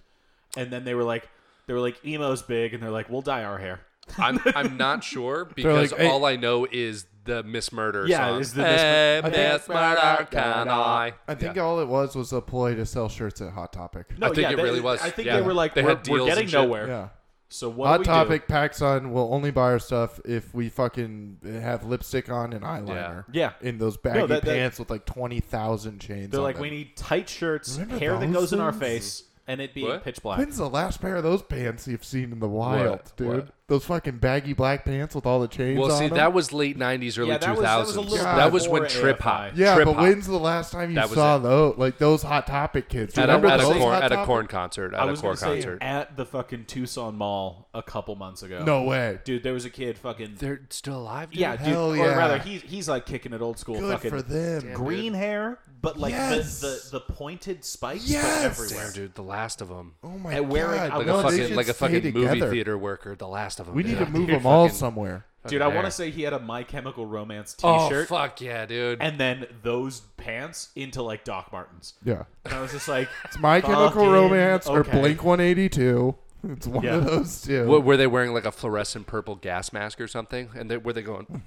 Speaker 3: and then they were like they were like emo's big, and they're like we'll dye our hair.
Speaker 1: I'm I'm not sure because
Speaker 2: like, "Hey."
Speaker 1: all I know is the Miss Murder
Speaker 3: Yeah,
Speaker 1: song.
Speaker 3: it's the Miss
Speaker 1: hey,
Speaker 3: Mur- I
Speaker 2: think-
Speaker 1: Miss Murder, can I?
Speaker 2: I think
Speaker 1: Yeah.
Speaker 2: all it was was a ploy to sell shirts at Hot Topic.
Speaker 1: I think it
Speaker 3: they-
Speaker 1: really was.
Speaker 3: I think
Speaker 1: Yeah.
Speaker 3: they were like
Speaker 1: They
Speaker 3: we're,
Speaker 1: had
Speaker 3: we're
Speaker 1: deals
Speaker 3: getting
Speaker 1: and shit.
Speaker 3: nowhere.
Speaker 2: Yeah.
Speaker 3: So what do
Speaker 2: Hot
Speaker 3: we
Speaker 2: Topic, PacSun will only buy our stuff if we fucking have lipstick on and eyeliner.
Speaker 3: Yeah.
Speaker 2: In those baggy
Speaker 3: No, that- that-
Speaker 2: pants with like 20,000 chains
Speaker 3: do? They're
Speaker 2: on
Speaker 3: like
Speaker 2: them.
Speaker 3: we need tight shirts,
Speaker 2: Remember
Speaker 3: hair that
Speaker 2: those
Speaker 3: goes in our
Speaker 2: things?
Speaker 3: face, and it being
Speaker 1: What?
Speaker 3: pitch black.
Speaker 2: When's the last pair of those pants you've seen in the wild,
Speaker 1: What?
Speaker 2: dude?
Speaker 1: What?
Speaker 2: Those fucking baggy black pants with all the chains
Speaker 1: Well,
Speaker 2: on
Speaker 1: see,
Speaker 2: them?
Speaker 1: that was late '90s, early
Speaker 3: Yeah, that
Speaker 1: 2000s.
Speaker 3: was- that was a little
Speaker 1: when
Speaker 2: bit
Speaker 3: before
Speaker 1: trip
Speaker 3: AFI.
Speaker 1: hop.
Speaker 2: yeah,
Speaker 1: trip
Speaker 2: but
Speaker 1: hop.
Speaker 2: when's the last time you
Speaker 1: That was
Speaker 2: saw
Speaker 1: it.
Speaker 2: those? Like those Hot Topic kids.
Speaker 1: at a,
Speaker 2: Remember
Speaker 1: at a
Speaker 2: those
Speaker 1: corn
Speaker 2: Hot
Speaker 1: at a
Speaker 2: Topic-
Speaker 1: corn concert
Speaker 3: I
Speaker 1: at a
Speaker 3: was
Speaker 1: corn
Speaker 3: gonna say
Speaker 1: concert.
Speaker 3: at the fucking Tucson Mall a couple months ago.
Speaker 2: No way.
Speaker 3: dude, there was a kid fucking.
Speaker 1: They're still alive.
Speaker 3: yeah, dude.
Speaker 2: hell
Speaker 3: or
Speaker 2: yeah.
Speaker 3: rather, he's he's like kicking it old school.
Speaker 2: Good
Speaker 3: fucking
Speaker 2: for them.
Speaker 3: green hair, but like
Speaker 2: Yes.
Speaker 3: the, the the pointed spikes but
Speaker 2: Yes.
Speaker 3: everywhere.
Speaker 1: Damn, dude. The Last of Them.
Speaker 2: Oh my
Speaker 3: And wearing-
Speaker 2: god.
Speaker 3: I
Speaker 1: Like
Speaker 3: No,
Speaker 1: a
Speaker 3: they
Speaker 1: fucking like a fucking movie
Speaker 2: together.
Speaker 1: theater worker. The Last of Them.
Speaker 2: We need
Speaker 1: dude.
Speaker 2: to move
Speaker 1: Dude,
Speaker 2: them all
Speaker 1: fucking-
Speaker 2: somewhere.
Speaker 3: Dude, I
Speaker 1: fucking
Speaker 3: want
Speaker 1: hair.
Speaker 3: to say he had a My Chemical Romance
Speaker 1: Oh
Speaker 3: T-shirt,
Speaker 1: fuck yeah, dude.
Speaker 3: and then those pants into like Doc Martens.
Speaker 2: Yeah.
Speaker 3: And I was just like,
Speaker 2: It's My Chemical
Speaker 3: Fucking
Speaker 2: Romance or
Speaker 3: okay.
Speaker 2: Blink 182. It's one
Speaker 3: Yeah.
Speaker 2: of those two.
Speaker 1: What, were they wearing like a fluorescent purple gas mask or something? And they, were they going?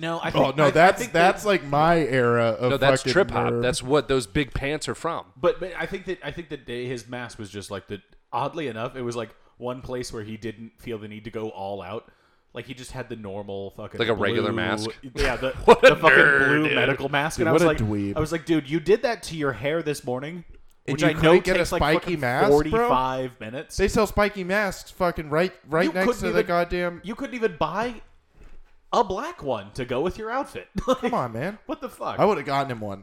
Speaker 3: no, I think,
Speaker 2: Oh
Speaker 3: I-
Speaker 2: no,
Speaker 3: I
Speaker 2: that's
Speaker 3: think
Speaker 2: that's like my era of
Speaker 1: No, that's
Speaker 2: fucking
Speaker 1: trip hop.
Speaker 2: nerd.
Speaker 1: That's what those big pants are from.
Speaker 3: that, but, but I think that I think that day his mask was just like the oddly enough, it was like one place where he didn't feel the need to go all out. Like he just had the normal fucking
Speaker 1: Like a regular
Speaker 3: blue-
Speaker 1: mask?
Speaker 3: Yeah, the,
Speaker 1: What a
Speaker 3: the fucking
Speaker 1: nerd,
Speaker 3: blue
Speaker 1: dude.
Speaker 3: medical mask,
Speaker 2: Dude,
Speaker 3: and I
Speaker 2: what
Speaker 3: was
Speaker 2: a
Speaker 3: like,
Speaker 2: dweeb.
Speaker 3: I was like, dude, you did that to your hair this morning,
Speaker 2: And
Speaker 3: which
Speaker 2: you
Speaker 3: I know
Speaker 2: couldn't get a
Speaker 3: takes like
Speaker 2: spiky
Speaker 3: fucking
Speaker 2: mask, bro?
Speaker 3: forty-five minutes.
Speaker 2: They sell spiky masks fucking right right
Speaker 3: You
Speaker 2: next
Speaker 3: couldn't
Speaker 2: to the
Speaker 3: even-
Speaker 2: goddamn
Speaker 3: You couldn't even buy a black one to go with your outfit.
Speaker 2: Come on, man.
Speaker 3: What the fuck?
Speaker 2: I would have gotten him one.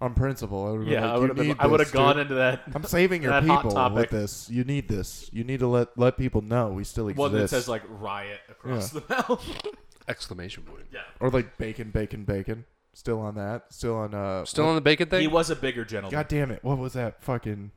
Speaker 2: On principle. I would've been
Speaker 3: yeah,
Speaker 2: like,
Speaker 3: I
Speaker 2: "You
Speaker 3: would have.
Speaker 2: need
Speaker 3: I would
Speaker 2: this,
Speaker 3: have
Speaker 2: dude.
Speaker 3: gone into that.
Speaker 2: I'm saving your
Speaker 3: that hot
Speaker 2: people
Speaker 3: topic.
Speaker 2: with this. You need this. You need to let let people know we still exist.
Speaker 3: One that says like riot across the mouth.
Speaker 1: Exclamation point.
Speaker 2: or like bacon, bacon, bacon. Still on that. Still on uh
Speaker 1: Still on the bacon thing.
Speaker 3: he was a bigger gentleman.
Speaker 2: God damn it. What was that fucking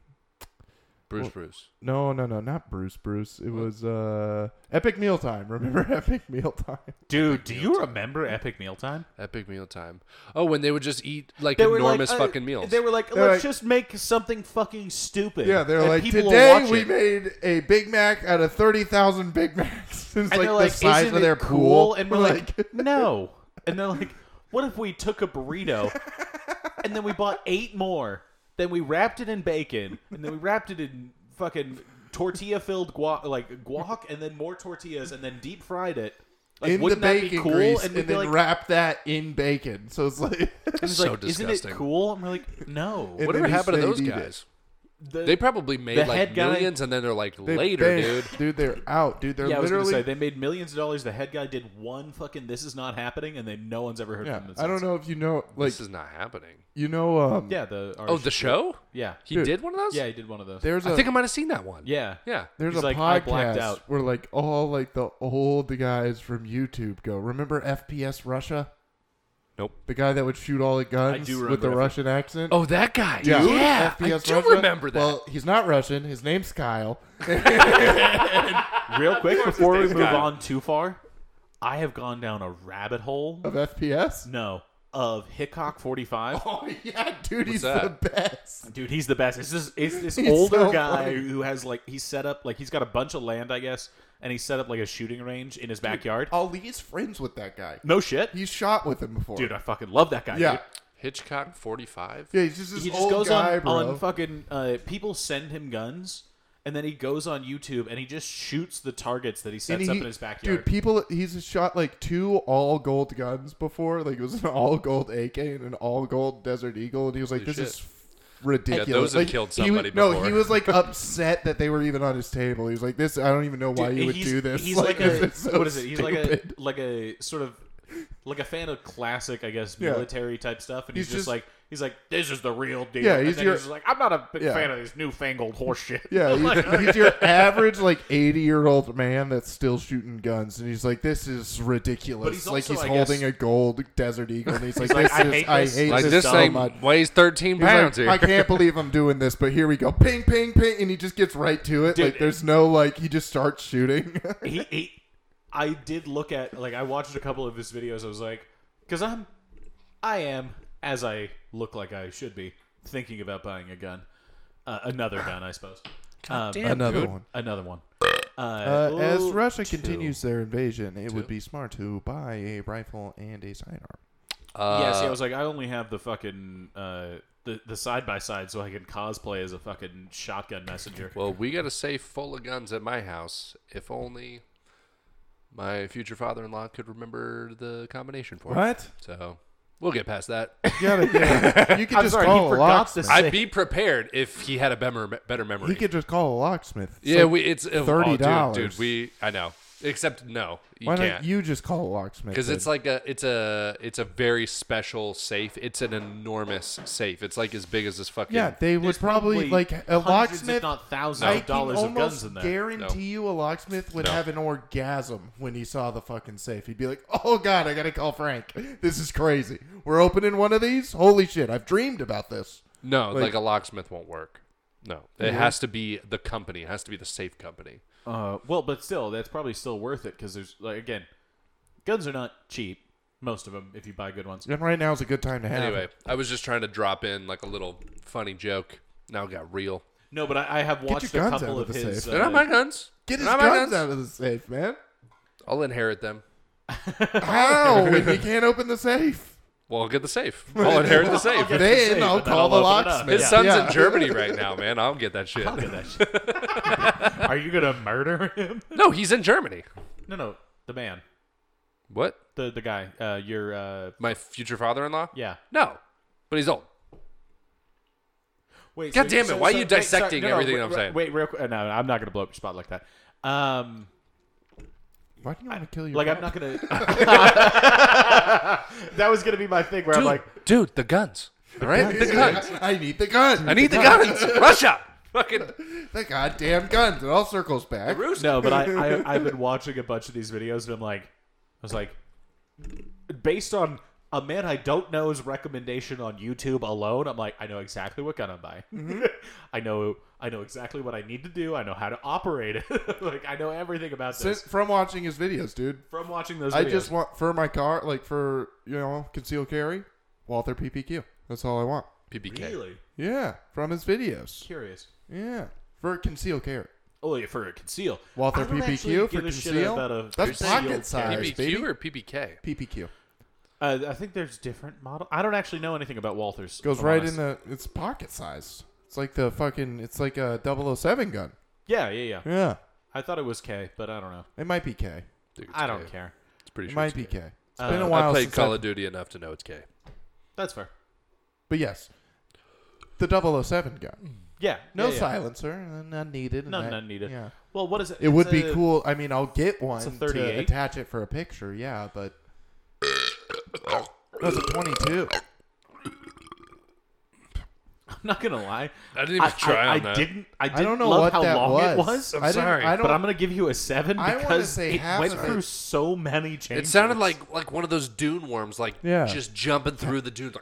Speaker 1: Bruce Bruce.
Speaker 2: No, no, no, not Bruce Bruce. It was uh Epic Mealtime. Remember Epic Mealtime?
Speaker 3: Dude, do you remember Epic Mealtime?
Speaker 1: Epic meal time. Oh, when they would just eat like
Speaker 3: They were like,
Speaker 1: enormous
Speaker 3: uh,
Speaker 1: fucking meals.
Speaker 3: They were like,
Speaker 2: They're
Speaker 3: let's
Speaker 2: like-
Speaker 3: just make something fucking stupid.
Speaker 2: Yeah, they're
Speaker 3: and
Speaker 2: like
Speaker 3: people will
Speaker 2: today
Speaker 3: watch
Speaker 2: we
Speaker 3: it."
Speaker 2: made a Big Mac out of thirty thousand Big Macs. It's
Speaker 3: and
Speaker 2: like
Speaker 3: they're
Speaker 2: the
Speaker 3: like,
Speaker 2: size
Speaker 3: Isn't
Speaker 2: of their
Speaker 3: it cool?
Speaker 2: pool.
Speaker 3: And we're like, no. And they're like, what if we took a burrito and then we bought eight more Then we wrapped it in bacon, and then we wrapped it in fucking tortilla filled guac, like guac, and then more tortillas, and then deep fried it. Like,
Speaker 2: in the
Speaker 3: wouldn't that
Speaker 2: bacon
Speaker 3: be cool?
Speaker 2: grease,
Speaker 3: and
Speaker 2: and,
Speaker 3: we'd be
Speaker 2: then
Speaker 3: like,
Speaker 2: wrap that in bacon. So it's like
Speaker 3: and it's
Speaker 1: So
Speaker 3: like, Isn't
Speaker 1: disgusting.
Speaker 3: it cool? And we're like, no.
Speaker 2: And
Speaker 1: Whatever
Speaker 2: then he
Speaker 1: happened to
Speaker 2: stayed
Speaker 1: those
Speaker 2: eating it.
Speaker 1: guys?
Speaker 3: The-
Speaker 1: They probably made
Speaker 3: the
Speaker 1: like
Speaker 3: head guy-
Speaker 1: millions, and then they're like
Speaker 2: They-
Speaker 1: later,
Speaker 2: they-
Speaker 1: dude.
Speaker 2: Dude, they're out, dude. They're
Speaker 3: yeah, I was gonna
Speaker 2: literally.
Speaker 3: say they made millions of dollars. The head guy did one fucking. This is not happening, and then no one's ever heard
Speaker 2: yeah,
Speaker 3: from him.
Speaker 2: I don't
Speaker 3: since.
Speaker 2: know if you know, like
Speaker 1: this is not happening.
Speaker 2: you know, um,
Speaker 3: Yeah, the
Speaker 1: Oh, the show?
Speaker 3: yeah,
Speaker 1: He
Speaker 2: Dude.
Speaker 1: did one of those.
Speaker 3: yeah, he did one of those.
Speaker 2: there's a
Speaker 1: I think I might have seen that one.
Speaker 3: yeah,
Speaker 1: yeah.
Speaker 2: there's
Speaker 3: he's
Speaker 2: a
Speaker 3: like, I blacked
Speaker 2: podcast
Speaker 3: out.
Speaker 2: where like all like the old guys from YouTube go. Remember FPS Russia?
Speaker 1: Nope.
Speaker 2: The guy that would shoot all the guns
Speaker 3: do
Speaker 2: with the
Speaker 3: remember F-
Speaker 2: Russian accent.
Speaker 1: Oh, that guy.
Speaker 2: Yeah,
Speaker 1: yeah. I
Speaker 2: FPS
Speaker 1: do
Speaker 2: Russia.
Speaker 1: remember that.
Speaker 2: Well, he's not Russian. His name's Kyle.
Speaker 3: Real quick before we
Speaker 1: name's
Speaker 3: move
Speaker 1: Kyle.
Speaker 3: on too far, I have gone down a rabbit hole.
Speaker 2: of FPS.
Speaker 3: No, of Hickok forty five.
Speaker 2: Oh yeah, dude, he's
Speaker 1: that?
Speaker 2: the best.
Speaker 3: Dude, he's the best. It's this, it's this
Speaker 2: He's
Speaker 3: older
Speaker 2: so
Speaker 3: guy
Speaker 2: funny.
Speaker 3: who has like he's set up like he's got a bunch of land, I guess, and he set up like a shooting range in his backyard.
Speaker 2: Ali's friends with that guy.
Speaker 3: no shit,
Speaker 2: He's shot with him before.
Speaker 3: dude, I fucking love that guy.
Speaker 2: yeah,
Speaker 3: dude.
Speaker 1: Hitchcock 45.
Speaker 2: yeah, he's just this
Speaker 3: he just
Speaker 2: old
Speaker 3: goes
Speaker 2: guy,
Speaker 3: on,
Speaker 2: bro.
Speaker 3: on fucking uh, people send him guns and then he goes on youtube and he just shoots the targets that he sets
Speaker 2: And
Speaker 3: up
Speaker 2: he-
Speaker 3: in his backyard
Speaker 2: Dude, people, he's shot like two all gold guns before. Like it was an all gold AK and an all gold Desert Eagle, and he was like,
Speaker 1: Holy
Speaker 2: "This
Speaker 1: shit.
Speaker 2: is ridiculous."
Speaker 1: those have
Speaker 2: Like,
Speaker 1: killed
Speaker 2: he was-
Speaker 1: somebody
Speaker 2: No,
Speaker 1: before.
Speaker 2: he was like upset that they were even on his table. He was like, "This, I don't even know why
Speaker 3: Dude,
Speaker 2: you would
Speaker 3: he's-
Speaker 2: do this."
Speaker 3: he's like,
Speaker 2: this
Speaker 3: a
Speaker 2: is so
Speaker 3: what is it he's like a
Speaker 2: stupid.
Speaker 3: like a sort of like a fan of classic i guess
Speaker 2: Yeah.
Speaker 3: military type stuff and he's,
Speaker 2: He's
Speaker 3: just,
Speaker 2: just-
Speaker 3: like he's like this is the real deal
Speaker 2: Yeah,
Speaker 3: and
Speaker 2: he's
Speaker 3: then
Speaker 2: your-
Speaker 3: he's just like i'm not a big
Speaker 2: Yeah.
Speaker 3: fan of this newfangled horse shit
Speaker 2: Yeah, he's, he's your average like eighty year old man that's still shooting guns, and he's like, "This is ridiculous."
Speaker 3: But he's
Speaker 2: like
Speaker 3: also,
Speaker 2: he's
Speaker 3: I
Speaker 2: holding
Speaker 3: guess-
Speaker 2: a gold Desert Eagle, and he's like,
Speaker 3: like,
Speaker 2: "This
Speaker 3: "I
Speaker 2: is
Speaker 3: hate
Speaker 2: I
Speaker 3: this.
Speaker 2: hate
Speaker 1: like
Speaker 2: this,
Speaker 1: this
Speaker 2: so
Speaker 1: thing
Speaker 2: much."
Speaker 1: weighs 13
Speaker 2: He's like,
Speaker 1: pounds
Speaker 2: I
Speaker 1: here.
Speaker 2: can't believe I'm doing this, but here we go, ping, ping, ping, and he just gets right to it.
Speaker 3: Dude,
Speaker 2: like there's no like, he just starts shooting.
Speaker 3: he, he I did look at like I watched a couple of his videos. I was like, because I'm, I am as I look like I should be thinking about buying a gun, uh, another gun, I suppose. Um,
Speaker 1: damn.
Speaker 2: Another
Speaker 1: dude.
Speaker 2: one.
Speaker 3: another one. Uh,
Speaker 2: Uh, as
Speaker 3: ooh,
Speaker 2: Russia continues their invasion, it would be smart to buy a rifle and a sidearm.
Speaker 1: Uh,
Speaker 3: yeah, see, I was like, I only have the fucking uh, the the side by side, so I can cosplay as a fucking shotgun messenger.
Speaker 1: well, we got a safe full of guns at my house. If only my future father in law could remember the combination for it.
Speaker 2: What?
Speaker 1: So we'll get past that.
Speaker 2: You gotta, yeah. you could
Speaker 3: I'm
Speaker 2: just
Speaker 3: sorry, he
Speaker 2: call a
Speaker 3: forgot
Speaker 2: locksmith.
Speaker 3: to
Speaker 1: I'd be prepared if he had a better, better memory.
Speaker 2: He could just call a locksmith. It's
Speaker 1: yeah,
Speaker 2: like,
Speaker 1: we, it's oh,
Speaker 2: $30.
Speaker 1: dude, dude, we, I know. Except, no, you
Speaker 2: why
Speaker 1: can't.
Speaker 2: don't you just call a locksmith?
Speaker 1: because it's
Speaker 2: then?
Speaker 1: like a it's a it's a very special safe. It's an enormous safe. It's like as big as this fucking.
Speaker 2: yeah, they would
Speaker 3: There's
Speaker 2: probably, like a
Speaker 3: hundreds, if
Speaker 2: locksmith.
Speaker 3: not
Speaker 2: I
Speaker 3: thousands
Speaker 2: can
Speaker 3: of dollars of guns
Speaker 2: almost
Speaker 3: in there.
Speaker 2: guarantee you a locksmith would
Speaker 1: No.
Speaker 2: have an orgasm when he saw the fucking safe. He'd be like, "Oh god, I gotta call Frank. This is crazy. We're opening one of these. Holy shit, I've dreamed about this."
Speaker 1: no, like,
Speaker 2: like-
Speaker 1: a locksmith won't work. No, it has to be the company. It has to be the safe company.
Speaker 3: Uh, well, but still, that's probably still worth it because there's like again, guns are not cheap. Most of them, if you buy good ones.
Speaker 2: And right now is a good time to have.
Speaker 1: Anyway,
Speaker 2: it.
Speaker 1: I was just trying to drop in like a little funny joke. Now it got real.
Speaker 3: No, but I, I have watched a
Speaker 2: guns
Speaker 3: couple
Speaker 2: out of
Speaker 3: of
Speaker 2: the
Speaker 3: his. uh,
Speaker 2: safe.
Speaker 1: They're not my guns.
Speaker 2: get his
Speaker 1: They're not my
Speaker 2: guns out of the safe, man.
Speaker 1: I'll inherit them.
Speaker 2: How? when you can't open the safe,
Speaker 1: Well, I'll get the safe. I'll inherit the safe.
Speaker 3: get-
Speaker 2: then
Speaker 3: safe,
Speaker 2: I'll
Speaker 3: and then
Speaker 2: call
Speaker 3: I'll
Speaker 2: the
Speaker 3: open it up.
Speaker 2: locksmith.
Speaker 1: His son's
Speaker 2: Yeah.
Speaker 1: in Germany right now, man. I'll get that shit.
Speaker 3: Look at that shit. Are you gonna murder him?
Speaker 1: No, he's in Germany.
Speaker 3: No, no, the man,
Speaker 1: What?
Speaker 3: the the guy. Uh, your uh,
Speaker 1: My future father-in-law?
Speaker 3: yeah.
Speaker 1: No, but he's old.
Speaker 3: Wait,
Speaker 1: God damn it, why are you dissecting everything
Speaker 3: wait,
Speaker 1: I'm saying?
Speaker 3: Wait, real quick. No, no, I'm not gonna blow up your spot like that. Um,
Speaker 2: Why do you want to kill your?
Speaker 3: like I'm
Speaker 2: wife?
Speaker 3: not gonna. that was gonna be my thing where I'm like,
Speaker 1: dude, the guns. All right, the guns.
Speaker 2: I need the guns.
Speaker 1: I need the guns. Russia. Fucking.
Speaker 2: the goddamn guns. It all circles back.
Speaker 3: No, but I, I I've been watching a bunch of these videos and I'm like, I was like, based on a man I don't know's recommendation on YouTube alone, I'm like, I know exactly what gun I'm buying.
Speaker 2: Mm-hmm.
Speaker 3: I know I know exactly what I need to do. I know how to operate it. like I know everything about
Speaker 2: Since-
Speaker 3: this
Speaker 2: From watching his videos, dude.
Speaker 3: from watching those.
Speaker 2: I
Speaker 3: videos.
Speaker 2: just want for my car, like for you know, concealed carry, Walther PPQ. That's all I want.
Speaker 1: PPK.
Speaker 3: really
Speaker 2: Yeah, from his videos.
Speaker 3: curious.
Speaker 2: Yeah, for concealed carry,
Speaker 3: Oh, yeah, for a conceal.
Speaker 2: Walther
Speaker 3: I don't actually
Speaker 2: PPQ for
Speaker 3: give a shit
Speaker 2: conceal.
Speaker 3: about a
Speaker 2: That's
Speaker 3: concealed
Speaker 2: pocket
Speaker 3: carry.
Speaker 2: size,
Speaker 1: PPQ
Speaker 2: baby.
Speaker 1: or PPK?
Speaker 2: PPQ.
Speaker 3: Uh, I think there's different model. I don't actually know anything about Walther's.
Speaker 2: Goes
Speaker 3: if I'm
Speaker 2: right
Speaker 3: honest.
Speaker 2: in the. It's pocket sized. It's like the fucking. It's like a 007 gun.
Speaker 3: Yeah, yeah, yeah.
Speaker 2: Yeah,
Speaker 3: I thought it was K, but I don't know.
Speaker 2: it might be K. It
Speaker 1: Dude, it's
Speaker 3: I don't
Speaker 1: K.
Speaker 3: care.
Speaker 1: It's pretty sure
Speaker 2: might
Speaker 1: it's
Speaker 2: be
Speaker 1: K.
Speaker 2: K. It's
Speaker 3: Uh,
Speaker 2: been a
Speaker 3: I
Speaker 2: while.
Speaker 1: I played
Speaker 2: since
Speaker 1: Call
Speaker 2: I've-
Speaker 1: of Duty enough to know it's K.
Speaker 3: That's fair.
Speaker 2: But yes, the 007 gun.
Speaker 3: Yeah.
Speaker 2: No
Speaker 3: yeah, yeah.
Speaker 2: silencer, uh, none needed. and
Speaker 3: None-
Speaker 2: that-
Speaker 3: none needed.
Speaker 2: Yeah,
Speaker 3: Well, what is it?
Speaker 2: it would
Speaker 3: It's
Speaker 2: be
Speaker 3: a-
Speaker 2: cool. I mean, I'll get one to
Speaker 3: 38?
Speaker 2: attach it for a picture. Yeah, but that's a 22.
Speaker 3: I'm not gonna lie.
Speaker 1: I didn't even try on
Speaker 3: I, I
Speaker 1: that.
Speaker 3: didn't. I didn't
Speaker 2: I don't know
Speaker 3: love
Speaker 2: what
Speaker 3: how
Speaker 2: that
Speaker 3: long
Speaker 2: was.
Speaker 3: it was.
Speaker 1: I'm
Speaker 2: I didn't-
Speaker 1: sorry,
Speaker 2: I don't.
Speaker 3: but I'm gonna give you a seven
Speaker 2: I wanna
Speaker 3: because
Speaker 2: say
Speaker 3: it
Speaker 2: half
Speaker 3: went
Speaker 2: of it.
Speaker 3: through so many changes.
Speaker 1: It sounded like like one of those dune worms, like
Speaker 2: Yeah.
Speaker 1: just jumping through the dunes.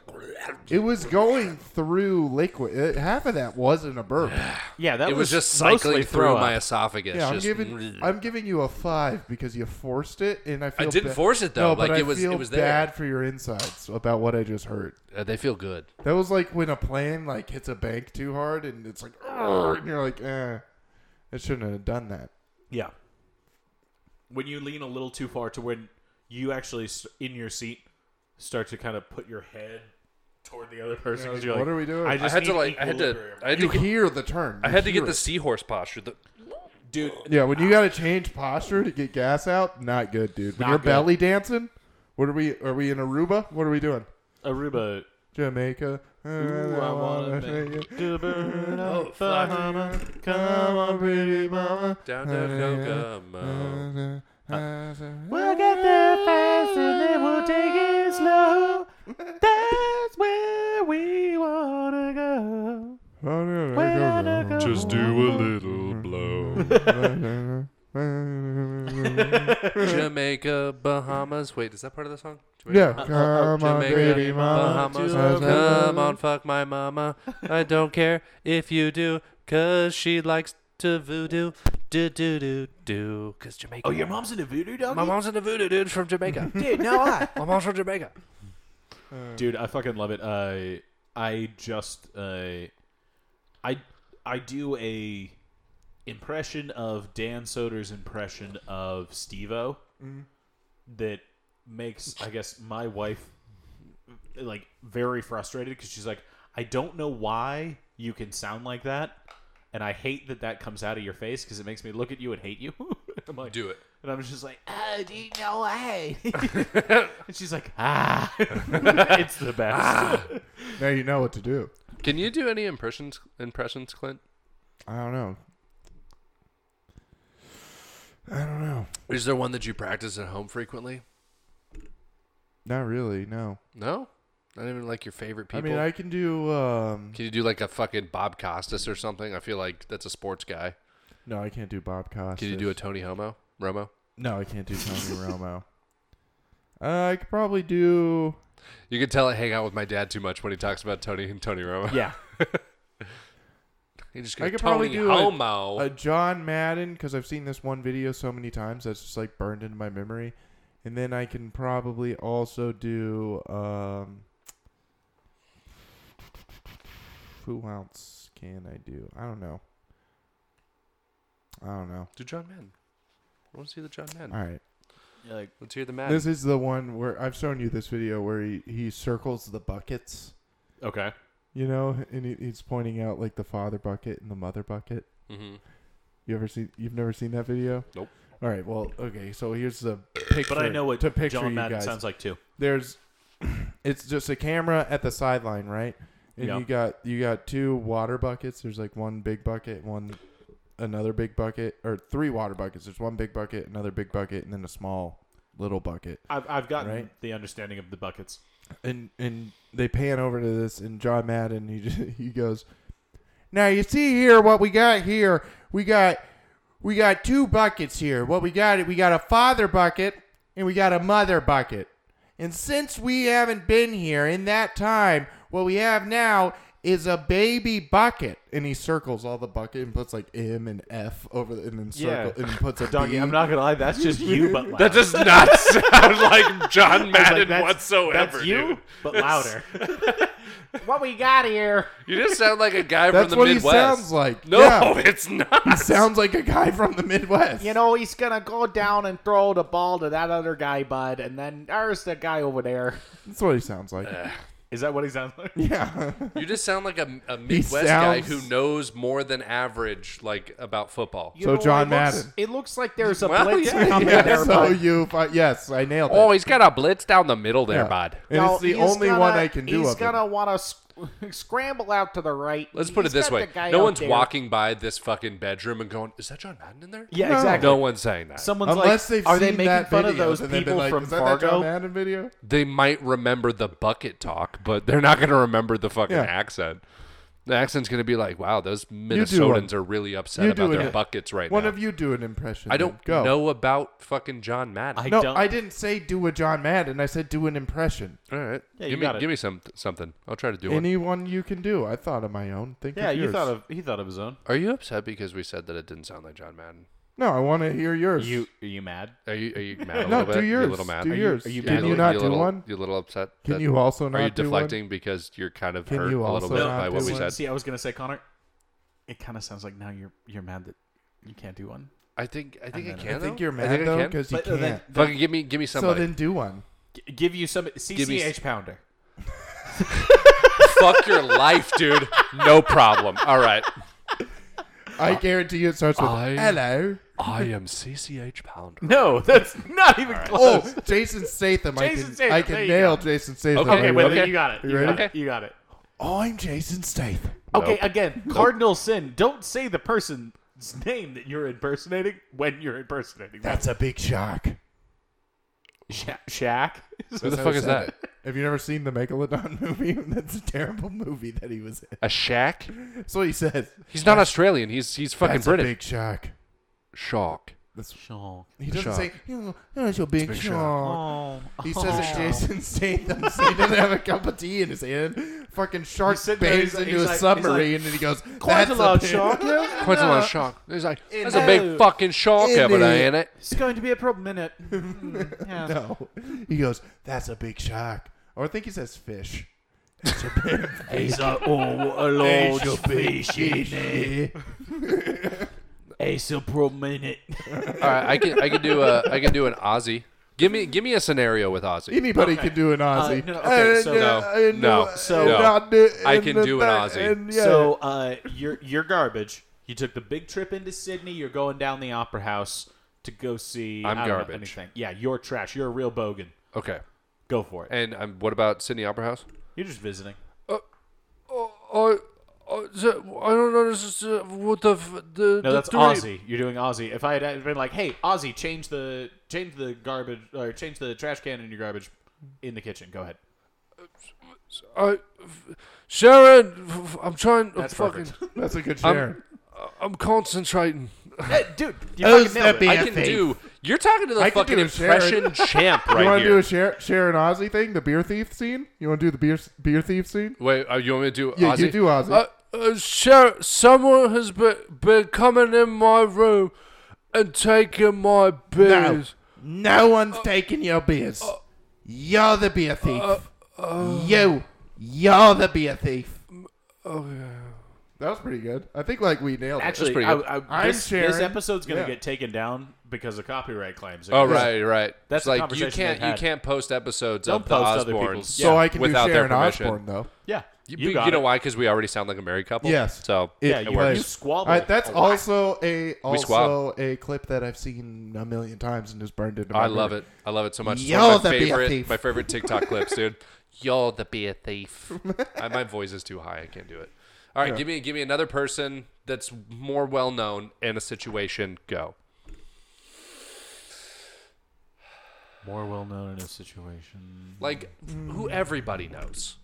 Speaker 2: it was going through liquid. It, half of that wasn't a burp.
Speaker 3: yeah, that
Speaker 1: it was, just
Speaker 3: mostly uh,
Speaker 1: cycling
Speaker 3: throw
Speaker 1: through my
Speaker 3: up.
Speaker 1: esophagus.
Speaker 2: Yeah, I'm
Speaker 1: just- mm.
Speaker 2: giving I'm giving you a five because you forced it, and I feel
Speaker 1: didn't
Speaker 2: ba-
Speaker 1: force it, though.
Speaker 2: No, but
Speaker 1: Like,
Speaker 2: I
Speaker 1: it was-
Speaker 2: feel
Speaker 1: it was there.
Speaker 2: bad for your insides about what I just heard.
Speaker 1: Uh, they feel good.
Speaker 2: That was like when a plane like hits a bank too hard, and it's like, "Argh," and you're like, eh, it shouldn't have done that.
Speaker 3: Yeah. When you lean a little too far to when you actually s- in your seat start to kind of put your head toward the other person, 'cause
Speaker 2: like,
Speaker 3: you're
Speaker 2: what are we doing?
Speaker 3: I
Speaker 1: I
Speaker 3: just
Speaker 1: had to
Speaker 3: need
Speaker 1: like I had to
Speaker 3: equilibrium.
Speaker 1: I had to
Speaker 2: You
Speaker 1: get,
Speaker 2: hear the turn.
Speaker 1: I
Speaker 2: You
Speaker 1: had to
Speaker 2: hear
Speaker 1: get the
Speaker 2: it.
Speaker 1: seahorse posture. The,
Speaker 3: dude.
Speaker 2: Yeah, when you got to change posture to get gas out, not good, dude. When
Speaker 3: Not
Speaker 2: you're
Speaker 3: good.
Speaker 2: belly dancing, what are we? Are we in Aruba? What are we doing?
Speaker 3: Aruba.
Speaker 2: Jamaica.
Speaker 3: Ooh, I wanna
Speaker 2: Jamaica.
Speaker 3: make you burn
Speaker 1: Oh,
Speaker 3: up,
Speaker 1: fuck.
Speaker 3: Bahama.
Speaker 2: Come
Speaker 3: Come
Speaker 2: on, pretty mama.
Speaker 1: down down down come on.
Speaker 3: We'll get there fast and then we'll take it slow. That's where we wanna go.
Speaker 1: Just do a little blow. Jamaica, Bahamas. Wait, is that part of the song?
Speaker 2: Yeah,
Speaker 1: Jamaica,
Speaker 2: come on, baby
Speaker 1: Uh, Jamaica, uh, um,
Speaker 2: mama.
Speaker 1: Bahamas.
Speaker 3: Jamaica.
Speaker 1: Come on, fuck my mama. I don't care if you do, cause she likes to voodoo. Do, do, do, do. Cause Jamaica.
Speaker 3: Oh, your mom's in a voodoo doggy?
Speaker 1: My mom's in the voodoo, dude, from Jamaica.
Speaker 3: Dude, no, I.
Speaker 1: my mom's from Jamaica.
Speaker 3: Dude, I fucking love it. I I just uh, I I do a impression of Dan Soder's impression of Stevo that makes I guess my wife like very frustrated because she's like, I don't know why you can sound like that, and I hate that that comes out of your face because it makes me look at you and hate you. I'm like,
Speaker 1: Do it.
Speaker 3: and I'm just like, oh, do you know why? and she's like, ah, it's the best.
Speaker 2: Now you know what to do.
Speaker 1: Can you do any impressions? Impressions, Clint?
Speaker 2: I don't know. I don't know.
Speaker 1: Is there one that you practice at home frequently?
Speaker 2: Not really. No.
Speaker 1: No, not even like your favorite people.
Speaker 2: I mean, I can do. Um,
Speaker 1: Can you do like a fucking Bob Costas or something? I feel like that's a sports guy.
Speaker 2: no, I can't do Bob Costas.
Speaker 1: Can you do a Tony Homo? Romo?
Speaker 2: No, I can't do Tony Romo. Uh, I could probably do.
Speaker 1: You can tell I hang out with my dad too much when he talks about Tony and Tony Romo.
Speaker 3: Yeah.
Speaker 1: He just
Speaker 2: I
Speaker 1: goes,
Speaker 2: could probably
Speaker 1: Tony
Speaker 2: do a-
Speaker 1: Homo.
Speaker 2: a John Madden because I've seen this one video so many times that's just like burned into my memory. And then I can probably also do um, who else can I do? I don't know. I don't know.
Speaker 1: do John Madden. I want to see the John Madden.
Speaker 2: All right,
Speaker 3: You're like,
Speaker 1: Let's hear the Madden.
Speaker 2: this is the one where I've shown you this video where he, he circles the buckets,
Speaker 3: okay.
Speaker 2: you know, and he, he's pointing out like the father bucket and the mother bucket.
Speaker 1: mm-hmm.
Speaker 2: You ever seen? You've never seen that video?
Speaker 1: Nope.
Speaker 2: All right. Well, okay. So here's the picture.
Speaker 3: But I know what
Speaker 2: to picture
Speaker 3: John
Speaker 2: you
Speaker 3: Madden
Speaker 2: guys.
Speaker 3: sounds like too.
Speaker 2: There's, it's just a camera at the sideline, right? And
Speaker 3: Yeah.
Speaker 2: you got you got two water buckets. There's like one big bucket, one another big bucket, or three water buckets. There's one big bucket, another big bucket, and then a small little bucket.
Speaker 3: I've, I've gotten
Speaker 2: Right.
Speaker 3: the understanding of the buckets.
Speaker 2: And and they pan over to this, and John Madden he just, he goes, now you see here what we got here. We got we got two buckets here. What we got we got a father bucket and we got a mother bucket. And since we haven't been here in that time, what we have now is a baby bucket. And he circles all the bucket and puts like M and F over the, and then circle
Speaker 3: Yeah.
Speaker 2: and puts a
Speaker 3: Doggy,
Speaker 2: B.
Speaker 3: I'm not gonna lie, that's just you, but louder.
Speaker 1: That does not sound like John
Speaker 3: I was like,
Speaker 1: Madden
Speaker 3: that's-
Speaker 1: whatsoever.
Speaker 3: That's you,
Speaker 1: dude.
Speaker 3: but louder. what we got here?
Speaker 1: You just sound like a guy
Speaker 2: That's
Speaker 1: from the
Speaker 2: what
Speaker 1: Midwest.
Speaker 2: he sounds like.
Speaker 1: No,
Speaker 2: Yeah.
Speaker 1: it's not.
Speaker 2: sounds like a guy from the Midwest.
Speaker 3: You know, he's gonna go down and throw the ball to that other guy, bud, and then there's the guy over there.
Speaker 2: that's what he sounds like.
Speaker 1: Eh.
Speaker 3: Is that what he sounds like?
Speaker 2: Yeah,
Speaker 1: You just sound like a, a Midwest guy
Speaker 2: sounds-
Speaker 1: who knows more than average, like about football.
Speaker 3: You
Speaker 2: So
Speaker 3: know,
Speaker 2: John
Speaker 3: it looks-
Speaker 2: Madden.
Speaker 3: it looks like there's a
Speaker 1: Well,
Speaker 3: blitz
Speaker 1: yeah.
Speaker 3: coming
Speaker 2: yeah.
Speaker 3: there,
Speaker 2: so
Speaker 3: bud.
Speaker 2: you, fi- yes, I nailed it.
Speaker 1: Oh, he's got a blitz down the middle there,
Speaker 2: Yeah.
Speaker 1: bud.
Speaker 2: And
Speaker 3: No,
Speaker 2: it's the
Speaker 3: he's
Speaker 2: only
Speaker 3: gonna-
Speaker 2: one I can do.
Speaker 3: He's
Speaker 2: of
Speaker 3: gonna
Speaker 2: it.
Speaker 3: want to sc- scramble out to the right.
Speaker 1: Let's put
Speaker 3: He's
Speaker 1: it this
Speaker 3: got
Speaker 1: way:
Speaker 3: the guy
Speaker 1: no
Speaker 3: out
Speaker 1: one's
Speaker 3: there.
Speaker 1: walking by this fucking bedroom and going, "Is that John Madden in there?"
Speaker 3: Yeah,
Speaker 2: No.
Speaker 3: exactly.
Speaker 1: No one's saying that.
Speaker 3: Someone's
Speaker 2: Unless
Speaker 3: like,
Speaker 2: they've
Speaker 3: are
Speaker 2: seen
Speaker 3: they making
Speaker 2: that
Speaker 3: fun
Speaker 2: video
Speaker 3: of those
Speaker 2: and they've
Speaker 3: people
Speaker 2: been like,
Speaker 3: from
Speaker 2: Is that
Speaker 3: Fargo?
Speaker 2: That John Madden video?
Speaker 1: they might remember the bucket talk, but they're not going to remember the fucking
Speaker 2: Yeah.
Speaker 1: accent. The accent's going to be like, "Wow, those
Speaker 2: one.
Speaker 1: Minnesotans are really upset
Speaker 2: You do
Speaker 1: about their
Speaker 2: it.
Speaker 1: buckets right
Speaker 2: One
Speaker 1: now."
Speaker 2: of you do an impression.
Speaker 1: I
Speaker 2: then.
Speaker 1: don't
Speaker 2: Go.
Speaker 1: know about fucking John Madden.
Speaker 3: I
Speaker 2: No,
Speaker 3: don't.
Speaker 2: I didn't say do a John Madden. I said do an impression.
Speaker 1: All right,
Speaker 3: Yeah, you
Speaker 1: give me
Speaker 3: got it.
Speaker 1: give me some something. I'll try to do one.
Speaker 2: Anyone you can do. I thought of my own. Think
Speaker 3: yeah,
Speaker 2: of
Speaker 3: you
Speaker 2: yours.
Speaker 3: thought of he thought of his own.
Speaker 1: Are you upset because we said that it didn't sound like John Madden?
Speaker 2: No, I want to hear yours.
Speaker 3: You are you mad?
Speaker 1: Are you are you mad a
Speaker 2: No,
Speaker 1: little bit?
Speaker 2: do
Speaker 1: You're a
Speaker 2: yours.
Speaker 1: little mad.
Speaker 2: Do
Speaker 1: Are you-
Speaker 2: yours.
Speaker 3: are you
Speaker 1: yeah,
Speaker 3: mad?
Speaker 1: I
Speaker 2: Can
Speaker 1: know
Speaker 2: you
Speaker 3: like
Speaker 2: not
Speaker 1: a
Speaker 2: do
Speaker 1: little-
Speaker 2: one?
Speaker 1: You a little upset?
Speaker 2: Can
Speaker 1: that-
Speaker 2: you also not
Speaker 1: Are you
Speaker 2: do
Speaker 1: deflecting because you're kind of
Speaker 2: Can
Speaker 1: hurt a
Speaker 2: you
Speaker 1: little
Speaker 2: also
Speaker 1: bit
Speaker 2: not
Speaker 1: by
Speaker 2: do
Speaker 1: what we
Speaker 2: one?
Speaker 1: said?
Speaker 3: See, I was gonna say, Connor. It kind of sounds like now you're you're mad that you can't do one.
Speaker 1: I think I think I,
Speaker 3: don't know.
Speaker 1: can.
Speaker 2: One? I think
Speaker 1: though.
Speaker 2: you're
Speaker 1: I
Speaker 2: mad
Speaker 1: think I
Speaker 2: though
Speaker 1: can.
Speaker 2: because you
Speaker 3: But, uh,
Speaker 2: can't.
Speaker 3: then-
Speaker 1: Fucking give me give me
Speaker 2: so
Speaker 1: somebody.
Speaker 2: then do one.
Speaker 3: G- give you some CCH
Speaker 1: me s-
Speaker 3: pounder.
Speaker 1: Fuck your life, dude. No problem. All right.
Speaker 2: I guarantee you it starts with
Speaker 1: Uh, I-
Speaker 2: hello.
Speaker 1: I am CCH Pounder.
Speaker 3: No, that's not even close.
Speaker 2: Oh, Jason Statham. I
Speaker 3: Jason
Speaker 2: can,
Speaker 3: Statham,
Speaker 2: I
Speaker 3: there
Speaker 2: can
Speaker 3: you
Speaker 2: nail
Speaker 3: go.
Speaker 2: Jason Statham.
Speaker 1: Okay,
Speaker 2: Are
Speaker 3: Okay,
Speaker 2: you
Speaker 3: wait,
Speaker 2: ready?
Speaker 3: you got it.
Speaker 2: You
Speaker 3: You, got
Speaker 2: ready?
Speaker 3: it. You got it.
Speaker 2: I'm Jason Statham.
Speaker 3: Okay,
Speaker 1: Nope.
Speaker 3: again, cardinal sin. Don't say the person's name that you're impersonating when you're impersonating. them.
Speaker 2: That's a big shark.
Speaker 3: Sha- Shaq.
Speaker 1: Who the
Speaker 2: how
Speaker 1: fuck
Speaker 2: he
Speaker 1: is that?
Speaker 2: said it. Have you never seen the Megalodon movie? That's a terrible movie that he was in.
Speaker 1: A shack?
Speaker 2: That's what he says.
Speaker 1: He's not Australian. He's he's fucking
Speaker 2: That's
Speaker 1: British.
Speaker 2: a big shark.
Speaker 1: Shark.
Speaker 2: That's,
Speaker 3: Shaq.
Speaker 2: he doesn't
Speaker 1: shark.
Speaker 2: say, "Oh, that's a big,
Speaker 1: big shark."
Speaker 2: shark.
Speaker 3: Oh,
Speaker 2: He says it Jason Statham. so he doesn't have a cup of tea in his hand. Fucking shark
Speaker 3: He's sitting there,
Speaker 2: bangs
Speaker 3: he's like-
Speaker 2: into
Speaker 3: he's
Speaker 2: a
Speaker 3: like- he's like,
Speaker 2: submarine and he goes,
Speaker 3: Quite
Speaker 2: that's
Speaker 3: a large
Speaker 2: big-
Speaker 3: shark.
Speaker 1: Quite a lot of shark. He's like, that's a
Speaker 3: Hello.
Speaker 1: big fucking shark over there, ain't it?
Speaker 3: It's going to be a problem, innit? Mm, yeah.
Speaker 2: No. He goes, that's a big shark. Or I think he says fish. That's a big
Speaker 3: He's a, oh, a
Speaker 2: fish.
Speaker 3: large
Speaker 2: a big
Speaker 3: fish.
Speaker 2: fish. eh?
Speaker 3: It's a problem, innit?
Speaker 1: All right, I can I can do a I can do an Aussie. Give me give me a scenario with Aussie.
Speaker 2: Anybody can do an Aussie.
Speaker 3: Uh, no, okay, so-
Speaker 1: No, no,
Speaker 2: uh,
Speaker 3: so-
Speaker 1: I can do an Aussie.
Speaker 2: So
Speaker 3: So, uh, you're, you're garbage. You took the big trip into Sydney. You're going down the Opera House to go see.
Speaker 1: I'm
Speaker 3: I don't know,
Speaker 1: garbage.
Speaker 3: anything. Yeah, you're trash. You're a real bogan.
Speaker 1: Okay.
Speaker 3: Go for it.
Speaker 1: And um, what about Sydney Opera House?
Speaker 3: You're just visiting.
Speaker 1: I I don't know. This is uh, what the f- the
Speaker 3: No, that's Aussie. You're doing Aussie. If I had been like, "Hey, Aussie, change the change the garbage or change the trash can in your garbage in the kitchen." Go ahead.
Speaker 1: I, Sharon, f- I'm trying. I'm
Speaker 3: That's
Speaker 1: fucking.
Speaker 3: perfect.
Speaker 2: that's a good
Speaker 1: I'm-
Speaker 2: share.
Speaker 1: I'm concentrating.
Speaker 3: Hey, dude, you
Speaker 2: Oh,
Speaker 3: fucking nailed it.
Speaker 2: snappy.
Speaker 1: I
Speaker 2: Yeah,
Speaker 1: can
Speaker 2: thanks.
Speaker 1: do. You're talking to the
Speaker 2: I can
Speaker 1: fucking
Speaker 2: do a Sharon.
Speaker 1: impression champ right
Speaker 2: you want to do
Speaker 1: here.
Speaker 2: a share, share an Aussie thing? The beer thief scene? You want to do the beer beer thief scene?
Speaker 1: Wait, uh, you want me to do
Speaker 2: Yeah,
Speaker 1: Aussie?
Speaker 2: you do Aussie.
Speaker 1: Uh, uh, Sharon, someone has been, been coming in my room and taking my beers.
Speaker 2: No one's taking your beers.
Speaker 1: Uh,
Speaker 2: You're the beer thief. you. You're the beer thief.
Speaker 1: Oh,
Speaker 2: That was pretty good. I think like we nailed it.
Speaker 3: Actually,
Speaker 1: pretty
Speaker 3: I,
Speaker 1: good.
Speaker 3: I,
Speaker 2: I'm
Speaker 3: this, this
Speaker 2: sharing.
Speaker 3: episode's gonna
Speaker 2: Yeah.
Speaker 3: get taken down because of copyright claims.
Speaker 1: Oh right, right.
Speaker 3: That's the
Speaker 1: like you
Speaker 3: conversation
Speaker 1: can't
Speaker 3: they've
Speaker 1: you
Speaker 3: had.
Speaker 1: can't post episodes
Speaker 3: Don't
Speaker 1: of the
Speaker 3: post other
Speaker 1: Osbournes.
Speaker 3: people's-
Speaker 2: So I can
Speaker 1: without
Speaker 2: do
Speaker 1: their
Speaker 2: Sharon
Speaker 1: permission.
Speaker 2: Osbourne though.
Speaker 3: Yeah,
Speaker 1: You,
Speaker 3: you,
Speaker 1: you
Speaker 3: got
Speaker 1: know
Speaker 3: it.
Speaker 1: why? Because we already sound like a married couple.
Speaker 2: Yes.
Speaker 1: So
Speaker 3: Yeah,
Speaker 2: It
Speaker 3: you,
Speaker 2: was- All
Speaker 3: you squabble.
Speaker 2: right, that's
Speaker 3: a lot.
Speaker 2: also a also
Speaker 1: squab.
Speaker 2: a clip that I've seen a million times and is burned into my
Speaker 1: I love
Speaker 2: memory.
Speaker 1: it. I love it so much. It's
Speaker 2: You're
Speaker 1: one of my
Speaker 2: the beer
Speaker 1: favorite,
Speaker 2: thief.
Speaker 1: my favorite TikTok clips, dude. You're the beer thief. I, my voice is too high. I can't do it. All right, give me give me another person that's more well known in a situation. Go.
Speaker 3: more well known in a situation.
Speaker 1: Like who everybody knows.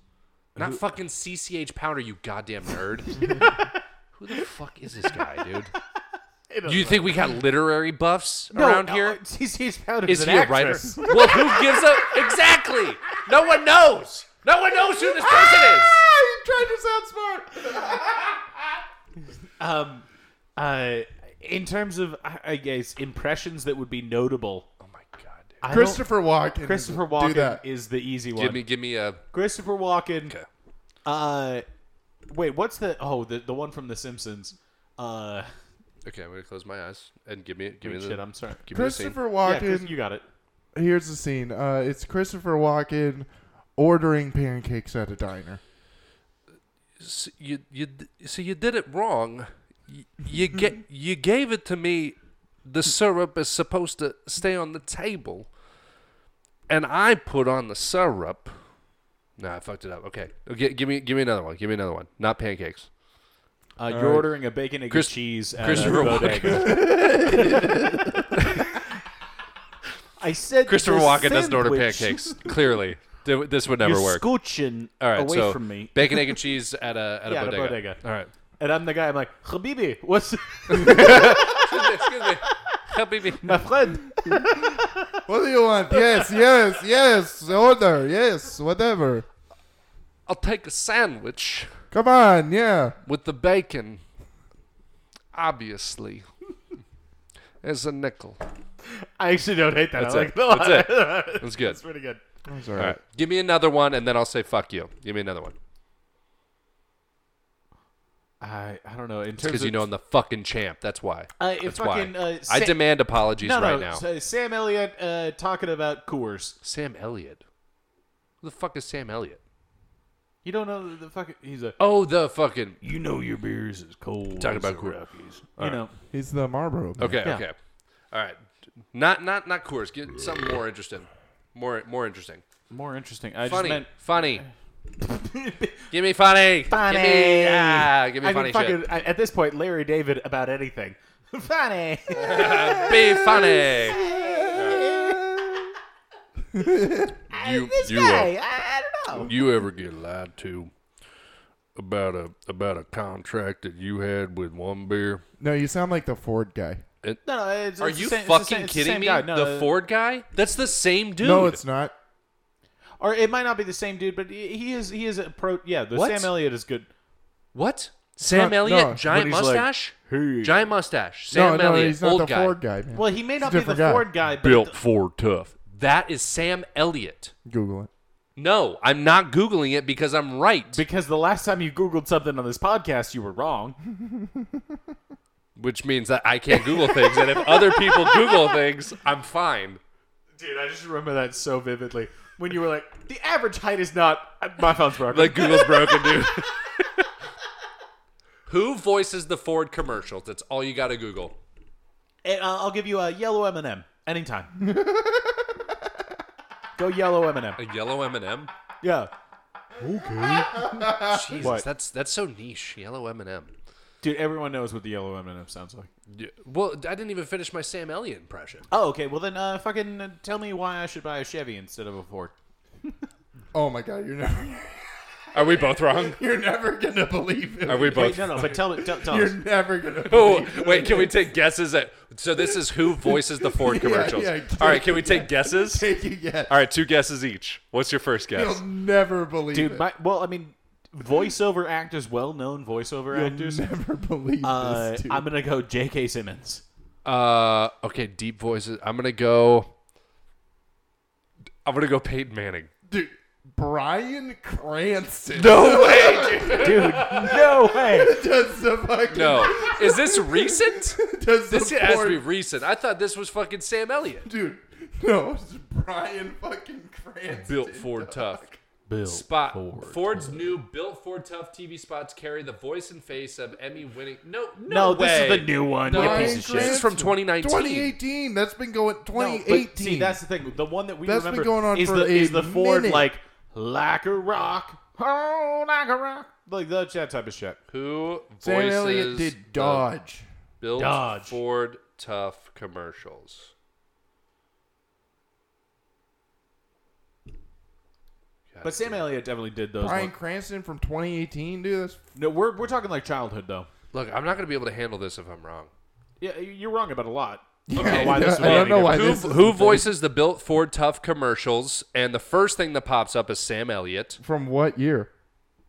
Speaker 1: Not fucking CCH Pounder, you goddamn nerd. who the fuck is this guy, dude? You think we got literary buffs around here?
Speaker 3: he's found
Speaker 1: Is he a writer? well, who gives a exactly? No one knows. No one knows who this person is.
Speaker 2: Ah, You tried to sound smart.
Speaker 3: Um, uh, in terms of I- I guess impressions that would be notable.
Speaker 1: Oh my god. dude.
Speaker 3: I don't-
Speaker 2: Christopher Walken.
Speaker 3: Christopher
Speaker 2: Do that.
Speaker 3: Walken is the easy one.
Speaker 1: Give me, give me a.
Speaker 3: Christopher Walken.
Speaker 1: Okay.
Speaker 3: Uh, wait, what's the? Oh, the the one from The Simpsons. Uh,
Speaker 1: Okay, I'm gonna close my eyes and give me give me
Speaker 3: wait,
Speaker 1: the
Speaker 3: shit, I'm sorry.
Speaker 1: give me the scene.
Speaker 2: Christopher Walken.
Speaker 3: Yeah, Chris, you got it.
Speaker 2: here's the scene. Uh, it's Christopher Walken ordering pancakes at a diner.
Speaker 1: S- you you d- see you did it wrong. You, you get you gave it to me. The syrup is supposed to stay on the table, and I put on the syrup. Nah, I fucked it up. Okay, okay give me give me another one. Give me another one. Not pancakes.
Speaker 3: Uh, you're
Speaker 2: right.
Speaker 3: ordering a bacon, egg,
Speaker 1: Chris-
Speaker 3: and cheese at
Speaker 1: Christopher
Speaker 3: a bodega. I said
Speaker 1: Christopher
Speaker 3: the
Speaker 1: Walken doesn't order
Speaker 3: sandwich.
Speaker 1: pancakes. Clearly, Th- this would never
Speaker 3: You're
Speaker 1: work.
Speaker 3: scooching
Speaker 1: All right,
Speaker 3: away
Speaker 1: so
Speaker 3: from me,
Speaker 1: bacon, egg, and cheese at a at a,
Speaker 3: Yeah, at a
Speaker 1: bodega.
Speaker 3: bodega.
Speaker 1: All right.
Speaker 3: and I'm the guy. I'm like, Habibi, what's
Speaker 1: Excuse me. Excuse me. Help me.
Speaker 3: my friend?
Speaker 2: What do you want? Yes, yes, yes. Order. Yes, whatever.
Speaker 1: I'll take a sandwich.
Speaker 2: Come on, yeah.
Speaker 1: with the bacon, obviously, is a nickel.
Speaker 3: I actually don't hate that.
Speaker 1: That's
Speaker 3: I
Speaker 1: it.
Speaker 3: like that a lot.
Speaker 1: That's it. That's good.
Speaker 3: That's pretty good.
Speaker 2: That's all
Speaker 1: All
Speaker 2: right.
Speaker 1: right. Give me another one, and then I'll say fuck you. Give me another one.
Speaker 3: I I don't know in terms
Speaker 1: Because
Speaker 3: of
Speaker 1: you know I'm the fucking champ. That's why.
Speaker 3: Uh, if
Speaker 1: That's
Speaker 3: fucking,
Speaker 1: why.
Speaker 3: uh,
Speaker 1: I
Speaker 3: Sa-
Speaker 1: demand apologies
Speaker 3: no,
Speaker 1: right
Speaker 3: no,
Speaker 1: now.
Speaker 3: Sa- Sam Elliott uh, talking about Coors.
Speaker 1: Sam Elliott. Who the fuck is Sam Elliott?
Speaker 3: You don't know the, the fucking. He's a.
Speaker 1: Oh, the fucking.
Speaker 3: You know your beers is cold.
Speaker 1: Talking about
Speaker 3: as
Speaker 1: Coors.
Speaker 3: the Rockies. You know.
Speaker 2: He's the Marlboro. man.
Speaker 1: Okay,
Speaker 3: Yeah.
Speaker 1: okay. All right. Not not not Coors. Get something more interesting. More more interesting.
Speaker 3: More interesting. I
Speaker 1: Funny.
Speaker 3: just
Speaker 1: Funny.
Speaker 3: meant
Speaker 1: Give me funny.
Speaker 3: funny.
Speaker 1: Give me, ah, give me
Speaker 3: I
Speaker 1: funny shit.
Speaker 3: mean, fucking, I- at this point, Larry David about anything. funny.
Speaker 1: Be funny. you
Speaker 3: this
Speaker 1: you
Speaker 3: guy.
Speaker 1: uh,
Speaker 3: I, I don't know.
Speaker 1: you ever get lied to about a about a contract that you had with one beer?
Speaker 2: No, you sound like the Ford guy.
Speaker 3: No, no, it's,
Speaker 1: Are
Speaker 3: it's the
Speaker 1: you
Speaker 3: same- it's the
Speaker 1: fucking
Speaker 3: same- it's the
Speaker 1: kidding
Speaker 3: same
Speaker 1: me?
Speaker 3: guy. No,
Speaker 1: the
Speaker 3: uh,
Speaker 1: Ford guy? That's the same dude.
Speaker 2: No, it's not.
Speaker 3: or it might not be the same dude, but he he is he is a pro. Yeah, the
Speaker 1: What?
Speaker 3: Sam Elliott is good.
Speaker 1: what? Sam
Speaker 2: not-
Speaker 1: Elliott,
Speaker 2: no,
Speaker 1: giant
Speaker 3: when he's like,
Speaker 1: mustache,
Speaker 3: "Hey."
Speaker 1: giant mustache.
Speaker 2: No,
Speaker 1: Sam
Speaker 2: no,
Speaker 1: Elliott,
Speaker 2: he's not
Speaker 1: old
Speaker 2: the
Speaker 1: guy,
Speaker 2: Ford guy. Man.
Speaker 3: Well, he may not be the
Speaker 2: different guy.
Speaker 3: Ford guy, but
Speaker 1: built Ford tough. That is Sam Elliott.
Speaker 2: Google it.
Speaker 1: No, I'm not googling it because I'm right.
Speaker 3: Because the last time you Googled something on this podcast, you were wrong.
Speaker 1: Which means that I can't Google things, and if other people Google things, I'm fine.
Speaker 3: Dude, I just remember that so vividly. When you were like, the average height is not. My phone's broken.
Speaker 1: Like Google's broken, dude. Who voices the Ford commercials? That's all you got to Google.
Speaker 3: Eh, uh, I'll give you a yellow M&M anytime. Go yellow M&M.
Speaker 1: A yellow M&M.
Speaker 3: Yeah,
Speaker 1: Jesus,
Speaker 3: What?
Speaker 1: that's that's so niche. Yellow M&M.
Speaker 3: dude, everyone knows what the yellow M&M sounds like.
Speaker 1: Yeah, Well, I didn't even finish my Sam Elliott impression.
Speaker 3: Oh, okay. Well, then, uh, fucking uh, tell me why I should buy a Chevy instead of a Ford.
Speaker 2: Oh my God, you're never,
Speaker 1: Are we both wrong?
Speaker 2: you're never gonna believe it.
Speaker 1: Are we
Speaker 3: Wait,
Speaker 1: both?
Speaker 3: no, no. But tell me, tell, tell
Speaker 2: You're
Speaker 3: us.
Speaker 2: never gonna. Believe
Speaker 1: Oh, wait, can we take guesses at? So this is who voices the Ford commercials.
Speaker 2: yeah,
Speaker 1: all right, can we take guesses?
Speaker 2: Take you yet?
Speaker 1: All right, two guesses each. What's your first guess?
Speaker 2: You'll never believe
Speaker 3: Dude,
Speaker 2: it.
Speaker 3: my, well, I mean, voiceover actors, well-known voiceover
Speaker 2: You'll
Speaker 3: actors.
Speaker 2: never believe
Speaker 3: Uh,
Speaker 2: this. Dude.
Speaker 3: I'm gonna go J.K. Simmons.
Speaker 1: Uh, okay, deep voices. I'm gonna go. I'm gonna go Peyton Manning.
Speaker 2: Dude, Brian Cranston.
Speaker 1: No way.
Speaker 3: Dude, no way.
Speaker 2: does the fucking
Speaker 1: no, is this recent?
Speaker 2: does
Speaker 1: This
Speaker 2: the
Speaker 1: has to
Speaker 2: Ford-
Speaker 1: be recent. I thought this was fucking Sam Elliott.
Speaker 2: dude. No, it's Brian fucking Cranston.
Speaker 1: Built Ford tough.
Speaker 3: Bill
Speaker 1: Spot Ford's new Built Ford Tough TV spots carry the voice and face of Emmy winning. No, no,
Speaker 3: No, this is
Speaker 1: way.
Speaker 3: the new one.
Speaker 1: No.
Speaker 3: you
Speaker 1: Brian
Speaker 3: piece of shit.
Speaker 1: This is from 2019.
Speaker 2: 2018. That's been going
Speaker 3: No,
Speaker 2: 2018.
Speaker 3: but see, that's the thing. The one that we
Speaker 2: That's been
Speaker 3: remember
Speaker 2: going on
Speaker 3: is
Speaker 2: for
Speaker 3: the
Speaker 2: a
Speaker 3: is the Ford
Speaker 2: minute.
Speaker 3: like like a rock, oh like a rock, like that, that type of shit.
Speaker 1: Who
Speaker 2: Sam
Speaker 1: voices uh,
Speaker 2: Elliott
Speaker 1: the
Speaker 2: did Dodge.
Speaker 1: Built
Speaker 3: Dodge.
Speaker 1: Ford Tough commercials?
Speaker 3: But Sam Elliott definitely did those.
Speaker 2: Brian
Speaker 3: ones.
Speaker 2: Cranston from 2018, dude. That's
Speaker 3: No, we're we're talking like childhood though.
Speaker 1: Look, I'm not gonna be able to handle this if I'm wrong.
Speaker 3: Yeah, you're wrong about a lot.
Speaker 1: Okay.
Speaker 3: why this
Speaker 2: I
Speaker 3: would be
Speaker 2: don't
Speaker 3: any
Speaker 2: know why
Speaker 1: Who,
Speaker 2: this is
Speaker 1: who voices the built Ford Tough commercials? And the first thing that pops up is Sam Elliott.
Speaker 2: from what year?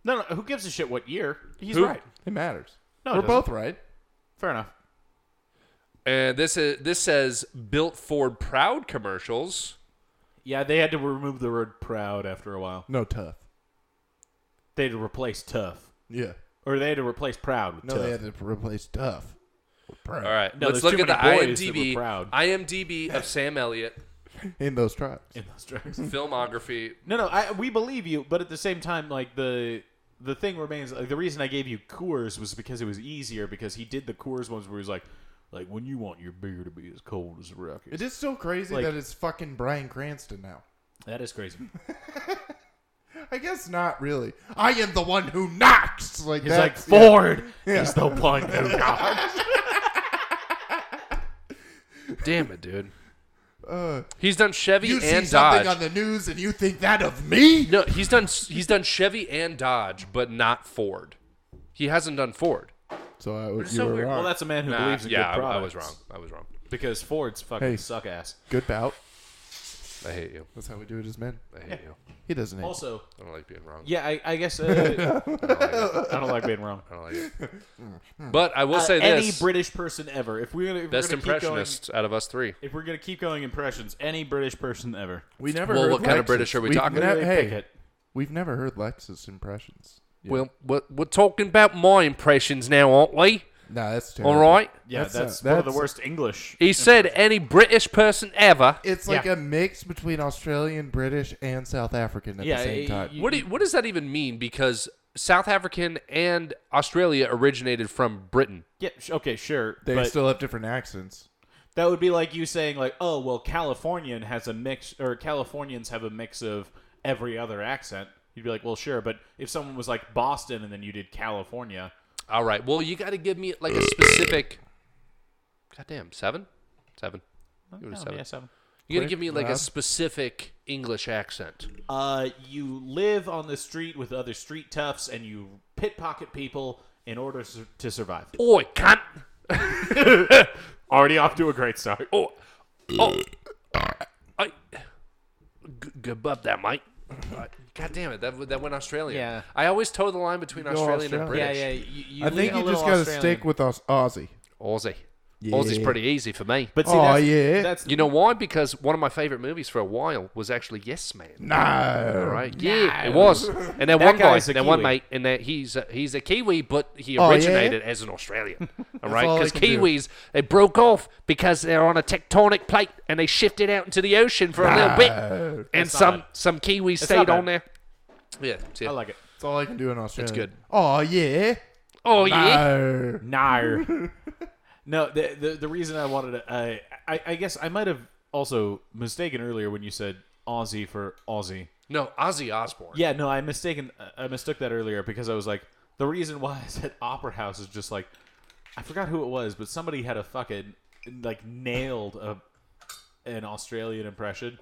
Speaker 3: No, no. Who gives a shit what year? He's
Speaker 1: Who-
Speaker 3: right.
Speaker 2: It matters.
Speaker 3: No, it
Speaker 2: We're
Speaker 3: doesn't.
Speaker 2: both right.
Speaker 3: Fair enough.
Speaker 1: And this is this says built Ford Proud commercials.
Speaker 3: Yeah, they had to remove the word proud after a while.
Speaker 2: No tough.
Speaker 3: they had to replace tough,
Speaker 2: Yeah.
Speaker 3: or they had to replace proud with
Speaker 2: No,
Speaker 3: tough.
Speaker 2: they had to replace tough. with Proud.
Speaker 1: All right,
Speaker 3: No,
Speaker 1: let's
Speaker 3: there's
Speaker 1: look
Speaker 3: too
Speaker 1: at the
Speaker 3: many boys that were
Speaker 1: IMDb.
Speaker 3: proud.
Speaker 1: IMDb of Sam Elliott
Speaker 2: In those tribes.
Speaker 3: in those drugs.
Speaker 1: filmography.
Speaker 3: No, no, I, we believe you, but at the same time, like the the thing remains. Like, the reason I gave you Coors was because it was easier because he did the Coors ones where he's like, like when you want your beer to be as cold as a rocket.
Speaker 2: It is so crazy
Speaker 3: Like-
Speaker 2: that it's fucking Brian Cranston now.
Speaker 3: that is crazy.
Speaker 2: I guess not really. I am the one who knocks. Like
Speaker 3: He's like
Speaker 2: that's-
Speaker 3: Ford is the one who
Speaker 1: Damn it, dude.
Speaker 2: Uh,
Speaker 1: He's done Chevy
Speaker 2: you see
Speaker 1: and
Speaker 2: something
Speaker 1: Dodge.
Speaker 2: on the news and you think that of me?
Speaker 1: no, he's done he's done Chevy and Dodge, but not Ford. He hasn't done Ford.
Speaker 2: So uh, I was
Speaker 1: so weird.
Speaker 3: Well, that's a man who
Speaker 1: Nah,
Speaker 3: believes in
Speaker 1: yeah,
Speaker 3: good
Speaker 1: I, I
Speaker 3: products.
Speaker 1: was wrong. I was wrong.
Speaker 3: because Ford's fucking
Speaker 2: Hey.
Speaker 3: suck ass.
Speaker 2: Good bout.
Speaker 1: I hate you.
Speaker 2: That's how we do it as men.
Speaker 1: I hate you.
Speaker 2: He doesn't. hate
Speaker 3: Also,
Speaker 1: I don't like being wrong.
Speaker 3: yeah, I, I guess uh,
Speaker 1: I don't like it.
Speaker 3: I don't like being wrong.
Speaker 1: I don't like it. Oh, But I will say
Speaker 3: Uh, any
Speaker 1: this:
Speaker 3: British person ever. If we're gonna, if
Speaker 1: best
Speaker 3: we're gonna keep going,
Speaker 1: impressionist out of us three.
Speaker 3: if we're gonna keep going impressions, any British person ever.
Speaker 2: We never.
Speaker 1: Well,
Speaker 2: heard
Speaker 1: what kind of
Speaker 2: Lexus.
Speaker 1: British are we
Speaker 2: We've
Speaker 1: talking
Speaker 2: ne-
Speaker 1: about?
Speaker 2: hey,
Speaker 3: Pick it.
Speaker 2: we've never heard Lexus impressions. Yeah.
Speaker 1: Well, we're, we're talking about my impressions now, aren't we?
Speaker 2: no, that's terrible.
Speaker 1: All right.
Speaker 3: Yeah, that's,
Speaker 2: That's not-
Speaker 3: one of the
Speaker 2: that's-
Speaker 3: worst English.
Speaker 1: He said any British person ever.
Speaker 2: It's like
Speaker 3: Yeah.
Speaker 2: a mix between Australian, British, and South African at
Speaker 3: Yeah,
Speaker 2: the same
Speaker 3: y-
Speaker 2: time.
Speaker 3: y-
Speaker 1: What do, what does that even mean? Because South African and Australia originated from Britain.
Speaker 3: Yeah, sh- okay, sure.
Speaker 2: they
Speaker 3: but
Speaker 2: still have different accents.
Speaker 3: that would be like you saying like, "Oh, well, Californian has a mix or Californians have a mix of every other accent." You'd be like, "Well, sure, but if someone was like Boston and then you did California,
Speaker 1: All right. Well, you got to give me like a specific. Goddamn, seven, seven.
Speaker 3: no,
Speaker 1: it a seven.
Speaker 3: Oh, yeah, seven.
Speaker 1: You got to
Speaker 2: Quick,
Speaker 1: give me like a
Speaker 2: Rob.
Speaker 1: specific English accent.
Speaker 3: Uh, you live on the street with other street toughs and you pit pocket people in order su- to survive.
Speaker 1: Oi, cunt!
Speaker 3: Already off to a great start.
Speaker 1: Oh, oh, I. G- good bub, that mate. I- God damn it! That w- that went Australian.
Speaker 3: Yeah.
Speaker 1: I always toe the line between Australian and
Speaker 2: Australian.
Speaker 1: British.
Speaker 3: Yeah, yeah. You, you
Speaker 2: I think you just got to stick with Aus- Aussie.
Speaker 1: Aussie. Aussie's pretty easy for me.
Speaker 3: But see,
Speaker 2: Aw,
Speaker 3: that's,
Speaker 2: yeah.
Speaker 3: that's
Speaker 1: You know why? Because one of my favorite movies for a while was actually Yes Man.
Speaker 2: No.
Speaker 1: Right? Yeah, it was. And that, one guy,
Speaker 3: guy's a
Speaker 1: that one
Speaker 3: Kiwi.
Speaker 1: mate, and that he's a, he's a Kiwi, but he
Speaker 2: Oh, yeah?
Speaker 1: originated as an Australian. All right,
Speaker 2: all they
Speaker 1: because
Speaker 2: can do.
Speaker 1: Kiwis they broke off because they're on a tectonic plate and they shifted out into the ocean for a little bit,
Speaker 2: No.
Speaker 1: and
Speaker 3: not
Speaker 1: some
Speaker 3: bad.
Speaker 1: some Kiwis
Speaker 3: not
Speaker 1: stayed
Speaker 3: bad.
Speaker 1: on there. Yeah, yeah.
Speaker 3: I like it.
Speaker 2: That's all I can do in Australia.
Speaker 1: good.
Speaker 2: Oh yeah.
Speaker 1: oh yeah,
Speaker 2: No.
Speaker 3: Nar. no, the, the the reason I wanted to, I I, I guess I might have also mistaken earlier when you said Aussie for Aussie.
Speaker 1: no Ozzy Osbourne.
Speaker 3: Yeah, no, I mistaken. I mistook that earlier because I was like, the reason why I said Opera House is just like, I forgot who it was, but somebody had a fucking like nailed a an Australian impression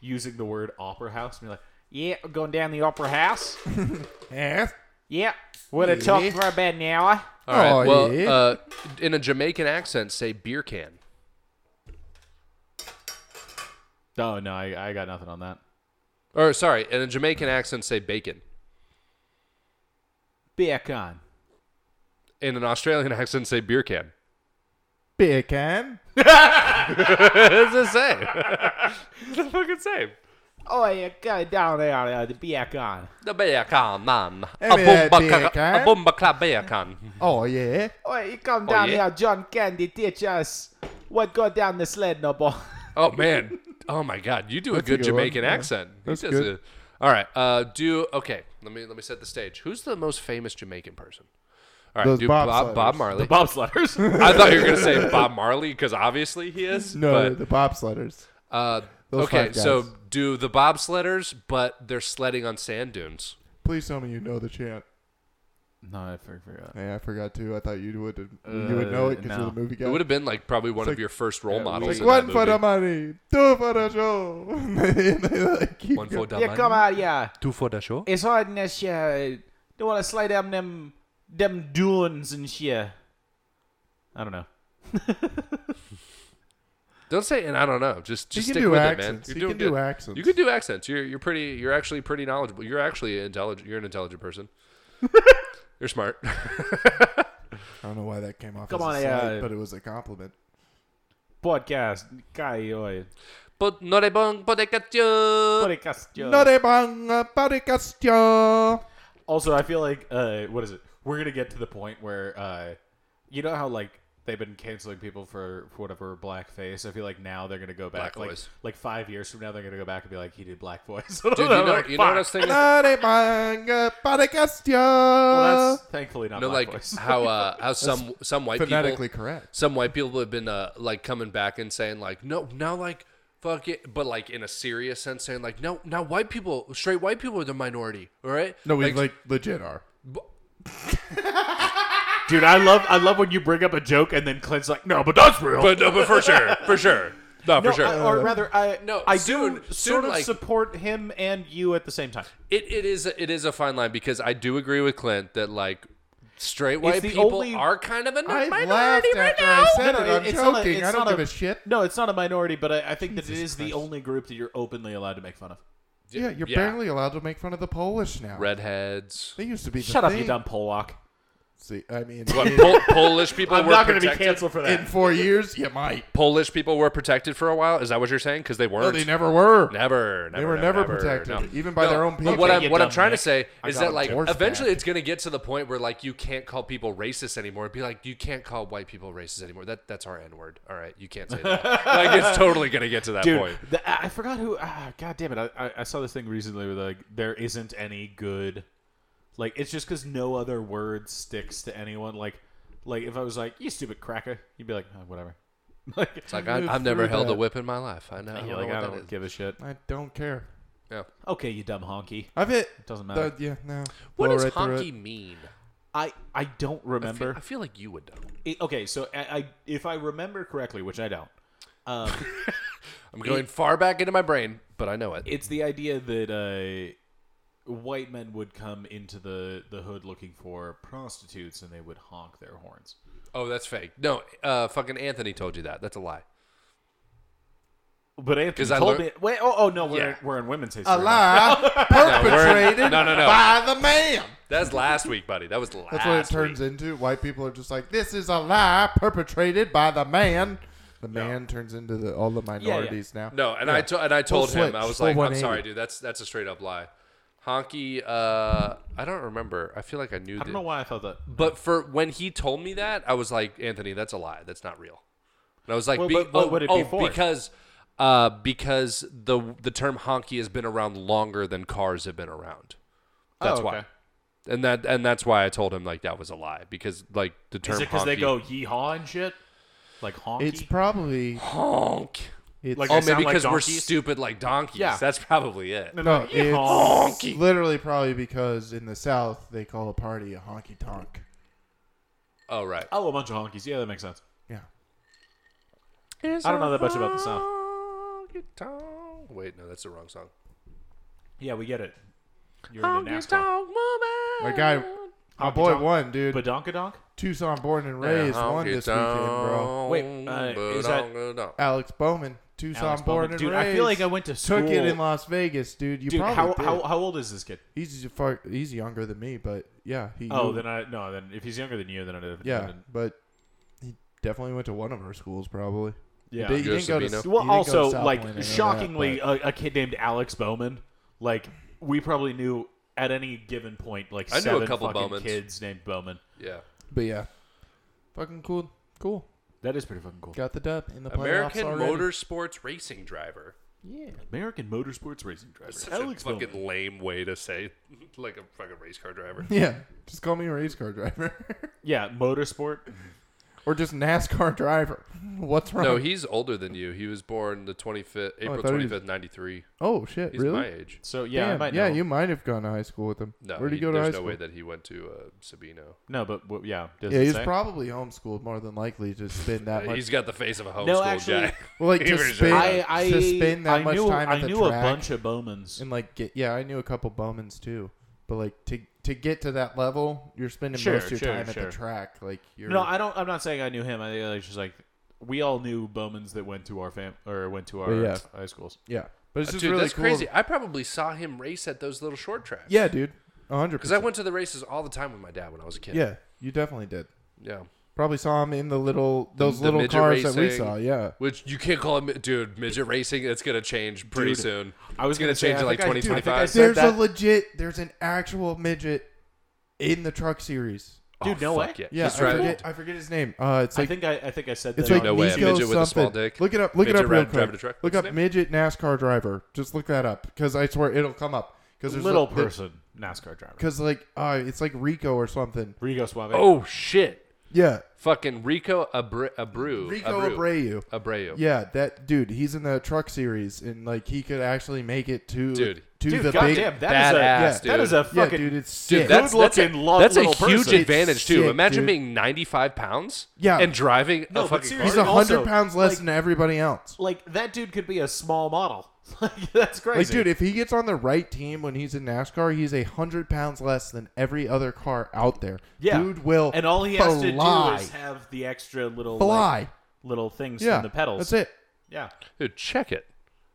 Speaker 3: using the word Opera House. And you're like, yeah, we're going down the Opera House.
Speaker 2: Eh?
Speaker 3: yeah, would have talked for about an hour.
Speaker 1: All right.
Speaker 2: Oh,
Speaker 1: well,
Speaker 2: yeah.
Speaker 1: uh, in a Jamaican accent, say beer can.
Speaker 3: Oh no, I, I got nothing on that.
Speaker 1: Or sorry, in a Jamaican accent, say bacon.
Speaker 3: Bacon.
Speaker 1: In an Australian accent, say beer can.
Speaker 2: Beer can.
Speaker 1: What does it say? the fucking same.
Speaker 3: Oh, you go down there, uh, the bacon.
Speaker 1: The beer can, man. A
Speaker 2: Hey, man,
Speaker 1: boomba
Speaker 2: beer
Speaker 1: ca-
Speaker 2: can.
Speaker 1: a boomba clap beer can.
Speaker 2: Oh yeah.
Speaker 3: Oh, you come
Speaker 1: down yeah?
Speaker 3: here, John Candy, teach us what go down the sled, no boy.
Speaker 1: Oh man. Oh my God. You do a
Speaker 2: That's a
Speaker 1: good
Speaker 2: good
Speaker 1: Jamaican
Speaker 2: one, yeah.
Speaker 1: accent. He
Speaker 2: That's
Speaker 1: does
Speaker 2: good.
Speaker 1: a- all right. Uh, do okay. Let me let me set the stage. Who's the most famous Jamaican person? All right.
Speaker 2: Those
Speaker 1: do
Speaker 2: Bob
Speaker 1: Bob, Bob
Speaker 2: Sliders.
Speaker 1: Marley.
Speaker 3: Bobsledders.
Speaker 1: I thought you were gonna say Bob Marley because obviously he is.
Speaker 2: No,
Speaker 1: but-
Speaker 2: the bobsledders.
Speaker 1: Uh,
Speaker 2: Those
Speaker 1: okay,
Speaker 2: five guys.
Speaker 1: so do the bobsledders, but they're sledding on sand dunes.
Speaker 2: Please tell me you know the chant.
Speaker 3: no, I forgot.
Speaker 2: Hey, I forgot too. I thought you would you would know it because
Speaker 3: Uh, no.
Speaker 2: you're the movie guy.
Speaker 1: It would have been like probably one of
Speaker 2: like-
Speaker 1: your first role models.
Speaker 2: It's
Speaker 1: in
Speaker 2: like one
Speaker 1: that
Speaker 2: for
Speaker 1: movie.
Speaker 2: the money, two for the show. They, like, keep
Speaker 1: One for
Speaker 2: going.
Speaker 1: the
Speaker 3: You
Speaker 1: money,
Speaker 3: come out here.
Speaker 1: two for the show.
Speaker 3: It's hard and this shit. Don't want to slide down them them dunes and shit. I don't know.
Speaker 1: Don't say and I don't know. Just
Speaker 2: He
Speaker 1: just
Speaker 2: can
Speaker 1: stick
Speaker 2: do
Speaker 1: with
Speaker 2: accents.
Speaker 1: it, man.
Speaker 2: He
Speaker 1: You're
Speaker 2: can
Speaker 1: doing
Speaker 2: do
Speaker 1: good.
Speaker 2: accents.
Speaker 1: You can do accents. You're you're pretty. You're actually pretty knowledgeable. You're actually intelligent. You're an intelligent person. you're smart.
Speaker 2: I don't know why that came off.
Speaker 3: Come
Speaker 2: as
Speaker 3: on,
Speaker 2: a
Speaker 3: yeah.
Speaker 2: slight, but it was a compliment.
Speaker 3: Podcast. Guy, oi.
Speaker 1: but not
Speaker 3: Uh,
Speaker 1: a bong, but a cut you.
Speaker 3: Podcast, yo.
Speaker 2: Not a bang, but a castio.
Speaker 3: Also, I feel like uh, what is it? We're gonna get to the point where uh, you know how like they've been canceling people for, for whatever blackface. I feel like now they're gonna go back
Speaker 1: Black
Speaker 3: like
Speaker 1: voice.
Speaker 3: like five years from now they're gonna go back and be like he did black voice.
Speaker 1: Dude, you know, you know what I was thinking?
Speaker 3: well,
Speaker 2: Phonetically
Speaker 3: that's thankfully not
Speaker 1: You know,
Speaker 3: black
Speaker 1: like
Speaker 3: voice.
Speaker 1: how uh, how some some white people
Speaker 2: correct.
Speaker 1: some white people have been uh, like coming back and saying like no now like fuck it but like in a serious sense saying like no now white people straight white people are the minority all right
Speaker 2: No, we
Speaker 1: like,
Speaker 2: like, legit are.
Speaker 3: Dude, I love I love when you bring up a joke and then Clint's like, no, but that's real.
Speaker 1: but no but for sure for sure no,
Speaker 3: No, uh,
Speaker 1: for sure
Speaker 3: I- or
Speaker 2: Uh,
Speaker 3: rather, I
Speaker 1: no,
Speaker 3: I
Speaker 1: soon-
Speaker 3: do
Speaker 1: soon,
Speaker 3: sort of
Speaker 1: like-
Speaker 3: support him and you at the same time.
Speaker 1: it, it is it is a fine line because i do agree with clint that like straight white
Speaker 3: the
Speaker 1: people
Speaker 3: only-
Speaker 1: are kind of a
Speaker 2: I laughed
Speaker 1: minority right
Speaker 2: after
Speaker 1: now
Speaker 2: I said it. I'm
Speaker 3: it's not a-
Speaker 2: joking.
Speaker 3: it's
Speaker 2: I don't
Speaker 3: not
Speaker 2: give a, shit.
Speaker 3: No, it's not a minority, but I, I think that it is the
Speaker 2: Christ.
Speaker 3: only group that you're openly allowed to make fun of.
Speaker 2: Yeah, you're
Speaker 1: yeah.
Speaker 2: barely allowed to make fun of the Polish now.
Speaker 1: redheads
Speaker 2: They used to be. the
Speaker 3: Shut up, you
Speaker 2: thing.
Speaker 3: dumb Pollock.
Speaker 2: See, I mean,
Speaker 1: what
Speaker 2: in,
Speaker 1: Pol- polish people were
Speaker 3: gonna
Speaker 1: protected
Speaker 3: for
Speaker 2: in four years, you might.
Speaker 1: polish people were protected for a while is that what you're saying because they weren't
Speaker 2: No, they never were.
Speaker 1: Never, never.
Speaker 2: They were never protected, even by their own
Speaker 1: But what
Speaker 2: people.
Speaker 1: I'm,
Speaker 3: You
Speaker 1: what I'm
Speaker 3: dumb
Speaker 1: trying
Speaker 3: Nick.
Speaker 1: to say
Speaker 2: I
Speaker 1: is
Speaker 2: got
Speaker 1: that,
Speaker 2: a
Speaker 1: like,
Speaker 2: horse
Speaker 1: eventually
Speaker 2: back.
Speaker 1: it's going to get to the point where, like, you can't call people racist anymore. Be like, you can't call white people racist anymore. That That's our N word. All right. You can't say that. like, it's totally going to get to that point.
Speaker 3: Dude, the, I I forgot who. Ah, God damn it! I, I, I saw this thing recently where like there isn't any good, like it's just because no other word sticks to anyone. Like, like if I was like you stupid cracker, you'd be like "Ah, whatever. Like,
Speaker 1: It's like, I,
Speaker 2: Move
Speaker 1: I've never
Speaker 2: through
Speaker 1: held a
Speaker 2: that.
Speaker 1: whip in my life. I know. I
Speaker 3: you're
Speaker 1: don't
Speaker 3: like
Speaker 1: know
Speaker 3: I
Speaker 1: what
Speaker 3: don't
Speaker 1: that is.
Speaker 3: give a shit.
Speaker 2: I don't care.
Speaker 1: Yeah.
Speaker 3: Okay, you dumb honky.
Speaker 2: I've hit.
Speaker 3: Doesn't matter.
Speaker 2: The, yeah, no.
Speaker 1: What
Speaker 2: Blow
Speaker 1: does
Speaker 2: right through
Speaker 1: honky
Speaker 2: it.
Speaker 1: mean?
Speaker 3: I I don't
Speaker 1: I feel,
Speaker 3: remember.
Speaker 1: I feel like you would know.
Speaker 3: I- okay, so I, I if I remember correctly, which I don't, um,
Speaker 1: I'm going far back into my brain, but I know it.
Speaker 3: it's the idea that uh, white men would come into the the hood looking for prostitutes and they would honk their horns.
Speaker 1: Oh, that's fake. No, uh, fucking Anthony told you that. That's a lie.
Speaker 3: But Anthony
Speaker 1: 'Cause I
Speaker 3: told
Speaker 1: lear-
Speaker 3: me. Wait, oh, oh no, we're,
Speaker 1: Yeah.
Speaker 3: we're in women's history.
Speaker 2: A lie perpetrated
Speaker 1: no, no, no.
Speaker 2: by the man.
Speaker 1: That's last week, buddy. That was last
Speaker 2: That's what it turns
Speaker 1: week.
Speaker 2: into. White people are just like, this is a lie perpetrated by the man. The man turns into the, all the minorities now.
Speaker 1: No, and I to, and I told
Speaker 2: Full
Speaker 1: him
Speaker 2: switch,
Speaker 1: I was
Speaker 2: full
Speaker 1: like, I'm
Speaker 2: 180.
Speaker 1: sorry, dude. That's that's a straight up lie. Honky, uh, I don't remember. I feel like I knew
Speaker 3: I
Speaker 1: that.
Speaker 3: don't know why I thought that.
Speaker 1: But for when he told me that, I was like, Anthony, that's a lie. That's not real. And I was like,
Speaker 3: Well,
Speaker 1: be-
Speaker 3: but what
Speaker 1: oh,
Speaker 3: would it
Speaker 1: oh,
Speaker 3: be for?
Speaker 1: because uh, because the the term honky has been around longer than cars have been around. That's why.
Speaker 3: Oh, okay.
Speaker 1: And that and that's why I told him like that was a lie because like the term
Speaker 3: Is it because they
Speaker 1: honky-
Speaker 3: go yeehaw and shit? Like honky.
Speaker 2: It's probably.
Speaker 1: honk.
Speaker 2: It's,
Speaker 3: Like
Speaker 1: Oh,
Speaker 3: They
Speaker 1: maybe
Speaker 3: sound like
Speaker 1: because we're
Speaker 3: donkeys?
Speaker 1: stupid like donkeys.
Speaker 3: Yeah.
Speaker 1: That's probably it.
Speaker 2: no,
Speaker 3: Yeehaw.
Speaker 2: it's literally probably because in the South they call a party a honky tonk.
Speaker 1: Oh, right.
Speaker 3: oh, a bunch of honkies. Yeah, that makes sense.
Speaker 2: Yeah.
Speaker 3: I don't know that much about the South.
Speaker 1: Wait, no, that's the wrong song.
Speaker 3: Yeah, we get it. You're in NASCAR.
Speaker 2: My guy, my
Speaker 3: Honky
Speaker 2: boy
Speaker 3: tonk.
Speaker 2: won, dude.
Speaker 3: Badonkadonk?
Speaker 2: Tucson born and raised won this weekend, bro.
Speaker 3: Wait, uh, is that-
Speaker 2: Alex Bowman, Tucson
Speaker 3: Alex
Speaker 2: born
Speaker 3: Baldwin.
Speaker 2: and
Speaker 3: Dude,
Speaker 2: raised.
Speaker 3: I feel like I went to school.
Speaker 2: took it in Las Vegas, dude. You
Speaker 3: Dude,
Speaker 2: probably
Speaker 3: how,
Speaker 2: did.
Speaker 3: how, how old is this kid?
Speaker 2: he's far, he's younger than me, but yeah, he.
Speaker 3: Oh,
Speaker 2: knew-
Speaker 3: then I no. Then if he's younger than you, then I did.
Speaker 2: yeah, but he definitely went to one of our schools, probably.
Speaker 3: yeah.
Speaker 2: He, did, he didn't go to.
Speaker 1: Sabino.
Speaker 2: he
Speaker 3: Well,
Speaker 2: didn't go to
Speaker 3: also
Speaker 2: South
Speaker 3: like
Speaker 2: Point, I know that,
Speaker 3: shockingly,
Speaker 2: but-
Speaker 3: a, a kid named Alex Bowman. Like we probably knew at any given point, like
Speaker 1: I knew a
Speaker 3: seven
Speaker 1: couple
Speaker 3: fucking
Speaker 1: Bowmans.
Speaker 3: kids named Bowman.
Speaker 1: Yeah.
Speaker 2: but yeah, fucking cool, cool.
Speaker 3: That is pretty fucking cool.
Speaker 2: Got the dub in the playoffs
Speaker 1: American
Speaker 2: already.
Speaker 1: motorsports racing driver.
Speaker 3: Yeah, American motorsports racing driver.
Speaker 1: That's such
Speaker 3: Alex
Speaker 1: a fucking
Speaker 3: Bowman.
Speaker 1: lame way to say like a fucking race car driver.
Speaker 2: Yeah, just call me a race car driver,
Speaker 3: Yeah, motorsport.
Speaker 2: or just NASCAR driver. What's wrong?
Speaker 1: No, he's older than you. He was born the 25th, April
Speaker 2: Oh, thought he was-
Speaker 1: 25th, 93.
Speaker 2: oh shit,
Speaker 1: He's
Speaker 2: really?
Speaker 1: my age.
Speaker 3: So yeah, I
Speaker 2: Damn,
Speaker 3: might
Speaker 2: yeah,
Speaker 3: know.
Speaker 2: you might have gone to high school with him.
Speaker 1: No,
Speaker 2: Where'd he,
Speaker 1: he-
Speaker 2: go to high
Speaker 1: there's no
Speaker 2: school?
Speaker 1: way that he went to uh, Sabino.
Speaker 3: No, but w- yeah, does
Speaker 2: yeah,
Speaker 3: it
Speaker 2: he was
Speaker 3: say?
Speaker 2: probably homeschooled more than likely to spend that much.
Speaker 1: He's got the face of a homeschool
Speaker 3: No, actually,
Speaker 1: guy.
Speaker 2: Well, like
Speaker 1: He
Speaker 2: to
Speaker 1: was
Speaker 2: spend,
Speaker 3: I, I
Speaker 2: to spend that
Speaker 3: I
Speaker 2: much
Speaker 3: knew,
Speaker 2: time
Speaker 3: I
Speaker 2: at the
Speaker 3: knew
Speaker 2: track
Speaker 3: a bunch of Bowmans.
Speaker 2: and like get yeah, I knew a couple Bowmans too, but like to to get to that level, you're spending
Speaker 3: Sure,
Speaker 2: most of your
Speaker 3: sure,
Speaker 2: time at
Speaker 3: sure.
Speaker 2: the track. Like you're
Speaker 3: No, I don't. I'm not saying I knew him. I think it's just like we all knew Bowmans that went to our fam or went to our
Speaker 2: Yeah.
Speaker 3: high schools.
Speaker 2: yeah, but it's just
Speaker 1: Uh, Dude,
Speaker 2: really
Speaker 1: that's
Speaker 2: cool.
Speaker 1: crazy. I probably saw him race at those little short tracks.
Speaker 2: Yeah, dude, A hundred
Speaker 1: Because I
Speaker 2: percent.
Speaker 1: went to the races all the time with my dad when I was a kid.
Speaker 2: Yeah, you definitely did.
Speaker 1: Yeah.
Speaker 2: Probably saw him in the little those
Speaker 1: the
Speaker 2: little
Speaker 1: midget
Speaker 2: cars that we
Speaker 1: racing.
Speaker 2: saw. Yeah,
Speaker 1: Which you can't call it, mi- dude, midget racing. It's going to change pretty
Speaker 3: Dude,
Speaker 1: soon.
Speaker 3: I was
Speaker 1: It's going to change in like
Speaker 3: twenty twenty
Speaker 1: 2025.
Speaker 3: five.
Speaker 2: there's a legit, there's an actual midget in the truck series.
Speaker 3: Dude, no way.
Speaker 1: Oh, fuck Yeah,
Speaker 2: Yeah,
Speaker 1: he's
Speaker 2: I
Speaker 1: right.
Speaker 2: forget, I forget his name. Uh, it's like
Speaker 3: I think I, I think I said
Speaker 2: It's
Speaker 3: that.
Speaker 2: like
Speaker 1: No
Speaker 3: on-
Speaker 1: way, a
Speaker 2: Nico
Speaker 1: midget with a small
Speaker 2: something.
Speaker 1: dick?
Speaker 2: Look it up. Look
Speaker 1: Midget
Speaker 2: it up real
Speaker 1: ri- driving a
Speaker 2: quick.
Speaker 1: truck?
Speaker 2: Look
Speaker 1: What's
Speaker 2: up
Speaker 1: his name?
Speaker 2: midget NASCAR driver. Just look that up because I swear it'll come up. Because there's
Speaker 3: little
Speaker 2: like,
Speaker 3: person NASCAR driver.
Speaker 2: Because like uh, it's like Rico or something.
Speaker 3: Rigo Suave.
Speaker 1: Oh shit!
Speaker 2: Yeah,
Speaker 1: Fucking Rico Abre- Abreu.
Speaker 2: Rico
Speaker 1: Abreu.
Speaker 2: Abreu.
Speaker 1: Abreu.
Speaker 2: Yeah, that dude. He's in the truck series and like he could actually make it to
Speaker 1: Dude.
Speaker 2: to
Speaker 3: dude,
Speaker 2: the big.
Speaker 3: goddamn, that is
Speaker 1: badass,
Speaker 3: a that is
Speaker 1: dude.
Speaker 3: a
Speaker 2: Yeah,
Speaker 3: fucking
Speaker 2: dude, it's sick.
Speaker 1: Dude, that's that's a,
Speaker 3: Good-looking, lo-
Speaker 1: that's a
Speaker 3: little
Speaker 1: huge
Speaker 3: person. It's
Speaker 1: advantage too.
Speaker 2: sick,
Speaker 1: Imagine
Speaker 2: dude.
Speaker 1: being 95 pounds,
Speaker 2: Yeah.
Speaker 1: and driving
Speaker 3: No,
Speaker 1: a
Speaker 3: but
Speaker 1: fucking car.
Speaker 3: seriously-
Speaker 2: He's a hundred
Speaker 3: also,
Speaker 2: pounds less
Speaker 3: like-
Speaker 2: than everybody else.
Speaker 3: like that dude could be a small model. like that's crazy.
Speaker 2: Like, dude, if he gets on the right team when he's in NASCAR, he's a hundred pounds less than every other car out there.
Speaker 3: yeah.
Speaker 2: dude will
Speaker 3: and all he has
Speaker 2: fly.
Speaker 3: to do is have the extra little
Speaker 2: fly.
Speaker 3: like, little things
Speaker 2: yeah,
Speaker 3: in the pedals.
Speaker 2: That's it.
Speaker 3: Yeah,
Speaker 1: Dude, check it.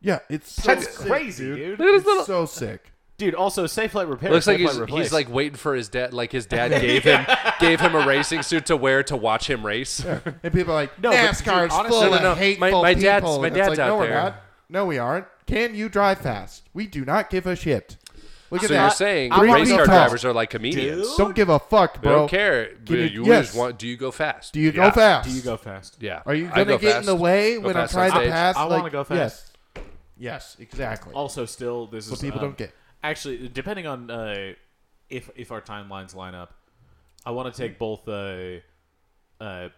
Speaker 2: Yeah, it's so
Speaker 3: that's
Speaker 2: sick,
Speaker 3: crazy,
Speaker 2: dude.
Speaker 3: dude.
Speaker 1: Look at his
Speaker 2: It's
Speaker 1: little.
Speaker 2: so sick.
Speaker 3: Dude, also safe flight repair.
Speaker 1: Looks like
Speaker 3: Safe Flight
Speaker 1: he's,
Speaker 3: Replace.
Speaker 1: he's like waiting for his dad. Like his dad gave him gave him a racing suit to wear to watch him race.
Speaker 2: And people are like,
Speaker 3: No, but
Speaker 2: NASCAR
Speaker 3: dude,
Speaker 2: is
Speaker 3: honestly-
Speaker 2: full
Speaker 3: No, no,
Speaker 2: of
Speaker 1: no.
Speaker 2: hateful
Speaker 1: My- my
Speaker 2: people.
Speaker 1: dad's- my
Speaker 2: And
Speaker 1: dad's
Speaker 2: it's like,
Speaker 1: out
Speaker 2: no, we're
Speaker 1: there.
Speaker 2: not. No, we aren't. Can you drive fast? We do not give a shit. Look at
Speaker 1: So
Speaker 2: that.
Speaker 1: you're saying
Speaker 2: Three
Speaker 1: race
Speaker 2: feet
Speaker 1: car
Speaker 2: tall.
Speaker 1: drivers are like comedians?
Speaker 3: Dude.
Speaker 2: Don't give a fuck,
Speaker 1: They
Speaker 2: bro.
Speaker 1: don't care. But
Speaker 2: you-
Speaker 1: you
Speaker 2: yes.
Speaker 1: just want. Do you go fast?
Speaker 2: Do you
Speaker 3: Yeah.
Speaker 2: go fast?
Speaker 3: Do you go fast?
Speaker 1: Yeah.
Speaker 2: Are you
Speaker 1: I
Speaker 2: gonna
Speaker 1: go
Speaker 2: get
Speaker 1: fast.
Speaker 2: in the way
Speaker 1: Go
Speaker 2: when I'm
Speaker 1: fast on
Speaker 2: trying to
Speaker 1: stage.
Speaker 2: pass?
Speaker 3: I
Speaker 2: like,
Speaker 3: wanna go fast.
Speaker 2: Yes. Yes, exactly.
Speaker 3: Also, still this is
Speaker 2: But people
Speaker 3: um,
Speaker 2: don't get.
Speaker 3: Actually, depending on uh, if if our timelines line up, I want to take both. Uh, uh,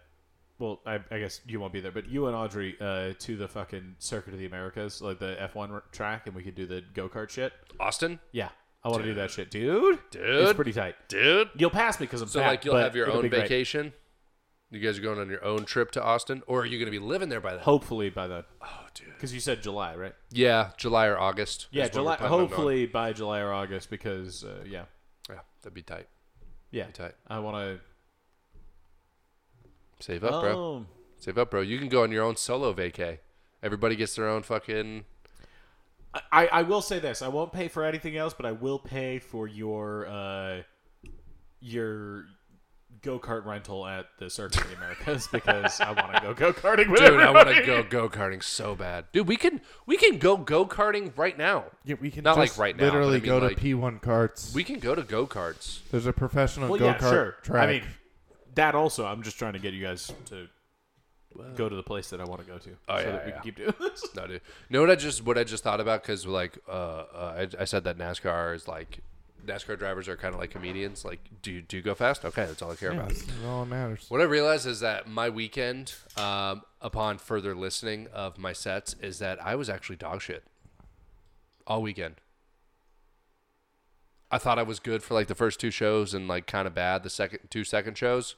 Speaker 3: well, I, I guess you won't be there, but you and Audrey uh, to the fucking Circuit of the Americas, like the F one track, and we could do the go kart shit.
Speaker 1: Austin,
Speaker 3: Yeah, I want to do that shit, dude. it's
Speaker 1: Dude.
Speaker 3: pretty tight.
Speaker 1: dude.
Speaker 3: You'll pass me because I'm
Speaker 1: So
Speaker 3: fat,
Speaker 1: like you'll
Speaker 3: but
Speaker 1: have your
Speaker 3: it'll
Speaker 1: own
Speaker 3: be great.
Speaker 1: vacation. You guys are going on your own trip to Austin, or are you gonna be living there by then?
Speaker 3: Hopefully by then,
Speaker 1: Oh, dude.
Speaker 3: because you said July, right?
Speaker 1: Yeah, July or August.
Speaker 3: Yeah,
Speaker 1: is when we're
Speaker 3: July.
Speaker 1: planning on going.
Speaker 3: Hopefully by July or August, because uh, yeah,
Speaker 1: Yeah, that'd be tight.
Speaker 3: yeah.
Speaker 1: tight.
Speaker 3: I want to.
Speaker 1: Save up, bro.
Speaker 3: Oh,
Speaker 1: Save up, bro. You can go on your own solo vacay. Everybody gets their own fucking.
Speaker 3: I, I will say this. I won't pay for anything else, but I will pay for your uh, your go kart rental at the Circuit of the Americas because I want to go go karting with
Speaker 1: Dude, I
Speaker 3: everybody.
Speaker 1: want to go go karting so bad. Dude, we can we can go go karting right now.
Speaker 2: Yeah, we can
Speaker 1: Not
Speaker 2: just
Speaker 1: like right now, but I
Speaker 2: Literally
Speaker 1: mean,
Speaker 2: go
Speaker 1: like-
Speaker 2: to P1 carts.
Speaker 1: We can go to go karts.
Speaker 2: There's a professional
Speaker 3: Well,
Speaker 2: go
Speaker 3: yeah,
Speaker 2: kart
Speaker 3: sure.
Speaker 2: track.
Speaker 3: I mean, that also. I'm just trying to get you guys to go to the place that I want to go to,
Speaker 1: Oh,
Speaker 3: so
Speaker 1: yeah,
Speaker 3: that we
Speaker 1: yeah.
Speaker 3: can keep doing this.
Speaker 1: No, dude. You know what I just what I just thought about because like uh, uh I, I said that NASCAR is like NASCAR drivers are kind of like comedians. Like, do you, do you go fast? Okay, that's all I care
Speaker 2: Yeah,
Speaker 1: about.
Speaker 2: that's all that matters.
Speaker 1: What I realized is that my weekend, um, upon further listening of my sets, is that I was actually dog shit all weekend. I thought I was good for like the first two shows and like kind of bad the second two second shows.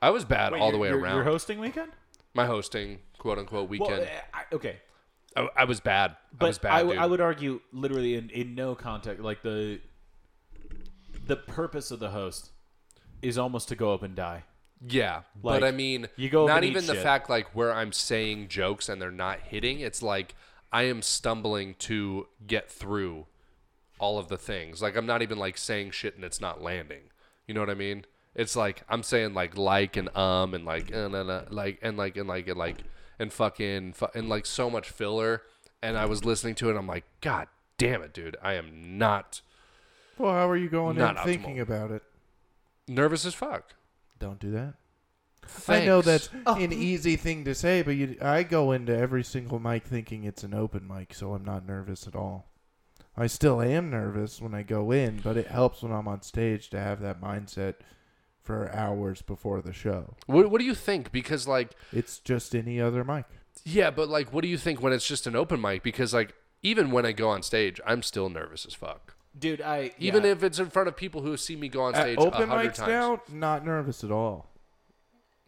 Speaker 1: I was bad all the way
Speaker 3: You're-
Speaker 1: around.
Speaker 3: You're hosting weekend.
Speaker 1: my hosting, quote unquote,
Speaker 3: Well,
Speaker 1: weekend.
Speaker 3: I, I- okay,
Speaker 1: I, I was bad. I was
Speaker 3: but
Speaker 1: bad.
Speaker 3: I, w-
Speaker 1: dude.
Speaker 3: I would argue literally in, in no context like the the purpose of the host is almost to go up and die
Speaker 1: Yeah,
Speaker 3: Like,
Speaker 1: but I mean,
Speaker 3: you go up
Speaker 1: not
Speaker 3: and eat
Speaker 1: even the
Speaker 3: shit.
Speaker 1: fact like where I'm saying jokes and they're not hitting. It's like I am stumbling to get through all of the things. Like I'm not even like saying shit and it's not landing. You know what I mean? It's like I'm saying like like and um and like and and like and like and like and like and fucking fu- and like so much filler. And I was listening to it. and I'm like, God damn it, dude! I am not
Speaker 2: Well, how are you going in
Speaker 1: Not optimal.
Speaker 2: thinking about it?
Speaker 1: nervous as fuck.
Speaker 2: Don't do that. I know
Speaker 1: Thanks.
Speaker 2: that's an easy thing to say, but you, I go into every single mic thinking it's an open mic, so I'm not nervous at all. I still am nervous when I go in, but it helps when I'm on stage to have that mindset for hours before the show.
Speaker 1: What, what do you think? Because like
Speaker 2: It's just any other mic.
Speaker 1: Yeah, but like, what do you think when it's just an open mic? Because like, even when I go on stage, I'm still nervous as fuck.
Speaker 3: dude i
Speaker 1: Even if it's in front of people who have seen me go on
Speaker 2: At
Speaker 1: stage a
Speaker 2: Uh, open
Speaker 1: hundred
Speaker 2: mics
Speaker 1: times.
Speaker 2: now, not nervous at all.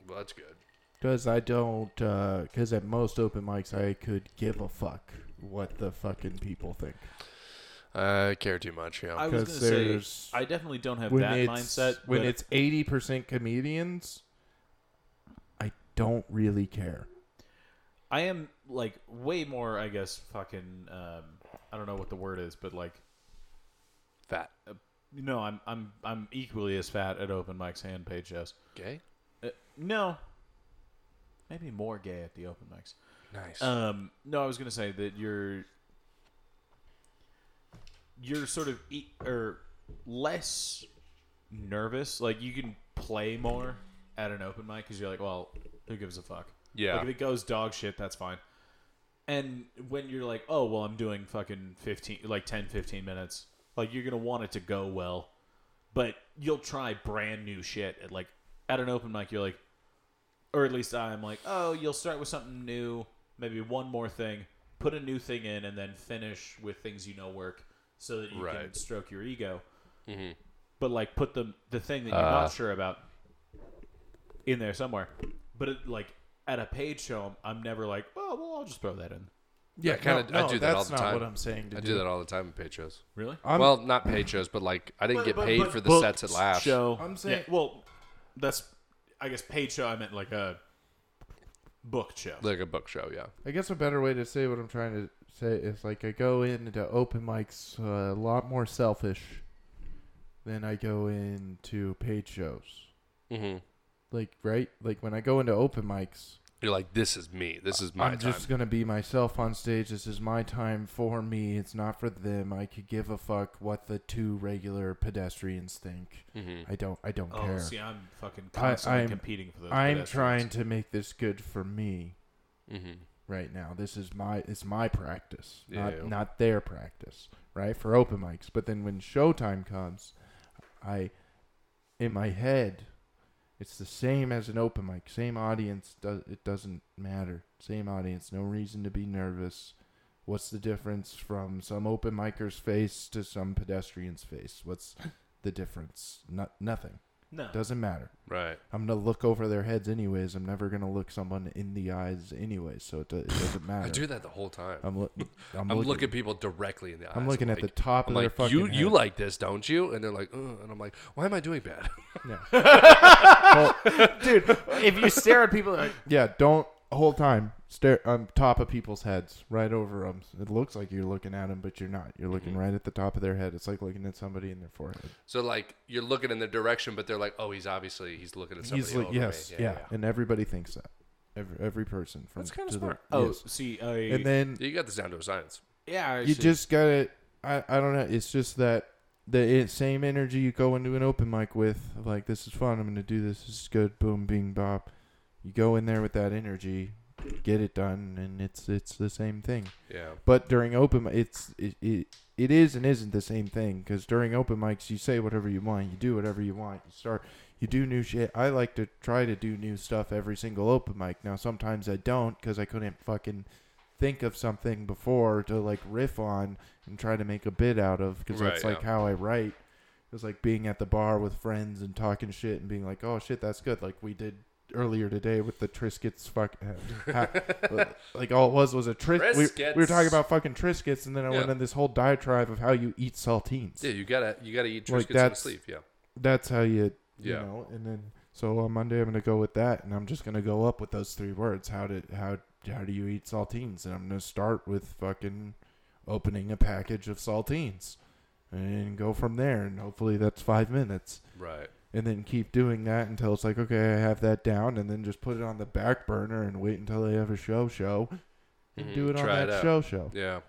Speaker 1: Well, that's good.
Speaker 2: Because I don't, because at most open mics, I could give a fuck what the fucking people think.
Speaker 1: I care too much. Yeah.
Speaker 3: i was
Speaker 2: 'cause
Speaker 3: gonna
Speaker 2: there's-
Speaker 3: say i definitely don't have
Speaker 2: when
Speaker 3: that
Speaker 2: it's,
Speaker 3: mindset
Speaker 2: When
Speaker 3: but
Speaker 2: it's eighty percent comedians, I don't really care.
Speaker 3: i am like way more i guess fucking um i don't know what the word is but like
Speaker 1: Fat.
Speaker 3: no i'm i'm i'm equally as fat at open mics and paid shows
Speaker 1: Okay.
Speaker 3: uh, no maybe more gay at the open mics
Speaker 1: Nice.
Speaker 3: Um, no, I was gonna say that you're you're sort of e- or less nervous. Like you can play more at an open mic because you're like, well, who gives a fuck?
Speaker 1: Yeah.
Speaker 3: Like if it goes dog shit, that's fine. And when you're like, oh well, I'm doing fucking fifteen, like 10, 15 minutes. Like you're gonna want it to go well, but you'll try brand new shit at like at an open mic. You're like, or at least I'm like, oh, you'll start with something new, maybe one more thing, put a new thing in, and then finish with things you know work, so that you can
Speaker 1: Right. Mm-hmm.
Speaker 3: stroke your ego. But like, put the the thing that you're
Speaker 1: Uh.
Speaker 3: not sure about in there somewhere. But it, like at a paid show, I'm- I'm never like, oh, well, I'll just throw that in.
Speaker 1: Yeah, kind of.
Speaker 2: no,
Speaker 1: I
Speaker 2: no,
Speaker 1: do that all
Speaker 2: that's
Speaker 1: the
Speaker 2: not
Speaker 1: time.
Speaker 2: what I'm saying to
Speaker 1: I
Speaker 2: do.
Speaker 1: do that all the time in paid shows.
Speaker 3: Really?
Speaker 2: I'm-
Speaker 1: well, not paid shows, but like I didn't
Speaker 3: But-
Speaker 1: get
Speaker 3: but-
Speaker 1: paid
Speaker 3: but
Speaker 1: for the
Speaker 3: booked
Speaker 1: sets at last.
Speaker 3: Show.
Speaker 2: I'm saying-
Speaker 3: Yeah, well, that's I guess paid show. I meant like a booked show.
Speaker 1: Like a book show, yeah.
Speaker 2: I guess a better way to say what I'm trying to say is like I go into open mics uh, a lot more selfish than I go into paid shows.
Speaker 1: Mm-hmm.
Speaker 2: Like right, like when I go into open mics,
Speaker 1: You're like, this is me. This is my
Speaker 2: I'm
Speaker 1: time.
Speaker 2: just gonna be myself on stage. This is my time for me. It's not for them. I could give a fuck what the two regular pedestrians think.
Speaker 1: Mhm.
Speaker 2: I don't. I don't
Speaker 3: oh,
Speaker 2: care.
Speaker 3: see, I'm fucking
Speaker 2: I-
Speaker 3: constantly
Speaker 2: I'm-
Speaker 3: competing for those.
Speaker 2: I'm
Speaker 3: pedestrians.
Speaker 2: trying to make this good for me
Speaker 1: Mhm.
Speaker 2: right now. This is my it's my practice,
Speaker 1: Yeah.
Speaker 2: not not their practice, right? For open mics. But then when showtime comes, I in my head, it's the same as an open mic, same audience. Does it doesn't matter? Same audience, no reason to be nervous. What's the difference from some open micer's face to some pedestrian's face? What's the difference? Not nothing.
Speaker 3: No.
Speaker 2: Doesn't matter.
Speaker 1: Right.
Speaker 2: I'm gonna look over their heads anyways. I'm never gonna look someone in the eyes anyways, so it, do- it doesn't matter.
Speaker 1: I do that the whole time. I'm,
Speaker 2: I'm, loo- I'm,
Speaker 1: looking,
Speaker 2: looking.
Speaker 1: people directly in the eyes.
Speaker 2: I'm looking at the
Speaker 1: like-
Speaker 2: top
Speaker 1: I'm
Speaker 2: of
Speaker 1: like,
Speaker 2: their fucking.
Speaker 1: you you
Speaker 2: head.
Speaker 1: like this, don't you? And they're like, Ugh. and I'm like, why am I doing bad?
Speaker 2: dude. If you stare at people, yeah, don't whole time stare on top of people's heads, right over them. It looks like you're looking at them, but you're not. You're
Speaker 1: Mm-hmm.
Speaker 2: looking right at the top of their head. It's like looking at somebody in their forehead.
Speaker 1: so like, you're looking in the direction, but they're like, oh, he's obviously he's looking at somebody.
Speaker 2: He's like,
Speaker 1: over
Speaker 2: yes,
Speaker 1: me.
Speaker 2: yeah, and everybody thinks that. Every every person from
Speaker 1: That's kinda
Speaker 2: to the-
Speaker 1: smart.
Speaker 3: Oh,
Speaker 2: yes.
Speaker 3: see, I,
Speaker 2: and then
Speaker 1: yeah. You got this down to a science.
Speaker 3: yeah, I
Speaker 2: you
Speaker 3: see.
Speaker 2: just gotta I, I don't know it's just that the it, same energy you go into an open mic with of like this is fun i'm gonna do this this is good boom bing bop you go in there with that energy get it done and it's it's the same thing
Speaker 1: Yeah.
Speaker 2: but during open mi- it's it, it, it is and isn't the same thing because during open mics you say whatever you want you do whatever you want you start you do new shit i like to try to do new stuff every single open mic now sometimes i don't because i couldn't fucking think of something before to like riff on and try to make a bit out of because
Speaker 1: Right,
Speaker 2: that's
Speaker 1: yeah.
Speaker 2: like how i write it's like being at the bar with friends and talking shit and being like oh shit that's good like we did earlier today with the Triscuits fuck ha- like all it was was a Tris- we, we were talking
Speaker 1: Triscuits.
Speaker 2: about fucking Triscuits, and then I went
Speaker 1: Yeah.
Speaker 2: on this whole diatribe of how you eat saltines.
Speaker 1: Yeah. You gotta you gotta eat
Speaker 2: Like,
Speaker 1: Triscuits and
Speaker 2: that's-
Speaker 1: sleep. Yeah.
Speaker 2: That's how you, you
Speaker 1: Yeah.
Speaker 2: know. And then so on Monday I'm gonna go with that, and I'm just gonna go up with those three words. How did how how do you eat saltines? And I'm gonna start with fucking opening a package of saltines, and go from there. And hopefully that's five minutes
Speaker 1: Right.
Speaker 2: and then keep doing that until it's like okay i have that down and then just put it on the back burner and wait until they have a show show and do it
Speaker 1: Mm-hmm.
Speaker 2: on
Speaker 1: Try it
Speaker 2: that
Speaker 1: out.
Speaker 2: show show
Speaker 1: Yeah,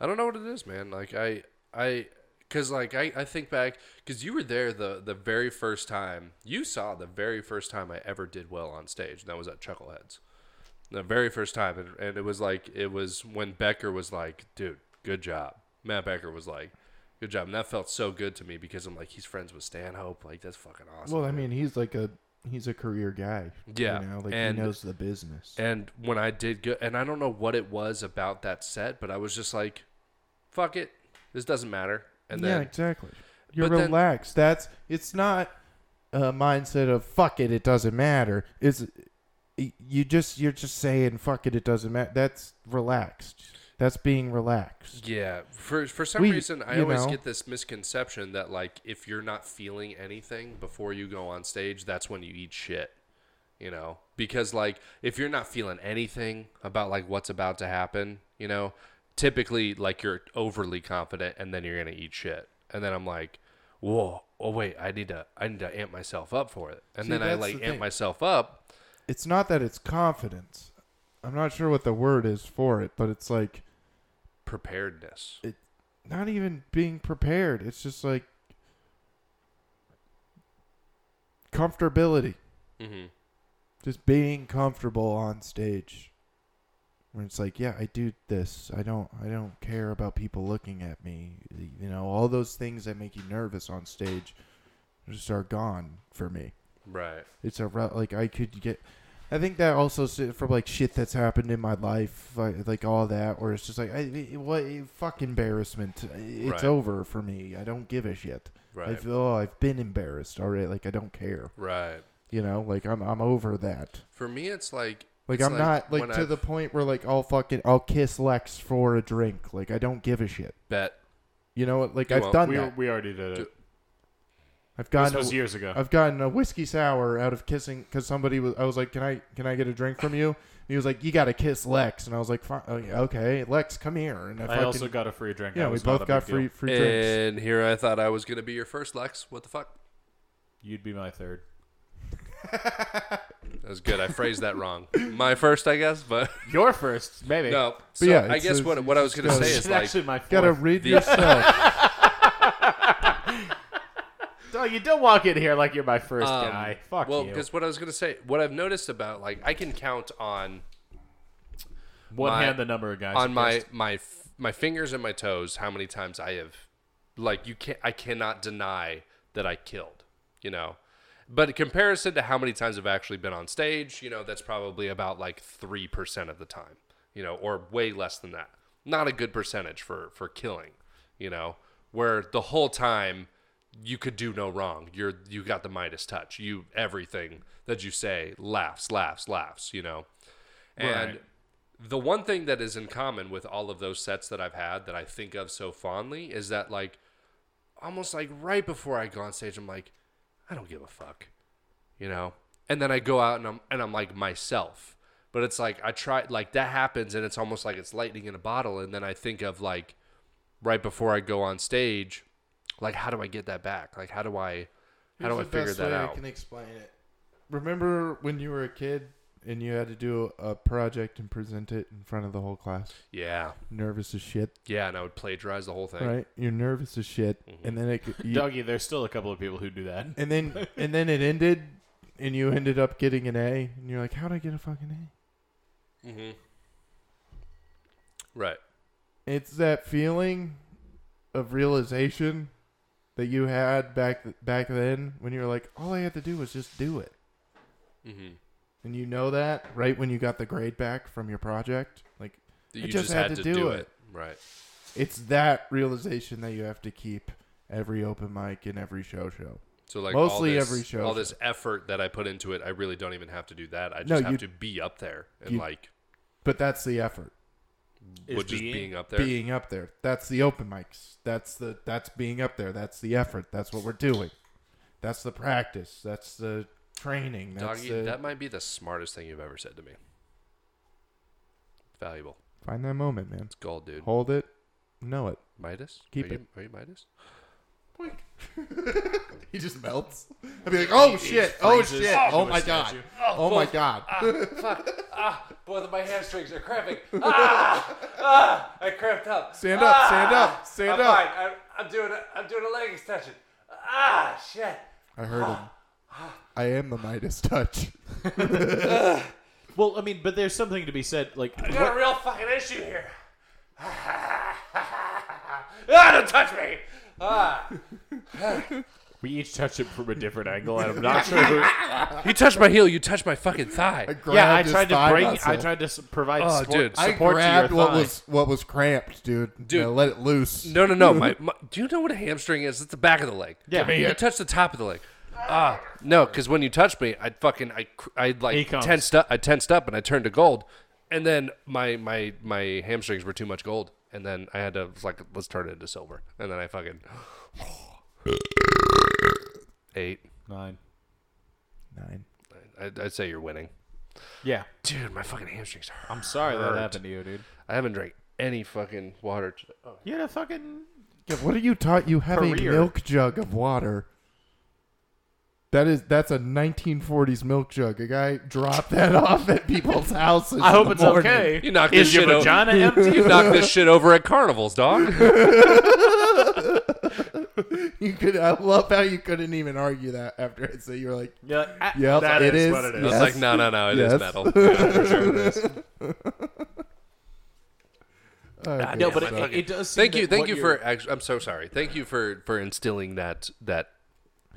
Speaker 1: I don't know what it is, man. Like I, I, cause like I, I think back, cause you were there the the very first time you saw the very first time I ever did well on stage, and that was at Chuckleheads, the very first time, and, and it was like it was when Becker was like, dude, good job. Matt Becker was like, good job, and that felt so good to me because I'm like, he's friends with Stanhope, like that's fucking awesome.
Speaker 2: well i mean he's like a he's a career guy
Speaker 1: Yeah,
Speaker 2: you know like
Speaker 1: and-
Speaker 2: he knows the business
Speaker 1: And when I did go, and I don't know what it was about that set, but I was just like, fuck it, this doesn't matter. And
Speaker 2: yeah
Speaker 1: then
Speaker 2: exactly you're
Speaker 1: but then-
Speaker 2: relaxed that's it's not a mindset of fuck it it doesn't matter it's you just you're just saying fuck it it doesn't matter that's relaxed that's being relaxed
Speaker 1: Yeah, for for some
Speaker 2: We-
Speaker 1: reason, I
Speaker 2: you
Speaker 1: always
Speaker 2: know.
Speaker 1: get this misconception that like if you're not feeling anything before you go on stage, that's when you eat shit. You know, because like if you're not feeling anything about like what's about to happen, you know, typically like you're overly confident and then you're gonna eat shit. And then I'm like, whoa, oh wait, I need to I need to amp myself up for it. And
Speaker 2: See,
Speaker 1: then I
Speaker 2: that's
Speaker 1: like
Speaker 2: the
Speaker 1: amp
Speaker 2: thing.
Speaker 1: myself up.
Speaker 2: it's not that it's confidence. I'm not sure what the word is for it, but it's like
Speaker 1: Preparedness.
Speaker 2: not even being prepared. It's just like comfortability.
Speaker 1: Mm-hmm.
Speaker 2: Just being comfortable on stage. Where it's like, yeah, I do this. I don't I don't care about people looking at me. You know, all those things that make you nervous on stage just are gone for me.
Speaker 1: Right.
Speaker 2: It's a re- like I could get. I think that also s- from like shit that's happened in my life, like, like all that, where it's just like, I, it- what fuck embarrassment? uh, It's
Speaker 1: Right.
Speaker 2: over for me. I don't give a shit.
Speaker 1: Right.
Speaker 2: I feel oh, I've been embarrassed already. Like I don't care.
Speaker 1: right.
Speaker 2: You know, like I'm I'm over that.
Speaker 1: For me, it's like
Speaker 2: Like
Speaker 1: it's
Speaker 2: I'm not like
Speaker 1: when
Speaker 2: to
Speaker 1: I've
Speaker 2: the point where like I'll fucking I'll kiss Lex for a drink. Like I don't give a shit.
Speaker 1: bet.
Speaker 2: You know, what? like
Speaker 1: You
Speaker 2: I've
Speaker 1: won't.
Speaker 2: done
Speaker 3: We,
Speaker 2: that.
Speaker 3: we already did it.
Speaker 1: Do-
Speaker 2: I've
Speaker 3: This
Speaker 2: gotten
Speaker 3: was
Speaker 2: a-
Speaker 3: years ago.
Speaker 2: I've gotten a whiskey sour out of kissing because somebody was. I was like, "Can I can I get a drink from you?" And he was like, "You got to kiss Lex," and I was like, Fine, oh, "Okay, Lex, come here." And I,
Speaker 3: I,
Speaker 2: fucking,
Speaker 3: also got a free drink.
Speaker 2: yeah,
Speaker 3: That
Speaker 2: we
Speaker 3: was not
Speaker 2: both
Speaker 3: a big
Speaker 2: got free
Speaker 3: deal.
Speaker 2: free drinks.
Speaker 1: And here I thought I was gonna be your first Lex. What the fuck?
Speaker 3: You'd be my third.
Speaker 1: That was good. I phrased that wrong. My first, I guess, but
Speaker 3: Your first, maybe.
Speaker 1: no. So
Speaker 2: yeah,
Speaker 1: I
Speaker 2: it's-
Speaker 1: guess what
Speaker 2: it's-
Speaker 1: what I was
Speaker 2: it's
Speaker 1: gonna say
Speaker 2: just-
Speaker 1: is like
Speaker 3: actually my fourth.
Speaker 2: Got to read
Speaker 1: the- um,
Speaker 2: yourself.
Speaker 3: Dog, you don't walk in here like you're my first
Speaker 1: Um,
Speaker 3: guy. Fuck
Speaker 1: well,
Speaker 3: you.
Speaker 1: because what I was gonna say, what I've noticed about like I can count on
Speaker 3: One
Speaker 1: my-
Speaker 3: hand the number of guys.
Speaker 1: on
Speaker 3: you
Speaker 1: my
Speaker 3: kissed.
Speaker 1: my f- my fingers and my toes how many times I have like you can not I cannot deny that I killed, you know. But in comparison to how many times I've actually been on stage, you know, that's probably about like 3% of the time, you know, or way less than that. Not a good percentage for for killing, you know, where the whole time you could do no wrong. You're you got the Midas touch. You everything that you say laughs, laughs, laughs, you know. And
Speaker 3: Right.
Speaker 1: the one thing that is in common with all of those sets that I've had that I think of so fondly is that like almost like right before I go on stage, I'm like, I don't give a fuck, you know. And then I go out and I'm and I'm like myself. But it's like I try like that happens and it's almost like it's lightning in a bottle. And then I think of like right before I go on stage, like how do I get that back? Like how do I how do I
Speaker 2: Here's the
Speaker 1: figure
Speaker 2: best
Speaker 1: that
Speaker 2: way
Speaker 1: out?
Speaker 2: I can explain it. Remember when you were a kid and you had to do a project and present it in front of the whole class?
Speaker 1: Yeah,
Speaker 2: Nervous as shit,
Speaker 1: yeah. And I would plagiarize the whole thing.
Speaker 2: right? You're nervous as shit,
Speaker 3: Mm-hmm.
Speaker 2: and then it. could- You,
Speaker 3: Dougie, there's still a couple of people who do that.
Speaker 2: and then and then it ended, and you ended up getting an A, and you're like, "How'd I get a fucking A?"
Speaker 1: Mm-hmm. Right.
Speaker 2: It's that feeling of realization that you had back back then when you were like, all I had to do was just do it,
Speaker 1: Mm-hmm.
Speaker 2: and you know that right when you got the grade back from your project, like
Speaker 1: You
Speaker 2: I just had to do it.
Speaker 1: Right.
Speaker 2: it's that realization that you have to keep every open mic and every show show.
Speaker 1: So like
Speaker 2: Mostly
Speaker 1: all this,
Speaker 2: every show
Speaker 1: all
Speaker 2: show.
Speaker 1: this effort that I put into it, I really don't even have to do that. I just
Speaker 2: No,
Speaker 1: have
Speaker 2: you-
Speaker 1: to be up there and
Speaker 2: you-
Speaker 1: like
Speaker 2: But that's the effort.
Speaker 3: Is
Speaker 1: with just
Speaker 3: being-
Speaker 1: being up there.
Speaker 2: Being up there. That's the open mics. That's the that's being up there. That's the effort. That's what we're doing. That's the practice. That's the training. That's
Speaker 1: Doggy,
Speaker 2: the,
Speaker 1: that might be the smartest thing you've ever said to me. Valuable.
Speaker 2: find that moment, man.
Speaker 1: It's gold, dude.
Speaker 2: Hold it. Know it.
Speaker 1: Midas?
Speaker 2: Keep
Speaker 1: are
Speaker 2: it.
Speaker 1: You, are you Midas?
Speaker 2: He just melts. I'd be like, oh shit, oh
Speaker 3: freezes
Speaker 2: shit,
Speaker 3: into
Speaker 2: oh
Speaker 3: a
Speaker 2: my god,
Speaker 3: statue.
Speaker 2: oh, my god.
Speaker 1: Ah, Both of my hamstrings are cramping. Ah! I cramped up. Ah,
Speaker 2: Stand up, stand up, stand up.
Speaker 1: I'm, I'm doing a, I'm doing a leg extension. Ah, shit. Ah,
Speaker 2: I heard him. I am the Midas touch.
Speaker 3: Well, I mean, but there's something to be said. Like,
Speaker 1: got a real fucking issue here. ah, don't touch me. Ah.
Speaker 3: we each touch it from a different angle, and I'm not sure. Who,
Speaker 1: You touched my heel. You touched my fucking thigh.
Speaker 3: yeah,
Speaker 2: Grabbed
Speaker 3: I
Speaker 2: his
Speaker 3: tried to
Speaker 2: thigh
Speaker 3: bring. I
Speaker 2: muscle.
Speaker 3: tried to s- provide
Speaker 1: Oh,
Speaker 3: support,
Speaker 1: dude.
Speaker 2: I
Speaker 3: support
Speaker 2: grabbed
Speaker 3: to your
Speaker 2: what
Speaker 3: thigh.
Speaker 2: was what was cramped, dude.
Speaker 1: Dude.
Speaker 2: Now let it loose.
Speaker 1: No, no, no. My, my, do you know what a hamstring is? It's the back of the leg.
Speaker 3: Yeah. Give me
Speaker 1: you
Speaker 3: it.
Speaker 1: touch the top of the leg. Ah, no, because when you touched me, I fucking, I, cr- I
Speaker 3: He
Speaker 1: like
Speaker 3: comes.
Speaker 1: tensed up. I tensed up and I turned to gold, and then my my my hamstrings were too much gold, and then I had to was like let's turn it into silver, and then I fucking eight.
Speaker 3: nine.
Speaker 2: Nine.
Speaker 1: I'd, I'd say you're winning,
Speaker 3: Yeah,
Speaker 1: dude. My fucking hamstrings hurt.
Speaker 3: I'm sorry that
Speaker 1: Hurt.
Speaker 3: happened to you, dude.
Speaker 1: I haven't drank any fucking water. Today. Oh,
Speaker 3: You had a fucking.
Speaker 2: Yeah, what are you taught? You have
Speaker 3: Career.
Speaker 2: a milk jug of water. That is that's a 1940s milk jug. A guy dropped that off at people's houses.
Speaker 3: I
Speaker 2: in
Speaker 3: hope
Speaker 2: the
Speaker 3: it's
Speaker 2: morning.
Speaker 3: okay.
Speaker 1: You knocked
Speaker 3: Is
Speaker 1: this
Speaker 3: your
Speaker 1: shit out.
Speaker 3: vagina empty?
Speaker 1: you knocked this shit over at carnivals, dog.
Speaker 2: You could. I love how you couldn't even argue that after it. So you were like,
Speaker 3: Yeah, like, ah,
Speaker 2: "Yep,
Speaker 4: That
Speaker 2: it
Speaker 4: is
Speaker 2: is
Speaker 4: what it is.
Speaker 1: I was
Speaker 4: Yes.
Speaker 1: like, no, no, no, it is
Speaker 2: Yes.
Speaker 1: metal. Yeah, for sure it is.
Speaker 2: Okay.
Speaker 3: no, but
Speaker 1: I
Speaker 3: it, it,
Speaker 1: fucking-
Speaker 3: does. Seem
Speaker 1: Thank
Speaker 3: that
Speaker 1: you, thank
Speaker 3: what
Speaker 1: you
Speaker 3: you're-
Speaker 1: for. Actually, I'm so sorry. Thank you for for instilling that that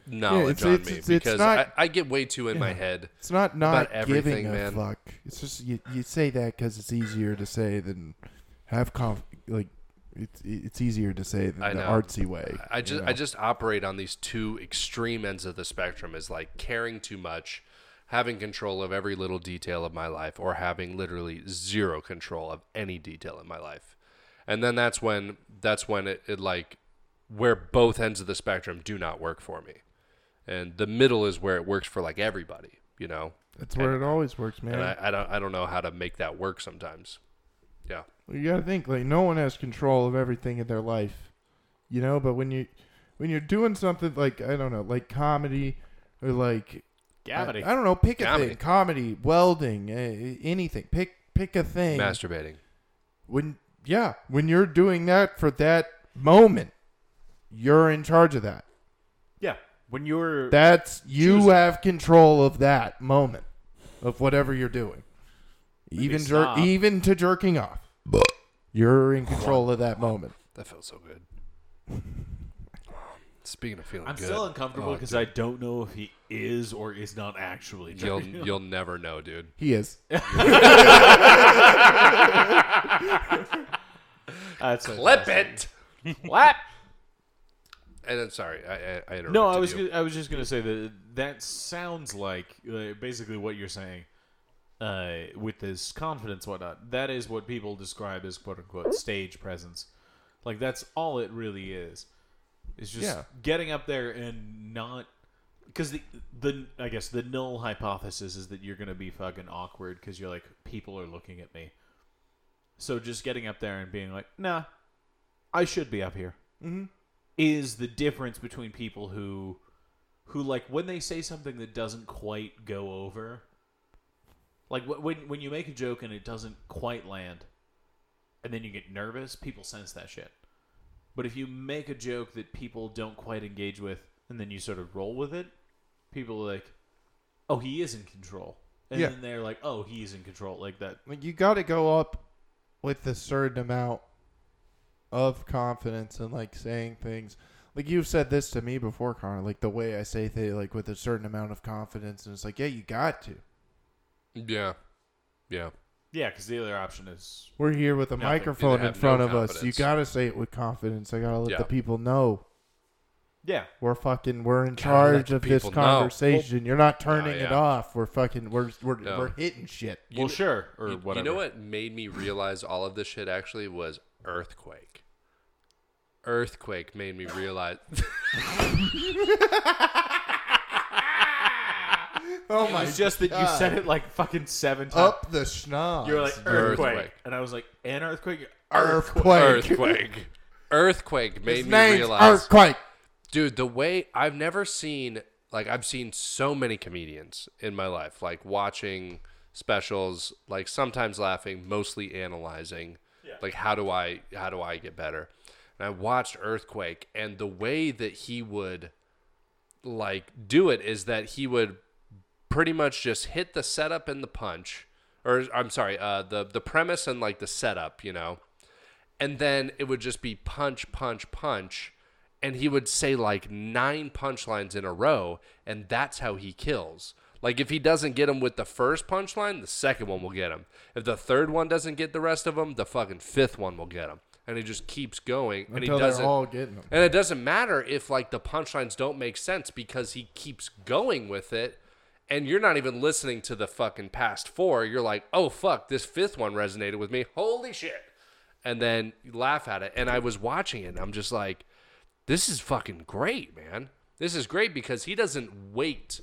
Speaker 2: it's-
Speaker 1: knowledge on
Speaker 2: it's-
Speaker 1: me
Speaker 2: it's- it's
Speaker 1: because
Speaker 2: not-
Speaker 1: I, I get way too in my head.
Speaker 2: It's not not
Speaker 1: About
Speaker 2: giving
Speaker 1: everything,
Speaker 2: a
Speaker 1: man.
Speaker 2: fuck. It's just you, you say that because it's easier to say than have conf like it's it's easier to say than
Speaker 1: I
Speaker 2: the
Speaker 1: know.
Speaker 2: artsy way.
Speaker 1: I
Speaker 2: you
Speaker 1: just
Speaker 2: know?
Speaker 1: I just operate on these two extreme ends of the spectrum is like caring too much, having control of every little detail of my life, or having literally zero control of any detail in my life. And then that's when that's when it, it like where both ends of the spectrum do not work for me. And the middle is where it works for like everybody, you know?
Speaker 2: that's where it always works, man.
Speaker 1: And I, I don't I don't know how to make that work sometimes. Yeah.
Speaker 2: you gotta think like no one has control of everything in their life, you know. But when you when you're doing something like I don't know, like comedy or like
Speaker 3: Gravity.
Speaker 2: I, I don't know, pick a
Speaker 1: Comedy.
Speaker 2: thing, comedy, welding, uh, anything. Pick pick a thing.
Speaker 1: Masturbating.
Speaker 2: when yeah when you're doing that for that moment you're in charge of that
Speaker 3: yeah, when you're
Speaker 2: that's you
Speaker 3: Choose it.
Speaker 2: have control of that moment of whatever you're doing even jer-
Speaker 3: stop.
Speaker 2: even to jerking off you're in control of that moment
Speaker 1: That felt so good. Speaking of feeling
Speaker 3: I'm
Speaker 1: good.
Speaker 3: still uncomfortable
Speaker 1: Oh,
Speaker 3: because I don't know if he is or is not actually.
Speaker 1: You'll
Speaker 3: jerking off.
Speaker 1: you'll never know, dude.
Speaker 2: he is
Speaker 3: That's
Speaker 1: Flip
Speaker 3: fantastic.
Speaker 1: it.
Speaker 3: Clap.
Speaker 1: And I'm sorry, I I, I interrupted
Speaker 3: No, I was
Speaker 1: you.
Speaker 3: gonna, I was just gonna say that that sounds like uh, basically what you're saying uh, with this confidence, whatnot. That is what people describe as quote unquote stage presence. Like that's all it really is. It's just
Speaker 2: Yeah.
Speaker 3: getting up there and not because the the I guess the null hypothesis is that you're gonna be fucking awkward because you're like people are looking at me. So just getting up there and being like, nah, I should be up here is the difference between people who who like when they say something that doesn't quite go over like wh- when when you make a joke and it doesn't quite land and then you get nervous people sense that shit but if you make a joke that people don't quite engage with and then you sort of roll with it people are like oh he is in control and
Speaker 2: Yeah.
Speaker 3: then they're like oh he's in control like that
Speaker 2: like you got to go up with a certain amount of confidence and like saying things like you've said this to me before connor like the way i say things like with a certain amount of confidence and it's like yeah you got to
Speaker 1: Yeah, yeah.
Speaker 3: yeah because the other option is
Speaker 2: We're here with a
Speaker 3: Nothing.
Speaker 1: You
Speaker 2: microphone in
Speaker 1: have
Speaker 2: front
Speaker 1: no
Speaker 2: of us. You
Speaker 1: confidence.
Speaker 2: gotta say it with confidence. I gotta let
Speaker 1: Yeah.
Speaker 2: the people know
Speaker 3: yeah
Speaker 2: we're fucking. We're in
Speaker 1: Gotta let
Speaker 2: charge
Speaker 1: the
Speaker 2: of this
Speaker 1: people know.
Speaker 2: conversation. You're not turning it
Speaker 1: yeah.
Speaker 2: off. We're fucking. We're we're,
Speaker 1: No.
Speaker 2: we're hitting shit.
Speaker 1: kn-
Speaker 3: well sure or
Speaker 1: You-
Speaker 3: whatever
Speaker 1: You know what made me realize all of this shit actually was earthquake. Earthquake made me realize.
Speaker 2: Oh my!
Speaker 3: It's just that you
Speaker 1: Uh,
Speaker 2: God.
Speaker 3: said it like fucking seven times.
Speaker 2: Up the schnoz.
Speaker 3: you were like earthquake.
Speaker 1: Earthquake.
Speaker 3: and I was like an earthquake.
Speaker 2: earthquake.
Speaker 1: earthquake. Earthquake made
Speaker 2: His
Speaker 1: me
Speaker 2: name's
Speaker 1: realize.
Speaker 2: earthquake.
Speaker 1: dude the way i've never seen like i've seen so many comedians in my life like watching specials like sometimes laughing mostly analyzing like how do i how do i get better and i watched earthquake and the way that he would like do it is that he would pretty much just hit the setup and the punch or i'm sorry uh, the the premise and like the setup you know and then it would just be punch, punch, punch, and he would say like nine punchlines in a row, and that's how he kills. Like if he doesn't get him with the first punchline, the second one will get him. If the third one doesn't get the rest of them, the fucking fifth one will get him, and he just keeps going, and
Speaker 2: Until
Speaker 1: he
Speaker 2: they're
Speaker 1: doesn't.
Speaker 2: all getting them.
Speaker 1: And it doesn't matter if like the punchlines don't make sense because he keeps going with it and you're not even listening to the fucking past four. You're like, "Oh fuck, this fifth one resonated with me. Holy shit." And then you laugh at it. And I was watching it and I'm just like, "This is fucking great, man. This is great because he doesn't wait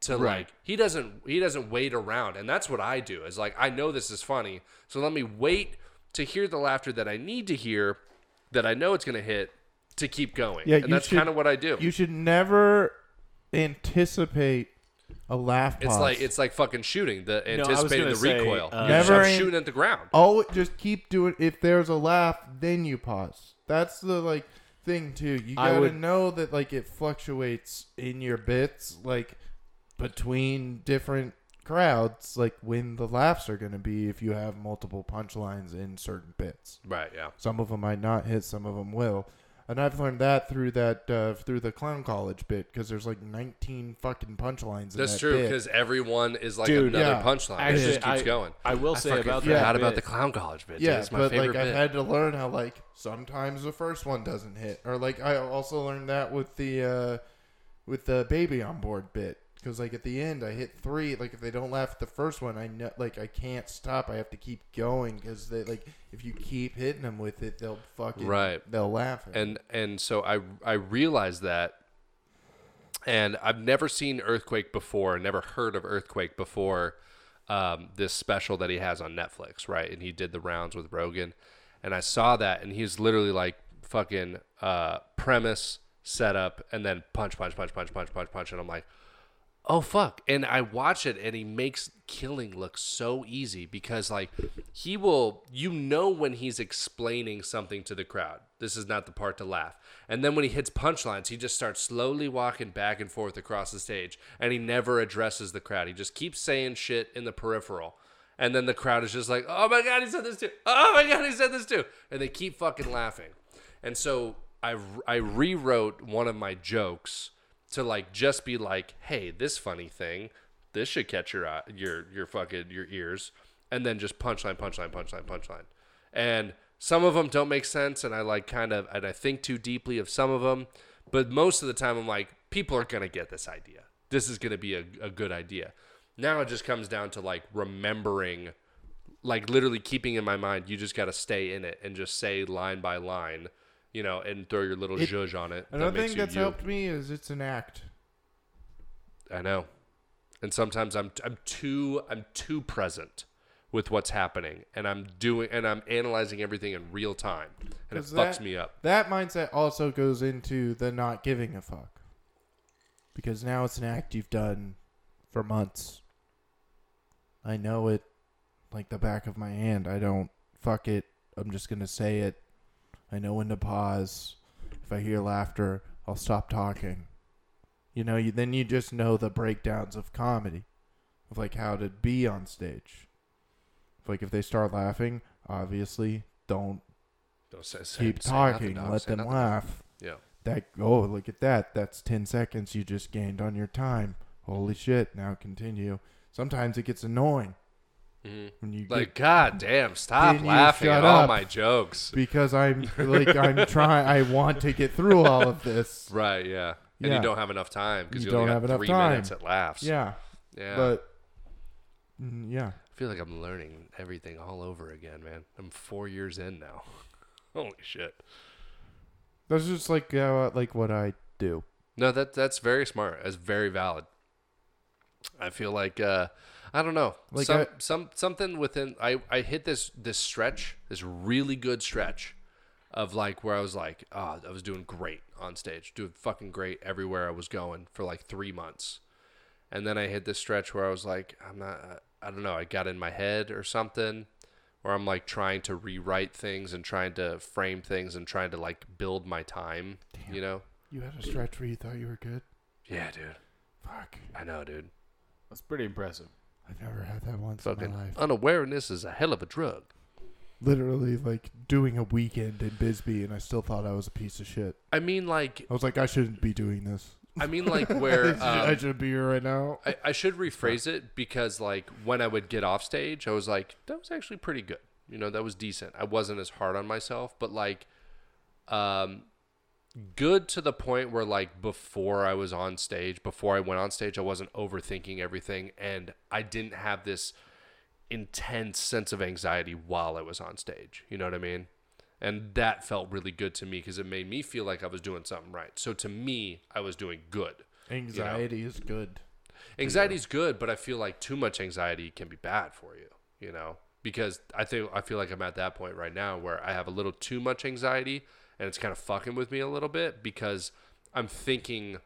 Speaker 1: to like he doesn't he doesn't wait around and that's what i do is like i know this is funny so let me wait to hear the laughter that i need to hear that i know it's going to hit to keep going
Speaker 2: Yeah,
Speaker 1: and
Speaker 2: you
Speaker 1: that's
Speaker 2: should-
Speaker 1: kind of what i do
Speaker 2: You should never anticipate a laugh.
Speaker 1: it's
Speaker 2: pause.
Speaker 1: like it's like fucking shooting the
Speaker 3: was
Speaker 1: anticipating
Speaker 3: gonna
Speaker 1: the
Speaker 3: say,
Speaker 1: recoil
Speaker 3: uh,
Speaker 1: You're
Speaker 2: Never
Speaker 1: just
Speaker 2: in-
Speaker 1: shooting at the ground
Speaker 2: Oh, just keep doing. If there's a laugh, then you pause. That's the like thing too. You
Speaker 3: I
Speaker 2: gotta
Speaker 3: would-
Speaker 2: know that like it fluctuates in your bits, like between different crowds, like when the laughs are gonna be if you have multiple punchlines in certain bits.
Speaker 1: Right. Yeah.
Speaker 2: Some of them might not hit, some of them will. And I've learned that through that uh, through the clown college bit because there's like 19 fucking punchlines. in
Speaker 1: That's
Speaker 2: that
Speaker 1: true
Speaker 2: bit.
Speaker 1: because everyone is like
Speaker 3: Dude,
Speaker 1: another
Speaker 2: yeah.
Speaker 1: punchline.
Speaker 3: Actually,
Speaker 1: it just keeps
Speaker 3: I-
Speaker 1: going.
Speaker 3: I will say
Speaker 1: fucking
Speaker 3: about
Speaker 1: forgot
Speaker 3: that
Speaker 1: about the
Speaker 3: bit-
Speaker 1: clown college bit. dude.
Speaker 2: Yeah,
Speaker 1: it's my
Speaker 2: but like
Speaker 1: favorite
Speaker 2: I've
Speaker 1: bit.
Speaker 2: had to learn how like sometimes the first one doesn't hit, or like I also learned that with the uh, with the baby on board bit because like at the end I hit three. Like if they don't laugh at the first one, I know like I can't stop. I have to keep going because they like if you keep hitting them with it, they'll fucking
Speaker 1: Right.
Speaker 2: They'll laugh. At it.
Speaker 1: and and so I I realized that, and I've never seen earthquake before, never heard of earthquake before. Um, this special that he has on Netflix, right? And he did the rounds with Rogan, and I saw that, and he's literally like fucking uh, premise setup, and then punch, punch, punch, punch, punch, punch, punch, and I'm like, oh fuck and i watch it and he makes killing look so easy because like he will you know when he's explaining something to the crowd this is not the part to laugh and then when he hits punchlines he just starts slowly walking back and forth across the stage and he never addresses the crowd he just keeps saying shit in the peripheral and then the crowd is just like oh my god he said this too oh my god he said this too and they keep fucking laughing and so I, I rewrote one of my jokes to like just be like, hey, this funny thing, this should catch your eye, your your fucking your ears, and then just punchline, punchline, punchline, punchline. And some of them don't make sense, and I like kind of and I think too deeply of some of them, but most of the time I'm like, people are gonna get this idea. This is gonna be a, a good idea. Now it just comes down to like remembering like literally keeping in my mind, you just got to stay in it and just say line by line, you know, and throw your little
Speaker 2: It-
Speaker 1: zhuzh on it. that
Speaker 2: Another
Speaker 1: makes
Speaker 2: thing
Speaker 1: you
Speaker 2: that's
Speaker 1: you.
Speaker 2: helped me is it's an act.
Speaker 1: I know. And sometimes I'm I'm too I'm too present with what's happening, and I'm doing and I'm analyzing everything in real time, and it
Speaker 2: 'Cause
Speaker 1: fucks
Speaker 2: that-
Speaker 1: me up.
Speaker 2: That mindset also goes into the not giving a fuck. Because now it's an act you've done for months. I know it like the back of my hand. I don't fuck it. I'm just going to say it. I know when to pause. If I hear laughter, I'll stop talking. You know, you, then you just know the breakdowns of comedy, of like how to be on stage. Like if they start laughing, obviously don't
Speaker 1: Don't say, say-
Speaker 2: keep
Speaker 1: say nothing,
Speaker 2: talking,
Speaker 1: dog,
Speaker 2: let
Speaker 1: say
Speaker 2: them
Speaker 1: nothing.
Speaker 2: laugh.
Speaker 1: Yeah,
Speaker 2: That oh, look at that. That's 10 seconds you just gained on your time. Holy shit. Now continue. Sometimes it gets annoying
Speaker 1: Mhm.
Speaker 2: when you
Speaker 1: like
Speaker 2: get,
Speaker 1: God damn, stop
Speaker 2: Can you
Speaker 1: laughing
Speaker 2: shut
Speaker 1: at all
Speaker 2: up?
Speaker 1: my jokes.
Speaker 2: because I'm like I'm trying I want to get through all of this.
Speaker 1: Right? Yeah. And you
Speaker 2: Yeah.
Speaker 1: don't have enough time because
Speaker 2: You
Speaker 1: you, only
Speaker 2: don't
Speaker 1: got
Speaker 2: have enough
Speaker 1: three
Speaker 2: time.
Speaker 1: minutes at laughs.
Speaker 2: Yeah.
Speaker 1: yeah.
Speaker 2: But mm, yeah.
Speaker 1: I feel like I'm learning everything all over again, man. I'm four years in now. Holy shit.
Speaker 2: That's just like uh, like what I do.
Speaker 1: No, that that's very smart. That's very valid. I feel like uh, I don't know
Speaker 2: Like
Speaker 1: some
Speaker 2: I-
Speaker 1: some something within. I I hit this this stretch, this really good stretch, of like where I was like, ah, I was doing great on stage, doing fucking great everywhere I was going for like three months, and then I hit this stretch where I was like, I'm not. I don't know. I got in my head or something, or I'm like trying to rewrite things and trying to frame things and trying to like build my time. You know?
Speaker 2: You had a stretch where you thought you were good?
Speaker 1: Yeah, dude.
Speaker 2: Fuck.
Speaker 1: I know, dude.
Speaker 3: That's pretty impressive.
Speaker 2: I've never had that once in
Speaker 1: Fucking
Speaker 2: my life.
Speaker 1: unawareness is a hell of a drug.
Speaker 2: Literally like doing a weekend in Bisbee and I still thought I was a piece of shit.
Speaker 1: I mean, like,
Speaker 2: I was like I shouldn't be doing this.
Speaker 1: I mean, like, where um,
Speaker 2: I should be here right now.
Speaker 1: I, I should rephrase it because, like, when I would get off stage, I was like, that was actually pretty good. You know, that was decent. I wasn't as hard on myself, but like, um, good to the point where, like, before I was on stage, before I went on stage, I wasn't overthinking everything, and I didn't have this intense sense of anxiety while I was on stage. You know what I mean? And that felt really good to me because it made me feel like I was doing something right. So to me, I was doing good.
Speaker 2: Anxiety is good.
Speaker 1: Anxiety's good, but I feel like too much anxiety can be bad for you, you know? Because I think I feel like I'm at that point right now where I have a little too much anxiety and it's kind of fucking with me a little bit because I'm thinking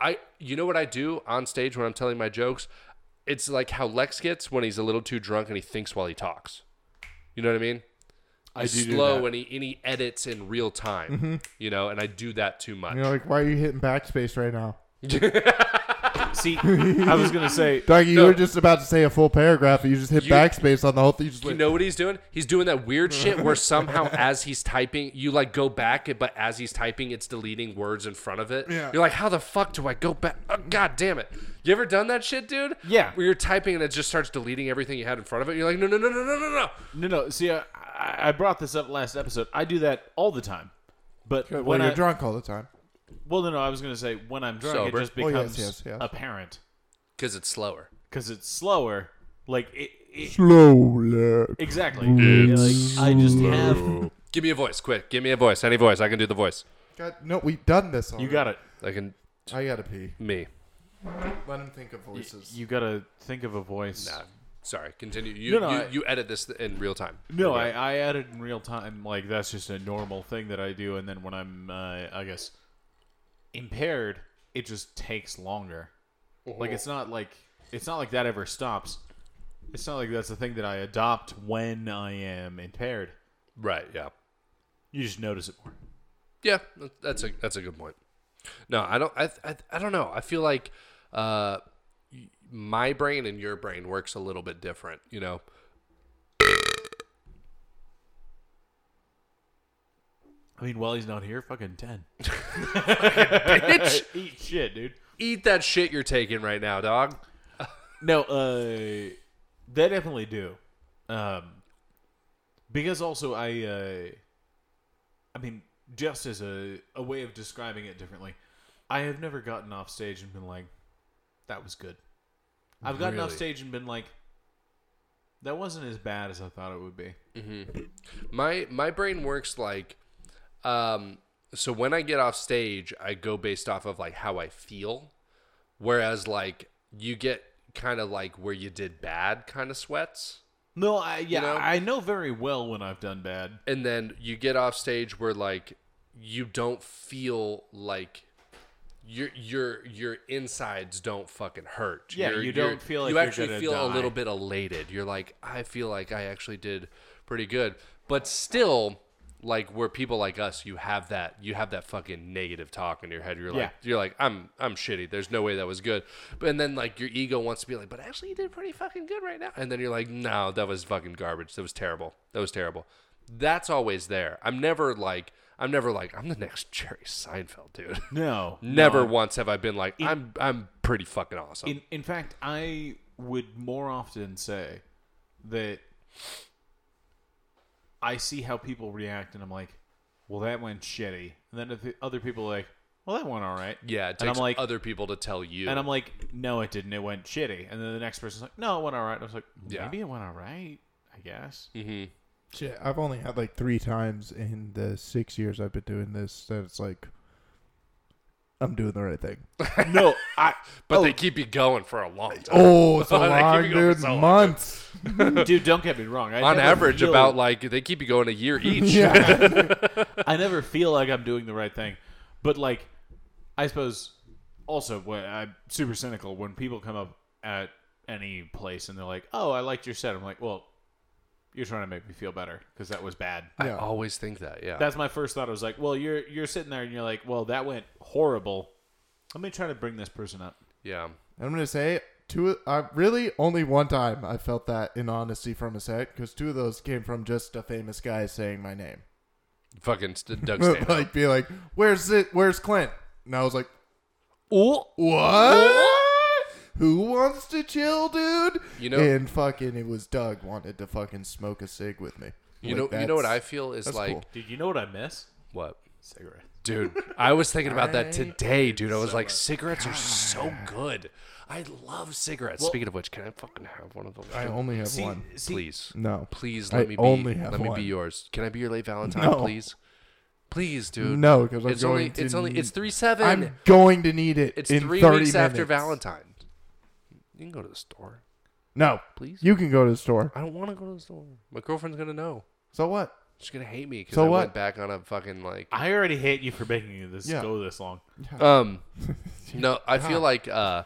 Speaker 1: I you know what I do on stage when I'm telling my jokes? It's like how Lex gets when he's a little too drunk and he thinks while he talks. You know what I mean?
Speaker 3: I
Speaker 1: he's
Speaker 3: do do
Speaker 1: slow
Speaker 3: that. Mm-hmm.
Speaker 1: and he and he edits in real time. You know, and I do that too much.
Speaker 2: And you're like, why are you hitting backspace right now?
Speaker 3: See, I was gonna say
Speaker 2: Doug, you
Speaker 1: No.
Speaker 2: were just about to say a full paragraph, and you just hit
Speaker 1: You-
Speaker 2: backspace on the whole thing. You just
Speaker 1: you
Speaker 2: like,
Speaker 1: know what he's doing? He's doing that weird shit where somehow as he's typing, you like go back, but as he's typing, it's deleting words in front of it.
Speaker 2: Yeah.
Speaker 1: You're like, how the fuck do I go back? Oh, God damn it. You ever done that shit, dude?
Speaker 3: Yeah.
Speaker 1: Where you're typing and it just starts deleting everything you had in front of it. You're like, no, no, no, no, no, no, no.
Speaker 3: no, no. See, I, I- I brought this up last episode. I do that all the time, but
Speaker 2: well,
Speaker 3: when
Speaker 2: you're
Speaker 3: I,
Speaker 2: drunk all the time.
Speaker 3: well, no, no. I was gonna say when I'm drunk,
Speaker 1: Sober.
Speaker 3: it just
Speaker 2: Oh, yes,
Speaker 3: becomes
Speaker 2: yes, yes.
Speaker 3: apparent
Speaker 1: Because it's slower.
Speaker 3: because it's slower. Like it, it
Speaker 2: Slowly.
Speaker 3: exactly. Yeah, like, I just have.
Speaker 1: Give me a voice, quick. Give me a voice. Any voice. I can do the voice.
Speaker 2: God, no, we've done this. Already.
Speaker 3: You got it.
Speaker 1: I can.
Speaker 2: I gotta pee.
Speaker 1: Me.
Speaker 2: Let him think of voices.
Speaker 3: You gotta think of a voice.
Speaker 1: Nah. Sorry. Continue. You,
Speaker 3: No, no,
Speaker 1: you,
Speaker 3: I-
Speaker 1: you edit this in real time.
Speaker 3: No, I, I added in real time. Like that's just a normal thing that I do, and then when I'm, uh, I guess, impaired, it just takes longer. Like it's not like it's not like that ever stops. It's not like that's the thing that I adopt when I am impaired.
Speaker 1: Right. Yeah.
Speaker 3: You just notice it more.
Speaker 1: Yeah, that- that's a that's a good point. No, I don't. I I, I don't know. I feel like uh, y- my brain and your brain works a little bit different. You know.
Speaker 3: I mean, while he's not here, fucking ten.
Speaker 1: Bitch,
Speaker 3: Eat shit, dude.
Speaker 1: eat that shit you're taking right now, dog.
Speaker 3: No, uh, they definitely do. Um, because also I, uh, I mean, just as a, a way of describing it differently, I have never gotten off stage and been like, that was good. I've gotten off
Speaker 1: Really?
Speaker 3: stage and been like, that wasn't as bad as I thought it would be.
Speaker 1: My my brain works like, um. So when I get off stage, I go based off of like how I feel, whereas like you get kind of like where you did bad kind of sweats.
Speaker 3: No, I, yeah,
Speaker 1: know?
Speaker 3: I know very well when I've done bad.
Speaker 1: and then you get off stage where like you don't feel like your your your insides don't fucking hurt.
Speaker 3: Yeah,
Speaker 1: You're-
Speaker 3: you
Speaker 1: you're-
Speaker 3: don't feel like
Speaker 1: you
Speaker 3: you're
Speaker 1: actually
Speaker 3: gonna
Speaker 1: feel a
Speaker 3: die.
Speaker 1: little bit elated. You're like, I feel like I actually did pretty good, but still, like where people like us, you have that you have that fucking negative talk in your head. You're like,
Speaker 3: Yeah.
Speaker 1: you're like, I'm I'm shitty. There's no way that was good. But and then like your ego wants to be like, but actually you did pretty fucking good right now. And then you're like, no, that was fucking garbage. That was terrible. That was terrible. That's always there. I'm never like I'm never like I'm the next Jerry Seinfeld dude.
Speaker 3: No,
Speaker 1: never once have I been like I'm I'm pretty fucking awesome.
Speaker 3: In in fact, I would more often say that I see how people react, and I'm like, "Well, that went shitty," and then if the other people are like, "Well, that went all right."
Speaker 1: yeah, it
Speaker 3: and I'm
Speaker 1: takes
Speaker 3: like-
Speaker 1: other people to tell you.
Speaker 3: And I'm like, "No, it didn't. It went shitty." And then the next person's like, "No, it went all right." I was like, "Maybe
Speaker 1: Yeah.
Speaker 3: it went all right, I guess."
Speaker 1: Mm-hmm.
Speaker 2: Shit, I've only had like three times in the six years I've been doing this that it's like, I'm doing the right thing.
Speaker 3: no, I
Speaker 1: but they keep you going for a long time.
Speaker 2: Oh, it's a
Speaker 1: They keep
Speaker 2: long,
Speaker 1: you going for
Speaker 2: dude.
Speaker 1: so long, dude.
Speaker 2: months.
Speaker 3: dude, don't get me wrong. I
Speaker 1: on
Speaker 3: never
Speaker 1: average,
Speaker 3: feel-
Speaker 1: about like they keep you going a year each.
Speaker 2: Yeah.
Speaker 3: I never feel like I'm doing the right thing, but like, I suppose also when I'm super cynical when people come up at any place and they're like, "Oh, I liked your set." I'm like, "Well, you're trying to make me feel better because that was bad."
Speaker 1: I
Speaker 2: Yeah.
Speaker 1: always think that. Yeah.
Speaker 3: That's my first thought. I was like, "Well, you're you're sitting there and you're like, well, that went horrible." Let me try to bring this person up.
Speaker 1: yeah.
Speaker 2: I'm gonna say two. Uh, really, only one time I felt that in honesty from a set because two of those came from just a famous guy saying my name.
Speaker 1: Fucking st- Doug Stanhope.
Speaker 2: like, be like, "Where's it? Where's Clint?" And I was like,
Speaker 1: Ooh.
Speaker 2: "What? Who wants to chill, dude?"
Speaker 1: You know-
Speaker 2: and fucking, it was Doug wanted to fucking smoke a cig with me.
Speaker 1: You
Speaker 2: Like,
Speaker 1: know, you know what I
Speaker 2: that's-
Speaker 1: feel is
Speaker 2: that's
Speaker 1: like
Speaker 2: cool.
Speaker 3: Did you know what I miss?
Speaker 1: what,
Speaker 3: Cigarettes.
Speaker 1: dude? I was thinking about that
Speaker 2: I-
Speaker 1: today, dude. I was like, cigarettes are so good. I love cigarettes.
Speaker 3: Well-
Speaker 1: Speaking of which, can I fucking have one of those?
Speaker 2: I only have one.
Speaker 1: please,
Speaker 2: No,
Speaker 1: please
Speaker 2: I
Speaker 1: let me be.
Speaker 2: only have
Speaker 1: let me
Speaker 2: one.
Speaker 1: be yours. Can I be your late Valentine,
Speaker 2: No.
Speaker 1: please? Please, dude.
Speaker 2: no, because I'm
Speaker 1: it's
Speaker 2: going
Speaker 1: only
Speaker 2: to.
Speaker 1: it's only it's
Speaker 2: need-
Speaker 1: three seven.
Speaker 2: I'm going to need it.
Speaker 1: it's
Speaker 2: in
Speaker 1: three
Speaker 2: 30
Speaker 1: weeks after
Speaker 2: minutes.
Speaker 1: Valentine's. You can go to the store,
Speaker 2: No,
Speaker 1: please.
Speaker 2: you can go to the store.
Speaker 1: I don't want to go to the store. My girlfriend's gonna know.
Speaker 2: So what?
Speaker 1: She's gonna hate me because
Speaker 2: So
Speaker 1: I
Speaker 2: what?
Speaker 1: went back on a fucking like.
Speaker 3: I already hate you for making this
Speaker 2: Yeah.
Speaker 3: go this long.
Speaker 1: Um, no, I feel like, uh,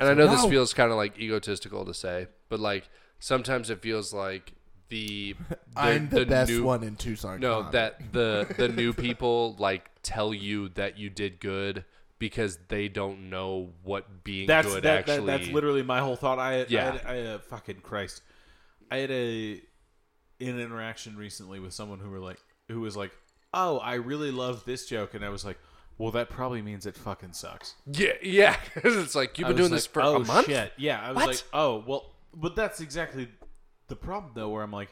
Speaker 1: and I know this
Speaker 2: No.
Speaker 1: feels kind of like egotistical to say, but like sometimes it feels like the, the
Speaker 2: I'm the, best
Speaker 1: new,
Speaker 2: one in Tucson.
Speaker 1: No,
Speaker 2: comedy.
Speaker 1: that the the new people like tell you that you did good because they don't know what being
Speaker 3: that's
Speaker 1: good
Speaker 3: that,
Speaker 1: actually.
Speaker 3: that, that's literally my whole thought. I yeah.
Speaker 1: Yeah.
Speaker 3: I had, I had a fucking Christ. I had a an interaction recently with someone who were like who was like, "Oh, I really love this joke," and I was like, "Well, that probably means it fucking sucks."
Speaker 1: yeah, yeah. 'Cause it's like you've
Speaker 3: I
Speaker 1: been doing
Speaker 3: was
Speaker 1: this
Speaker 3: like,
Speaker 1: for
Speaker 3: oh,
Speaker 1: a month.
Speaker 3: Shit. Yeah, I was
Speaker 1: What?
Speaker 3: like, "Oh, well," but that's exactly the problem though, where I'm like,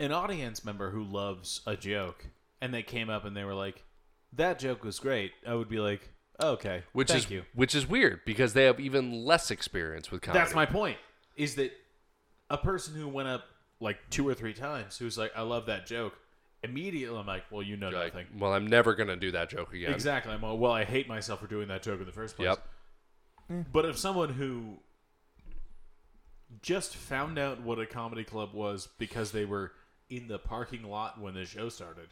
Speaker 3: an audience member who loves a joke, and they came up and they were like, "That joke was great." I would be like, "Okay,
Speaker 1: Which
Speaker 3: thank
Speaker 1: is
Speaker 3: you."
Speaker 1: which is weird because they have even less experience with comedy.
Speaker 3: That's my point. Is that a person who went up like two or three times who's like, I love that joke, immediately I'm like, Well, you know
Speaker 1: You're like,
Speaker 3: nothing.
Speaker 1: well, I'm never gonna do that joke again.
Speaker 3: Exactly. I'm all, well, I hate myself for doing that joke in the first place.
Speaker 1: Yep.
Speaker 3: But if someone who just found out what a comedy club was because they were in the parking lot when the show started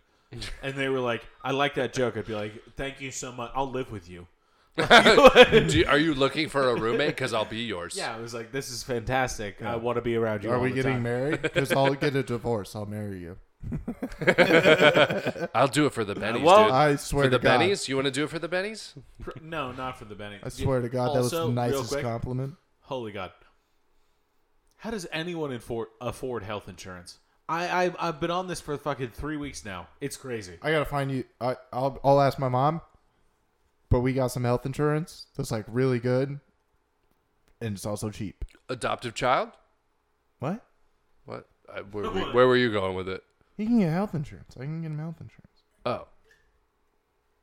Speaker 3: and they were like, I like that joke, I'd be like, Thank you so much. I'll live with you.
Speaker 1: Do you- are you looking for a roommate? Because I'll be yours.
Speaker 3: Yeah, I was like, This is fantastic. I want to be around you.
Speaker 2: Are
Speaker 3: all
Speaker 2: we
Speaker 3: the
Speaker 2: getting
Speaker 3: time."
Speaker 2: married? Because I'll get a divorce. I'll marry you.
Speaker 1: I'll do it for the bennies,
Speaker 3: well,
Speaker 1: dude.
Speaker 2: Uh, I swear
Speaker 1: for the
Speaker 2: to God.
Speaker 1: bennies, you want to do it for the bennies?
Speaker 3: Pr- No, not for the Benny.
Speaker 2: I swear to God, that was
Speaker 3: Also,
Speaker 2: the
Speaker 3: real
Speaker 2: nicest
Speaker 3: quick,
Speaker 2: compliment.
Speaker 3: Holy God! How does anyone infor- afford health insurance? I, I I've been on this for fucking three weeks now. It's crazy.
Speaker 2: I gotta find you. I, I'll I'll ask my mom. But we got some health insurance that's like really good, and it's also cheap.
Speaker 1: Adoptive child?
Speaker 2: What?
Speaker 1: What? I, where, were- where were you going with it?
Speaker 2: He can get health insurance. I can get him health insurance.
Speaker 1: Oh.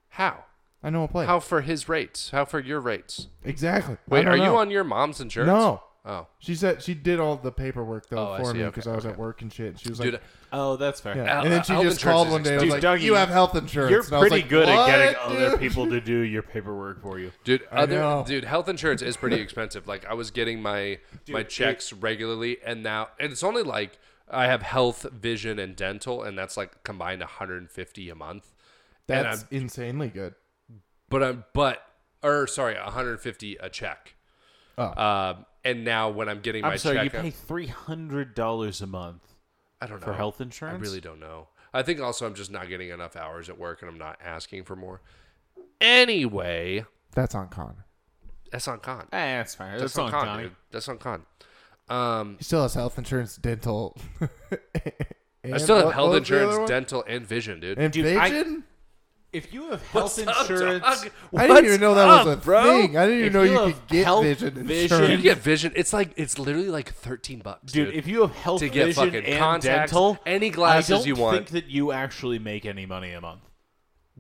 Speaker 1: How?
Speaker 2: I know a place.
Speaker 1: How for his rates? How for your rates?
Speaker 2: Exactly. I
Speaker 1: Wait,
Speaker 2: don't
Speaker 1: are you
Speaker 2: know.
Speaker 1: on your mom's insurance?
Speaker 2: No.
Speaker 1: Oh,
Speaker 2: She said she did all the paperwork though
Speaker 1: Oh, I
Speaker 2: for
Speaker 1: see.
Speaker 2: me
Speaker 1: Okay,
Speaker 2: because I was
Speaker 1: okay.
Speaker 2: at work and shit. And she was like,
Speaker 1: dude.
Speaker 3: Oh, that's fair.
Speaker 2: yeah.
Speaker 1: uh,
Speaker 2: and then she
Speaker 1: health
Speaker 2: just
Speaker 1: insurance
Speaker 2: called
Speaker 1: is
Speaker 2: one day and was
Speaker 1: expensive.
Speaker 2: like,
Speaker 3: Dude, Dougie,
Speaker 2: "You have health insurance."
Speaker 3: You're
Speaker 2: And I was
Speaker 3: pretty
Speaker 2: like,
Speaker 3: good at getting
Speaker 2: "What,
Speaker 3: other
Speaker 2: dude?"
Speaker 3: people to do your paperwork for you.
Speaker 1: Dude, other
Speaker 2: know.
Speaker 1: dude, health insurance is pretty expensive. Like I was getting my my checks regularly, and now and it's only like I have health, vision, and dental, and that's like combined 150 a month. And
Speaker 2: That's insanely good.
Speaker 1: But I'm but or sorry, 150 a check.
Speaker 2: Oh.
Speaker 1: Um, and now when I'm getting my
Speaker 3: I'm sorry, you
Speaker 1: check,
Speaker 3: pay
Speaker 1: I,
Speaker 3: three hundred dollars a month
Speaker 1: I don't know
Speaker 3: for health
Speaker 1: I
Speaker 3: insurance.
Speaker 1: really don't know. I think also I'm just not getting enough hours at work, and I'm not asking for more. Anyway,
Speaker 2: That's on Connor.
Speaker 1: that's on con.
Speaker 3: Eh, that's fair. That's,
Speaker 1: That's
Speaker 3: on
Speaker 1: on con.
Speaker 3: Connie.
Speaker 1: dude. That's on con. Um,
Speaker 2: He still has health insurance, dental.
Speaker 1: I still have health insurance, dental, and vision, dude.
Speaker 2: and
Speaker 3: Dude, I-
Speaker 2: vision.
Speaker 3: If you have health
Speaker 1: What's up,
Speaker 3: insurance,
Speaker 1: dog?
Speaker 2: I,
Speaker 1: What's
Speaker 2: didn't even know that was
Speaker 1: up,
Speaker 2: a thing. I didn't even
Speaker 3: If
Speaker 2: know
Speaker 3: you
Speaker 2: you,
Speaker 3: have
Speaker 2: could get
Speaker 3: health
Speaker 2: vision
Speaker 3: vision-
Speaker 1: You
Speaker 2: insurance.
Speaker 1: get vision. It's like it's literally like thirteen bucks,
Speaker 3: dude,
Speaker 1: dude.
Speaker 3: if you have health
Speaker 1: to get
Speaker 3: vision
Speaker 1: fucking
Speaker 3: and
Speaker 1: contacts,
Speaker 3: dental,
Speaker 1: any glasses
Speaker 3: I don't
Speaker 1: you want.
Speaker 3: think that you actually make any money a month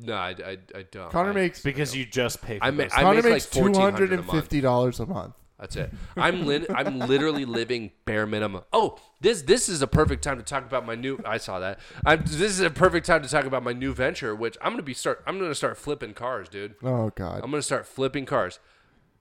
Speaker 1: no, I, I, I don't.
Speaker 2: Connor
Speaker 1: I,
Speaker 2: makes
Speaker 3: because you just pay. For
Speaker 1: I ma-
Speaker 3: those
Speaker 1: I
Speaker 2: Connor
Speaker 1: make like
Speaker 2: makes two hundred
Speaker 1: 1400 a
Speaker 2: and
Speaker 1: month.
Speaker 2: fifty dollars a month.
Speaker 1: That's it. I'm li- I'm literally living bare minimum. Oh, this this is a perfect time to talk about my new. I saw that. I'm, this is a perfect time to talk about my new venture, which I'm gonna be start. I'm gonna start flipping cars, dude.
Speaker 2: Oh God.
Speaker 1: I'm gonna start flipping cars.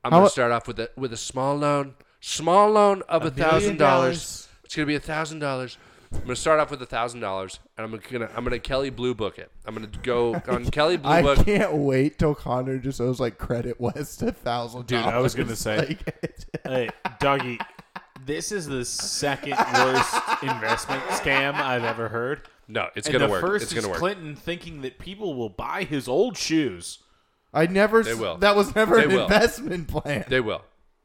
Speaker 1: I'm
Speaker 2: How
Speaker 1: gonna
Speaker 2: mu-
Speaker 1: start off with a with a small loan, small loan of a thousand
Speaker 3: million
Speaker 1: dollars.
Speaker 3: dollars.
Speaker 1: It's gonna be a thousand dollars. I'm gonna start off with a thousand dollars, and I'm gonna I'm gonna Kelly Blue Book it. I'm gonna go on Kelly Blue
Speaker 2: I
Speaker 1: Book.
Speaker 2: can't wait till Connor just owes like Credit West a thousand.
Speaker 3: Dude, I was gonna say- Hey, doggy, this is the second worst investment scam I've ever heard.
Speaker 1: No, it's
Speaker 3: and
Speaker 1: gonna
Speaker 3: the
Speaker 1: work.
Speaker 3: first
Speaker 1: it's gonna
Speaker 3: is
Speaker 1: work.
Speaker 3: Clinton thinking that people will buy his old shoes.
Speaker 2: I never. They
Speaker 1: will.
Speaker 2: That was never
Speaker 1: They
Speaker 2: an
Speaker 1: will.
Speaker 2: investment plan.
Speaker 1: They will.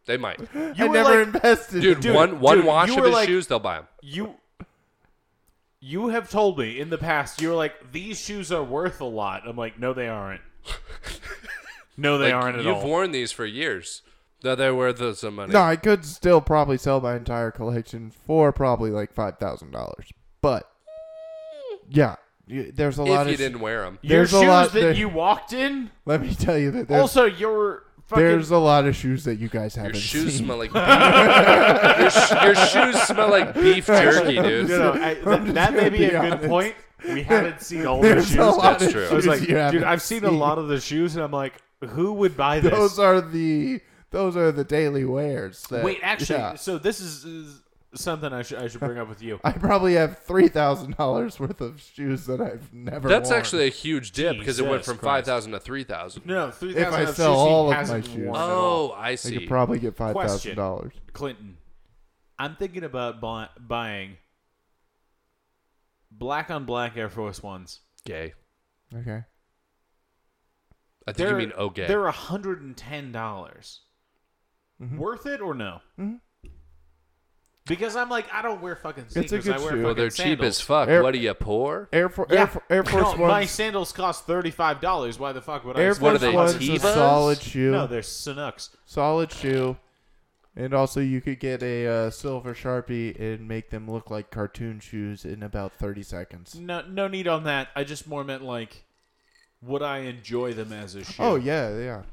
Speaker 1: They might. Dude,
Speaker 2: I
Speaker 3: were
Speaker 2: never
Speaker 3: like-
Speaker 2: invested. in them.
Speaker 1: one one
Speaker 3: dude,
Speaker 1: wash
Speaker 3: you
Speaker 1: of
Speaker 3: were
Speaker 1: his
Speaker 3: like-
Speaker 1: shoes, they'll buy them.
Speaker 3: You, you have told me in the past you were like these shoes are worth a lot. I'm like, no, they aren't. No, they aren't at
Speaker 1: You've
Speaker 3: all.
Speaker 1: worn these for years. No, they're worth some money.
Speaker 2: No, I could still probably sell my entire collection for probably like five thousand dollars. But yeah, y- there's a
Speaker 1: if
Speaker 2: lot
Speaker 1: you
Speaker 2: of.
Speaker 1: didn't wear them,
Speaker 3: Your
Speaker 2: There's a
Speaker 3: shoes
Speaker 2: lot-
Speaker 3: that
Speaker 2: there-
Speaker 3: you walked in.
Speaker 2: let me tell you that there's
Speaker 3: Also, your fucking
Speaker 2: there's a lot of shoes that you guys haven't
Speaker 1: your shoes
Speaker 2: seen.
Speaker 1: smell like beef. your, sh- your shoes smell like beef jerky, dude.
Speaker 3: No, no, I, that, that may be,
Speaker 2: be
Speaker 3: a
Speaker 2: honest.
Speaker 3: good point. We haven't seen all the
Speaker 2: There's
Speaker 3: shoes.
Speaker 2: a lot
Speaker 1: that's
Speaker 2: of
Speaker 1: true.
Speaker 2: shoes
Speaker 3: I was like,
Speaker 2: you haven't
Speaker 3: dude, I've seen a lot of the shoes, and I'm like, who would buy this?
Speaker 2: Those are the those are the daily wears. That,
Speaker 3: Wait, actually,
Speaker 2: yeah.
Speaker 3: so this is, is something I should I should bring up with you.
Speaker 2: I probably have three thousand dollars worth of shoes that I've never.
Speaker 1: That's
Speaker 2: worn.
Speaker 1: actually a huge dip because it went
Speaker 3: Jesus
Speaker 1: from
Speaker 3: Christ.
Speaker 1: five thousand to three thousand.
Speaker 3: No, no, three
Speaker 2: If I
Speaker 3: thousand.
Speaker 2: sell all of my
Speaker 3: hasn't
Speaker 2: shoes.
Speaker 3: worn at
Speaker 1: Oh,
Speaker 3: all.
Speaker 1: I
Speaker 2: I
Speaker 1: see.
Speaker 2: could probably get five
Speaker 3: Question.
Speaker 2: thousand dollars.
Speaker 3: Clinton, I'm thinking about buy- buying black on black Air Force Ones.
Speaker 1: Gay.
Speaker 2: Okay.
Speaker 1: I think you mean oh gay.
Speaker 3: They're hundred and ten dollars.
Speaker 2: Mm-hmm.
Speaker 3: Worth it or no?
Speaker 2: Mhm.
Speaker 3: Because I'm like, I don't wear fucking sneakers.
Speaker 2: good
Speaker 3: I wear
Speaker 2: shoe.
Speaker 3: fucking
Speaker 1: Well, they're cheap
Speaker 3: sandals.
Speaker 1: as fuck.
Speaker 2: Air-
Speaker 1: what are you poor?
Speaker 2: Air, for,
Speaker 3: Yeah.
Speaker 2: Air, for, Air
Speaker 3: No,
Speaker 2: Force
Speaker 3: my
Speaker 2: Ones.
Speaker 3: sandals cost thirty five dollars. Why the fuck would I?
Speaker 2: Air
Speaker 3: spend
Speaker 1: What are
Speaker 2: Force
Speaker 1: they,
Speaker 2: Ones is a
Speaker 1: Tevas?
Speaker 2: solid shoe.
Speaker 3: No, they're Sanooks.
Speaker 2: solid shoe. And also, you could get a uh, silver sharpie and make them look like cartoon shoes in about thirty seconds.
Speaker 3: No, no need on that. I just more meant like, would I enjoy them as a shoe?
Speaker 2: Oh yeah, yeah.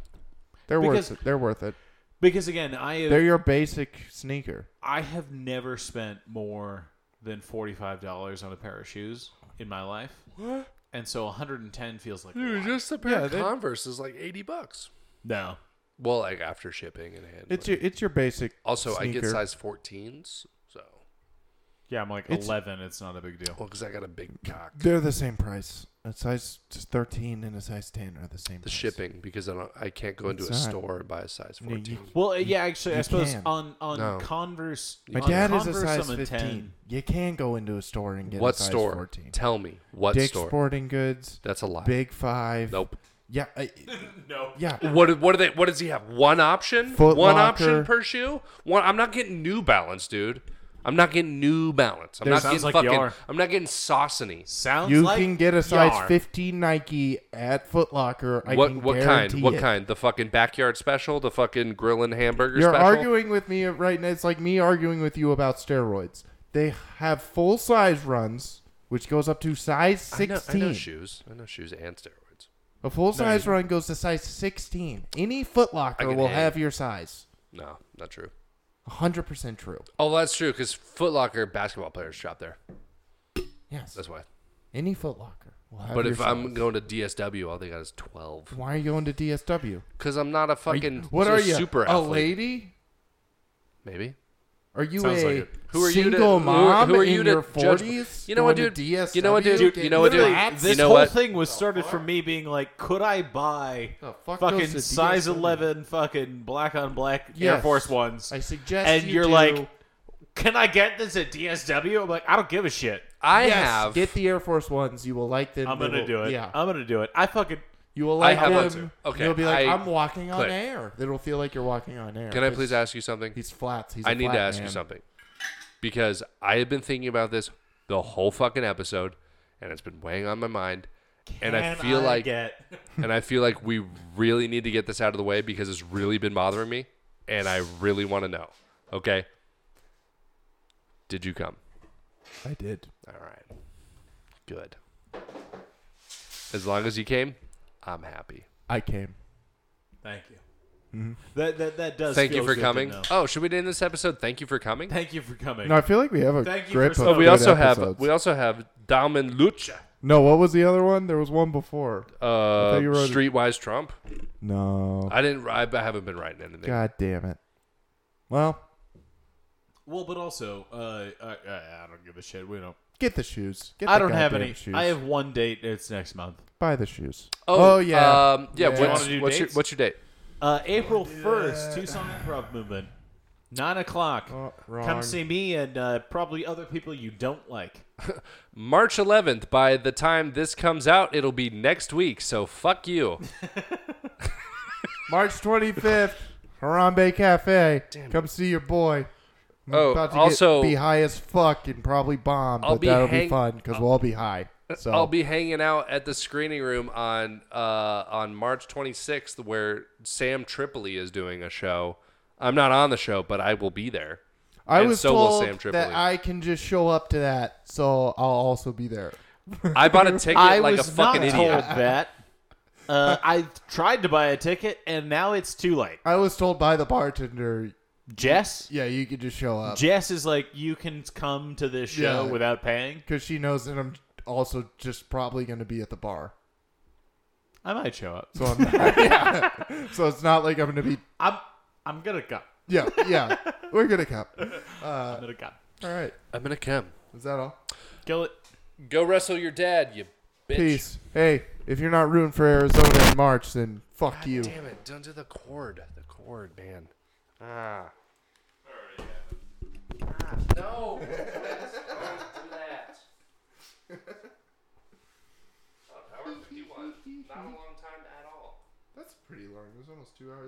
Speaker 2: They're
Speaker 3: Because-
Speaker 2: worth it. They're worth it.
Speaker 3: because again, I have,
Speaker 2: They're your basic sneaker.
Speaker 3: I have never spent more than forty five dollars on a pair of shoes in my life, and so one hundred and ten feels like a lot.
Speaker 1: just a pair
Speaker 2: Yeah,
Speaker 1: of
Speaker 2: they-
Speaker 1: Converse is like eighty bucks.
Speaker 3: no.
Speaker 1: Well, like after shipping and handling.
Speaker 2: It's your it's your basic.
Speaker 1: also, I get
Speaker 2: sneaker.
Speaker 1: size 14s, so
Speaker 3: Yeah, I'm like
Speaker 2: It's-
Speaker 3: eleven. It's not a big deal.
Speaker 1: well because I got a big cock.
Speaker 2: They're the same price. A size thirteen and a size ten are the same.
Speaker 1: The
Speaker 2: price.
Speaker 1: shipping because I don't, I can't go into
Speaker 2: It's
Speaker 1: a
Speaker 2: not-
Speaker 1: store and buy a size
Speaker 2: No, you-
Speaker 1: 14.
Speaker 3: Well, uh, yeah, actually, I
Speaker 2: you
Speaker 3: suppose
Speaker 2: can.
Speaker 3: on on
Speaker 1: No.
Speaker 3: Converse.
Speaker 2: My
Speaker 3: on
Speaker 2: dad is
Speaker 3: Converse,
Speaker 2: a size
Speaker 3: I'm a 10.
Speaker 2: fifteen. You can go into a store and get
Speaker 1: what
Speaker 2: a size
Speaker 1: store?
Speaker 2: fourteen.
Speaker 1: Tell me what
Speaker 2: Dick's
Speaker 1: store.
Speaker 2: Sporting Goods,
Speaker 1: That's a lie.
Speaker 2: Big Five.
Speaker 1: Nope.
Speaker 2: Yeah, I,
Speaker 3: No.
Speaker 2: yeah.
Speaker 1: What what do they? What does he have? One option?
Speaker 2: Foot
Speaker 1: One
Speaker 2: Locker.
Speaker 1: option per shoe? One? I'm not getting New Balance, dude. I'm not getting New Balance. I'm
Speaker 2: There
Speaker 1: not
Speaker 3: sounds
Speaker 1: getting
Speaker 3: like you
Speaker 1: fucking.
Speaker 3: are.
Speaker 1: I'm not getting Saucony.
Speaker 3: Sounds
Speaker 2: You
Speaker 3: like
Speaker 2: can get a size
Speaker 3: yar.
Speaker 2: 15 Nike at Foot Locker. I
Speaker 1: What
Speaker 2: can
Speaker 1: what
Speaker 2: guarantee
Speaker 1: kind? What
Speaker 2: it.
Speaker 1: kind? The fucking backyard special? The fucking grill and hamburger
Speaker 2: You're
Speaker 1: special?
Speaker 2: arguing with me right now. It's like me arguing with you about steroids. They have full size runs, which goes up to size
Speaker 1: I know,
Speaker 2: 16.
Speaker 1: I know shoes. I know shoes and steroids.
Speaker 2: A full size run goes to size 16. Any Foot Locker
Speaker 1: can
Speaker 2: will
Speaker 1: hang.
Speaker 2: have your size.
Speaker 1: No, not true.
Speaker 2: 100% true.
Speaker 1: Oh, that's true because Foot Locker basketball players shop there.
Speaker 2: Yes.
Speaker 1: That's why.
Speaker 2: Any Foot Locker will have
Speaker 1: But
Speaker 2: your
Speaker 1: if I'm
Speaker 2: size.
Speaker 1: going to DSW, all they got is 12.
Speaker 2: Why are you going to DSW?
Speaker 1: Because I'm not a fucking
Speaker 2: What are Oh, you?
Speaker 1: super
Speaker 2: a
Speaker 1: athlete.
Speaker 2: lady?
Speaker 1: Maybe.
Speaker 2: Are you
Speaker 3: Sounds
Speaker 2: a
Speaker 3: like it.
Speaker 1: Who are you
Speaker 2: single
Speaker 1: to who-
Speaker 2: mom
Speaker 1: who, are you
Speaker 2: in
Speaker 1: to
Speaker 2: your
Speaker 1: judge-
Speaker 2: forties?
Speaker 1: You know what, dude? You know what, dude? You know what, dude?
Speaker 3: Literally,
Speaker 1: Flats?
Speaker 3: this
Speaker 1: You know
Speaker 3: whole
Speaker 1: what?
Speaker 3: thing was started from me being like, could I buy
Speaker 2: The fuck goes
Speaker 3: fucking
Speaker 2: to
Speaker 3: size
Speaker 2: DSW?
Speaker 3: 11 fucking black on black Air
Speaker 2: Yes.
Speaker 3: Force Ones?
Speaker 2: I suggest
Speaker 3: and
Speaker 2: you
Speaker 3: are
Speaker 2: do-
Speaker 3: like, can I get this at DSW? I'm like, I don't give a shit.
Speaker 1: I
Speaker 2: yes,
Speaker 1: have.
Speaker 2: get the Air Force Ones. You will like them.
Speaker 3: I'm
Speaker 2: They
Speaker 3: going to
Speaker 2: will-
Speaker 3: do it. Um,
Speaker 2: Yeah,
Speaker 3: I'm going to do it. I fucking.
Speaker 2: you will
Speaker 1: I
Speaker 2: like
Speaker 1: have ones
Speaker 2: them.
Speaker 1: too. Okay,
Speaker 2: you'll be like,
Speaker 1: I-
Speaker 2: I'm walking on
Speaker 1: click.
Speaker 2: air. It'll feel like you're walking on air.
Speaker 1: Can I
Speaker 2: 'cause
Speaker 1: please ask you something?
Speaker 2: He's flats. He's. a
Speaker 1: I need to
Speaker 2: flat
Speaker 1: ask you
Speaker 2: man.
Speaker 1: something because I have been thinking about this the whole fucking episode, and it's been weighing on my mind. and I
Speaker 3: "Can
Speaker 1: feel like,
Speaker 3: Get...
Speaker 1: and I feel like we really need to get this out of the way because it's really been bothering me, and I really want to know. Okay, did you come?
Speaker 2: I did.
Speaker 1: All right, good. As long as you came, I'm happy.
Speaker 2: I came.
Speaker 3: Thank you. Mm-hmm. That, that, that does
Speaker 1: Thank you
Speaker 3: feel
Speaker 1: for
Speaker 3: good to
Speaker 1: coming.
Speaker 3: know.
Speaker 1: Oh, should we name this episode? Thank you for coming.
Speaker 3: Thank you for coming.
Speaker 2: No, I feel like we have a
Speaker 3: Thank you
Speaker 2: grip
Speaker 3: for
Speaker 2: of
Speaker 1: Oh, we
Speaker 2: good
Speaker 1: also have
Speaker 2: episodes.
Speaker 1: we also have Damen Lucha,
Speaker 2: no, what was the other one? There was one before.
Speaker 1: uh,
Speaker 2: you wrote-
Speaker 1: Streetwise Trump.
Speaker 2: No.
Speaker 1: I didn't. I, I haven't been writing anything.
Speaker 2: God damn it. Well,
Speaker 3: Well, but also, uh, I, I, I don't give a shit. We don't.
Speaker 2: get the shoes. Get
Speaker 3: I
Speaker 2: the
Speaker 3: don't have
Speaker 2: goddamn
Speaker 3: any.
Speaker 2: Shoes.
Speaker 3: I have one date. It's next month.
Speaker 2: buy the shoes.
Speaker 1: Oh,
Speaker 2: Oh, yeah.
Speaker 1: Um, yeah.
Speaker 2: Yeah.
Speaker 1: What's,
Speaker 3: Do you wanna do
Speaker 1: what's your
Speaker 3: dates?
Speaker 1: What's your date?
Speaker 3: Uh, April first, Tucson Improv Movement, nine o'clock.
Speaker 2: Oh,
Speaker 3: Come
Speaker 2: wrong.
Speaker 3: see me and uh, probably other people you don't like.
Speaker 1: March 11th. By the time this comes out, it'll be next week. So fuck you.
Speaker 2: March 25th, Harambe Cafe. Come see your boy. I'm
Speaker 1: Oh,
Speaker 2: about to
Speaker 1: also-
Speaker 2: get, be high as fuck and probably bomb,
Speaker 1: I'll
Speaker 2: but
Speaker 1: be
Speaker 2: that'll
Speaker 1: hang- Uh,
Speaker 2: be fun because we'll all be high. So
Speaker 1: I'll be hanging out at the screening room on uh, on March 26th, where Sam Tripoli is doing a show. I'm not on the show, but I will be there.
Speaker 2: I
Speaker 1: and
Speaker 2: was
Speaker 1: so will
Speaker 2: told
Speaker 1: Sam Tripoli.
Speaker 2: that I can just show up to that, so I'll also be there.
Speaker 1: I bought a ticket
Speaker 3: I
Speaker 1: like
Speaker 3: was
Speaker 1: a fucking
Speaker 3: not
Speaker 1: idiot.
Speaker 3: told that. Uh, I tried to buy a ticket and now it's too late.
Speaker 2: I was told by the bartender,
Speaker 3: Jess,
Speaker 2: yeah, you could just show up
Speaker 3: Jess is like, you can come to this show
Speaker 2: Yeah.
Speaker 3: without paying.
Speaker 2: because she knows that I'm also just probably going to be at the bar.
Speaker 3: I might show up.
Speaker 2: So I'm not, yeah. So it's not like I'm going to be.
Speaker 3: I'm I'm gonna come.
Speaker 2: Yeah, yeah. We're going to come.
Speaker 3: I'm gonna come.
Speaker 2: All right.
Speaker 1: I'm gonna come.
Speaker 2: Is that all?
Speaker 3: Kill it.
Speaker 1: Go wrestle your dad, you bitch.
Speaker 2: Peace. Hey, if you're not rooting for Arizona in March, then fuck you.
Speaker 1: Damn it! Don't do the chord. The chord, man. Ah. No. Don't do that. Uh, hour 51. Not a long time at all.
Speaker 2: That's pretty long. It was almost two hours.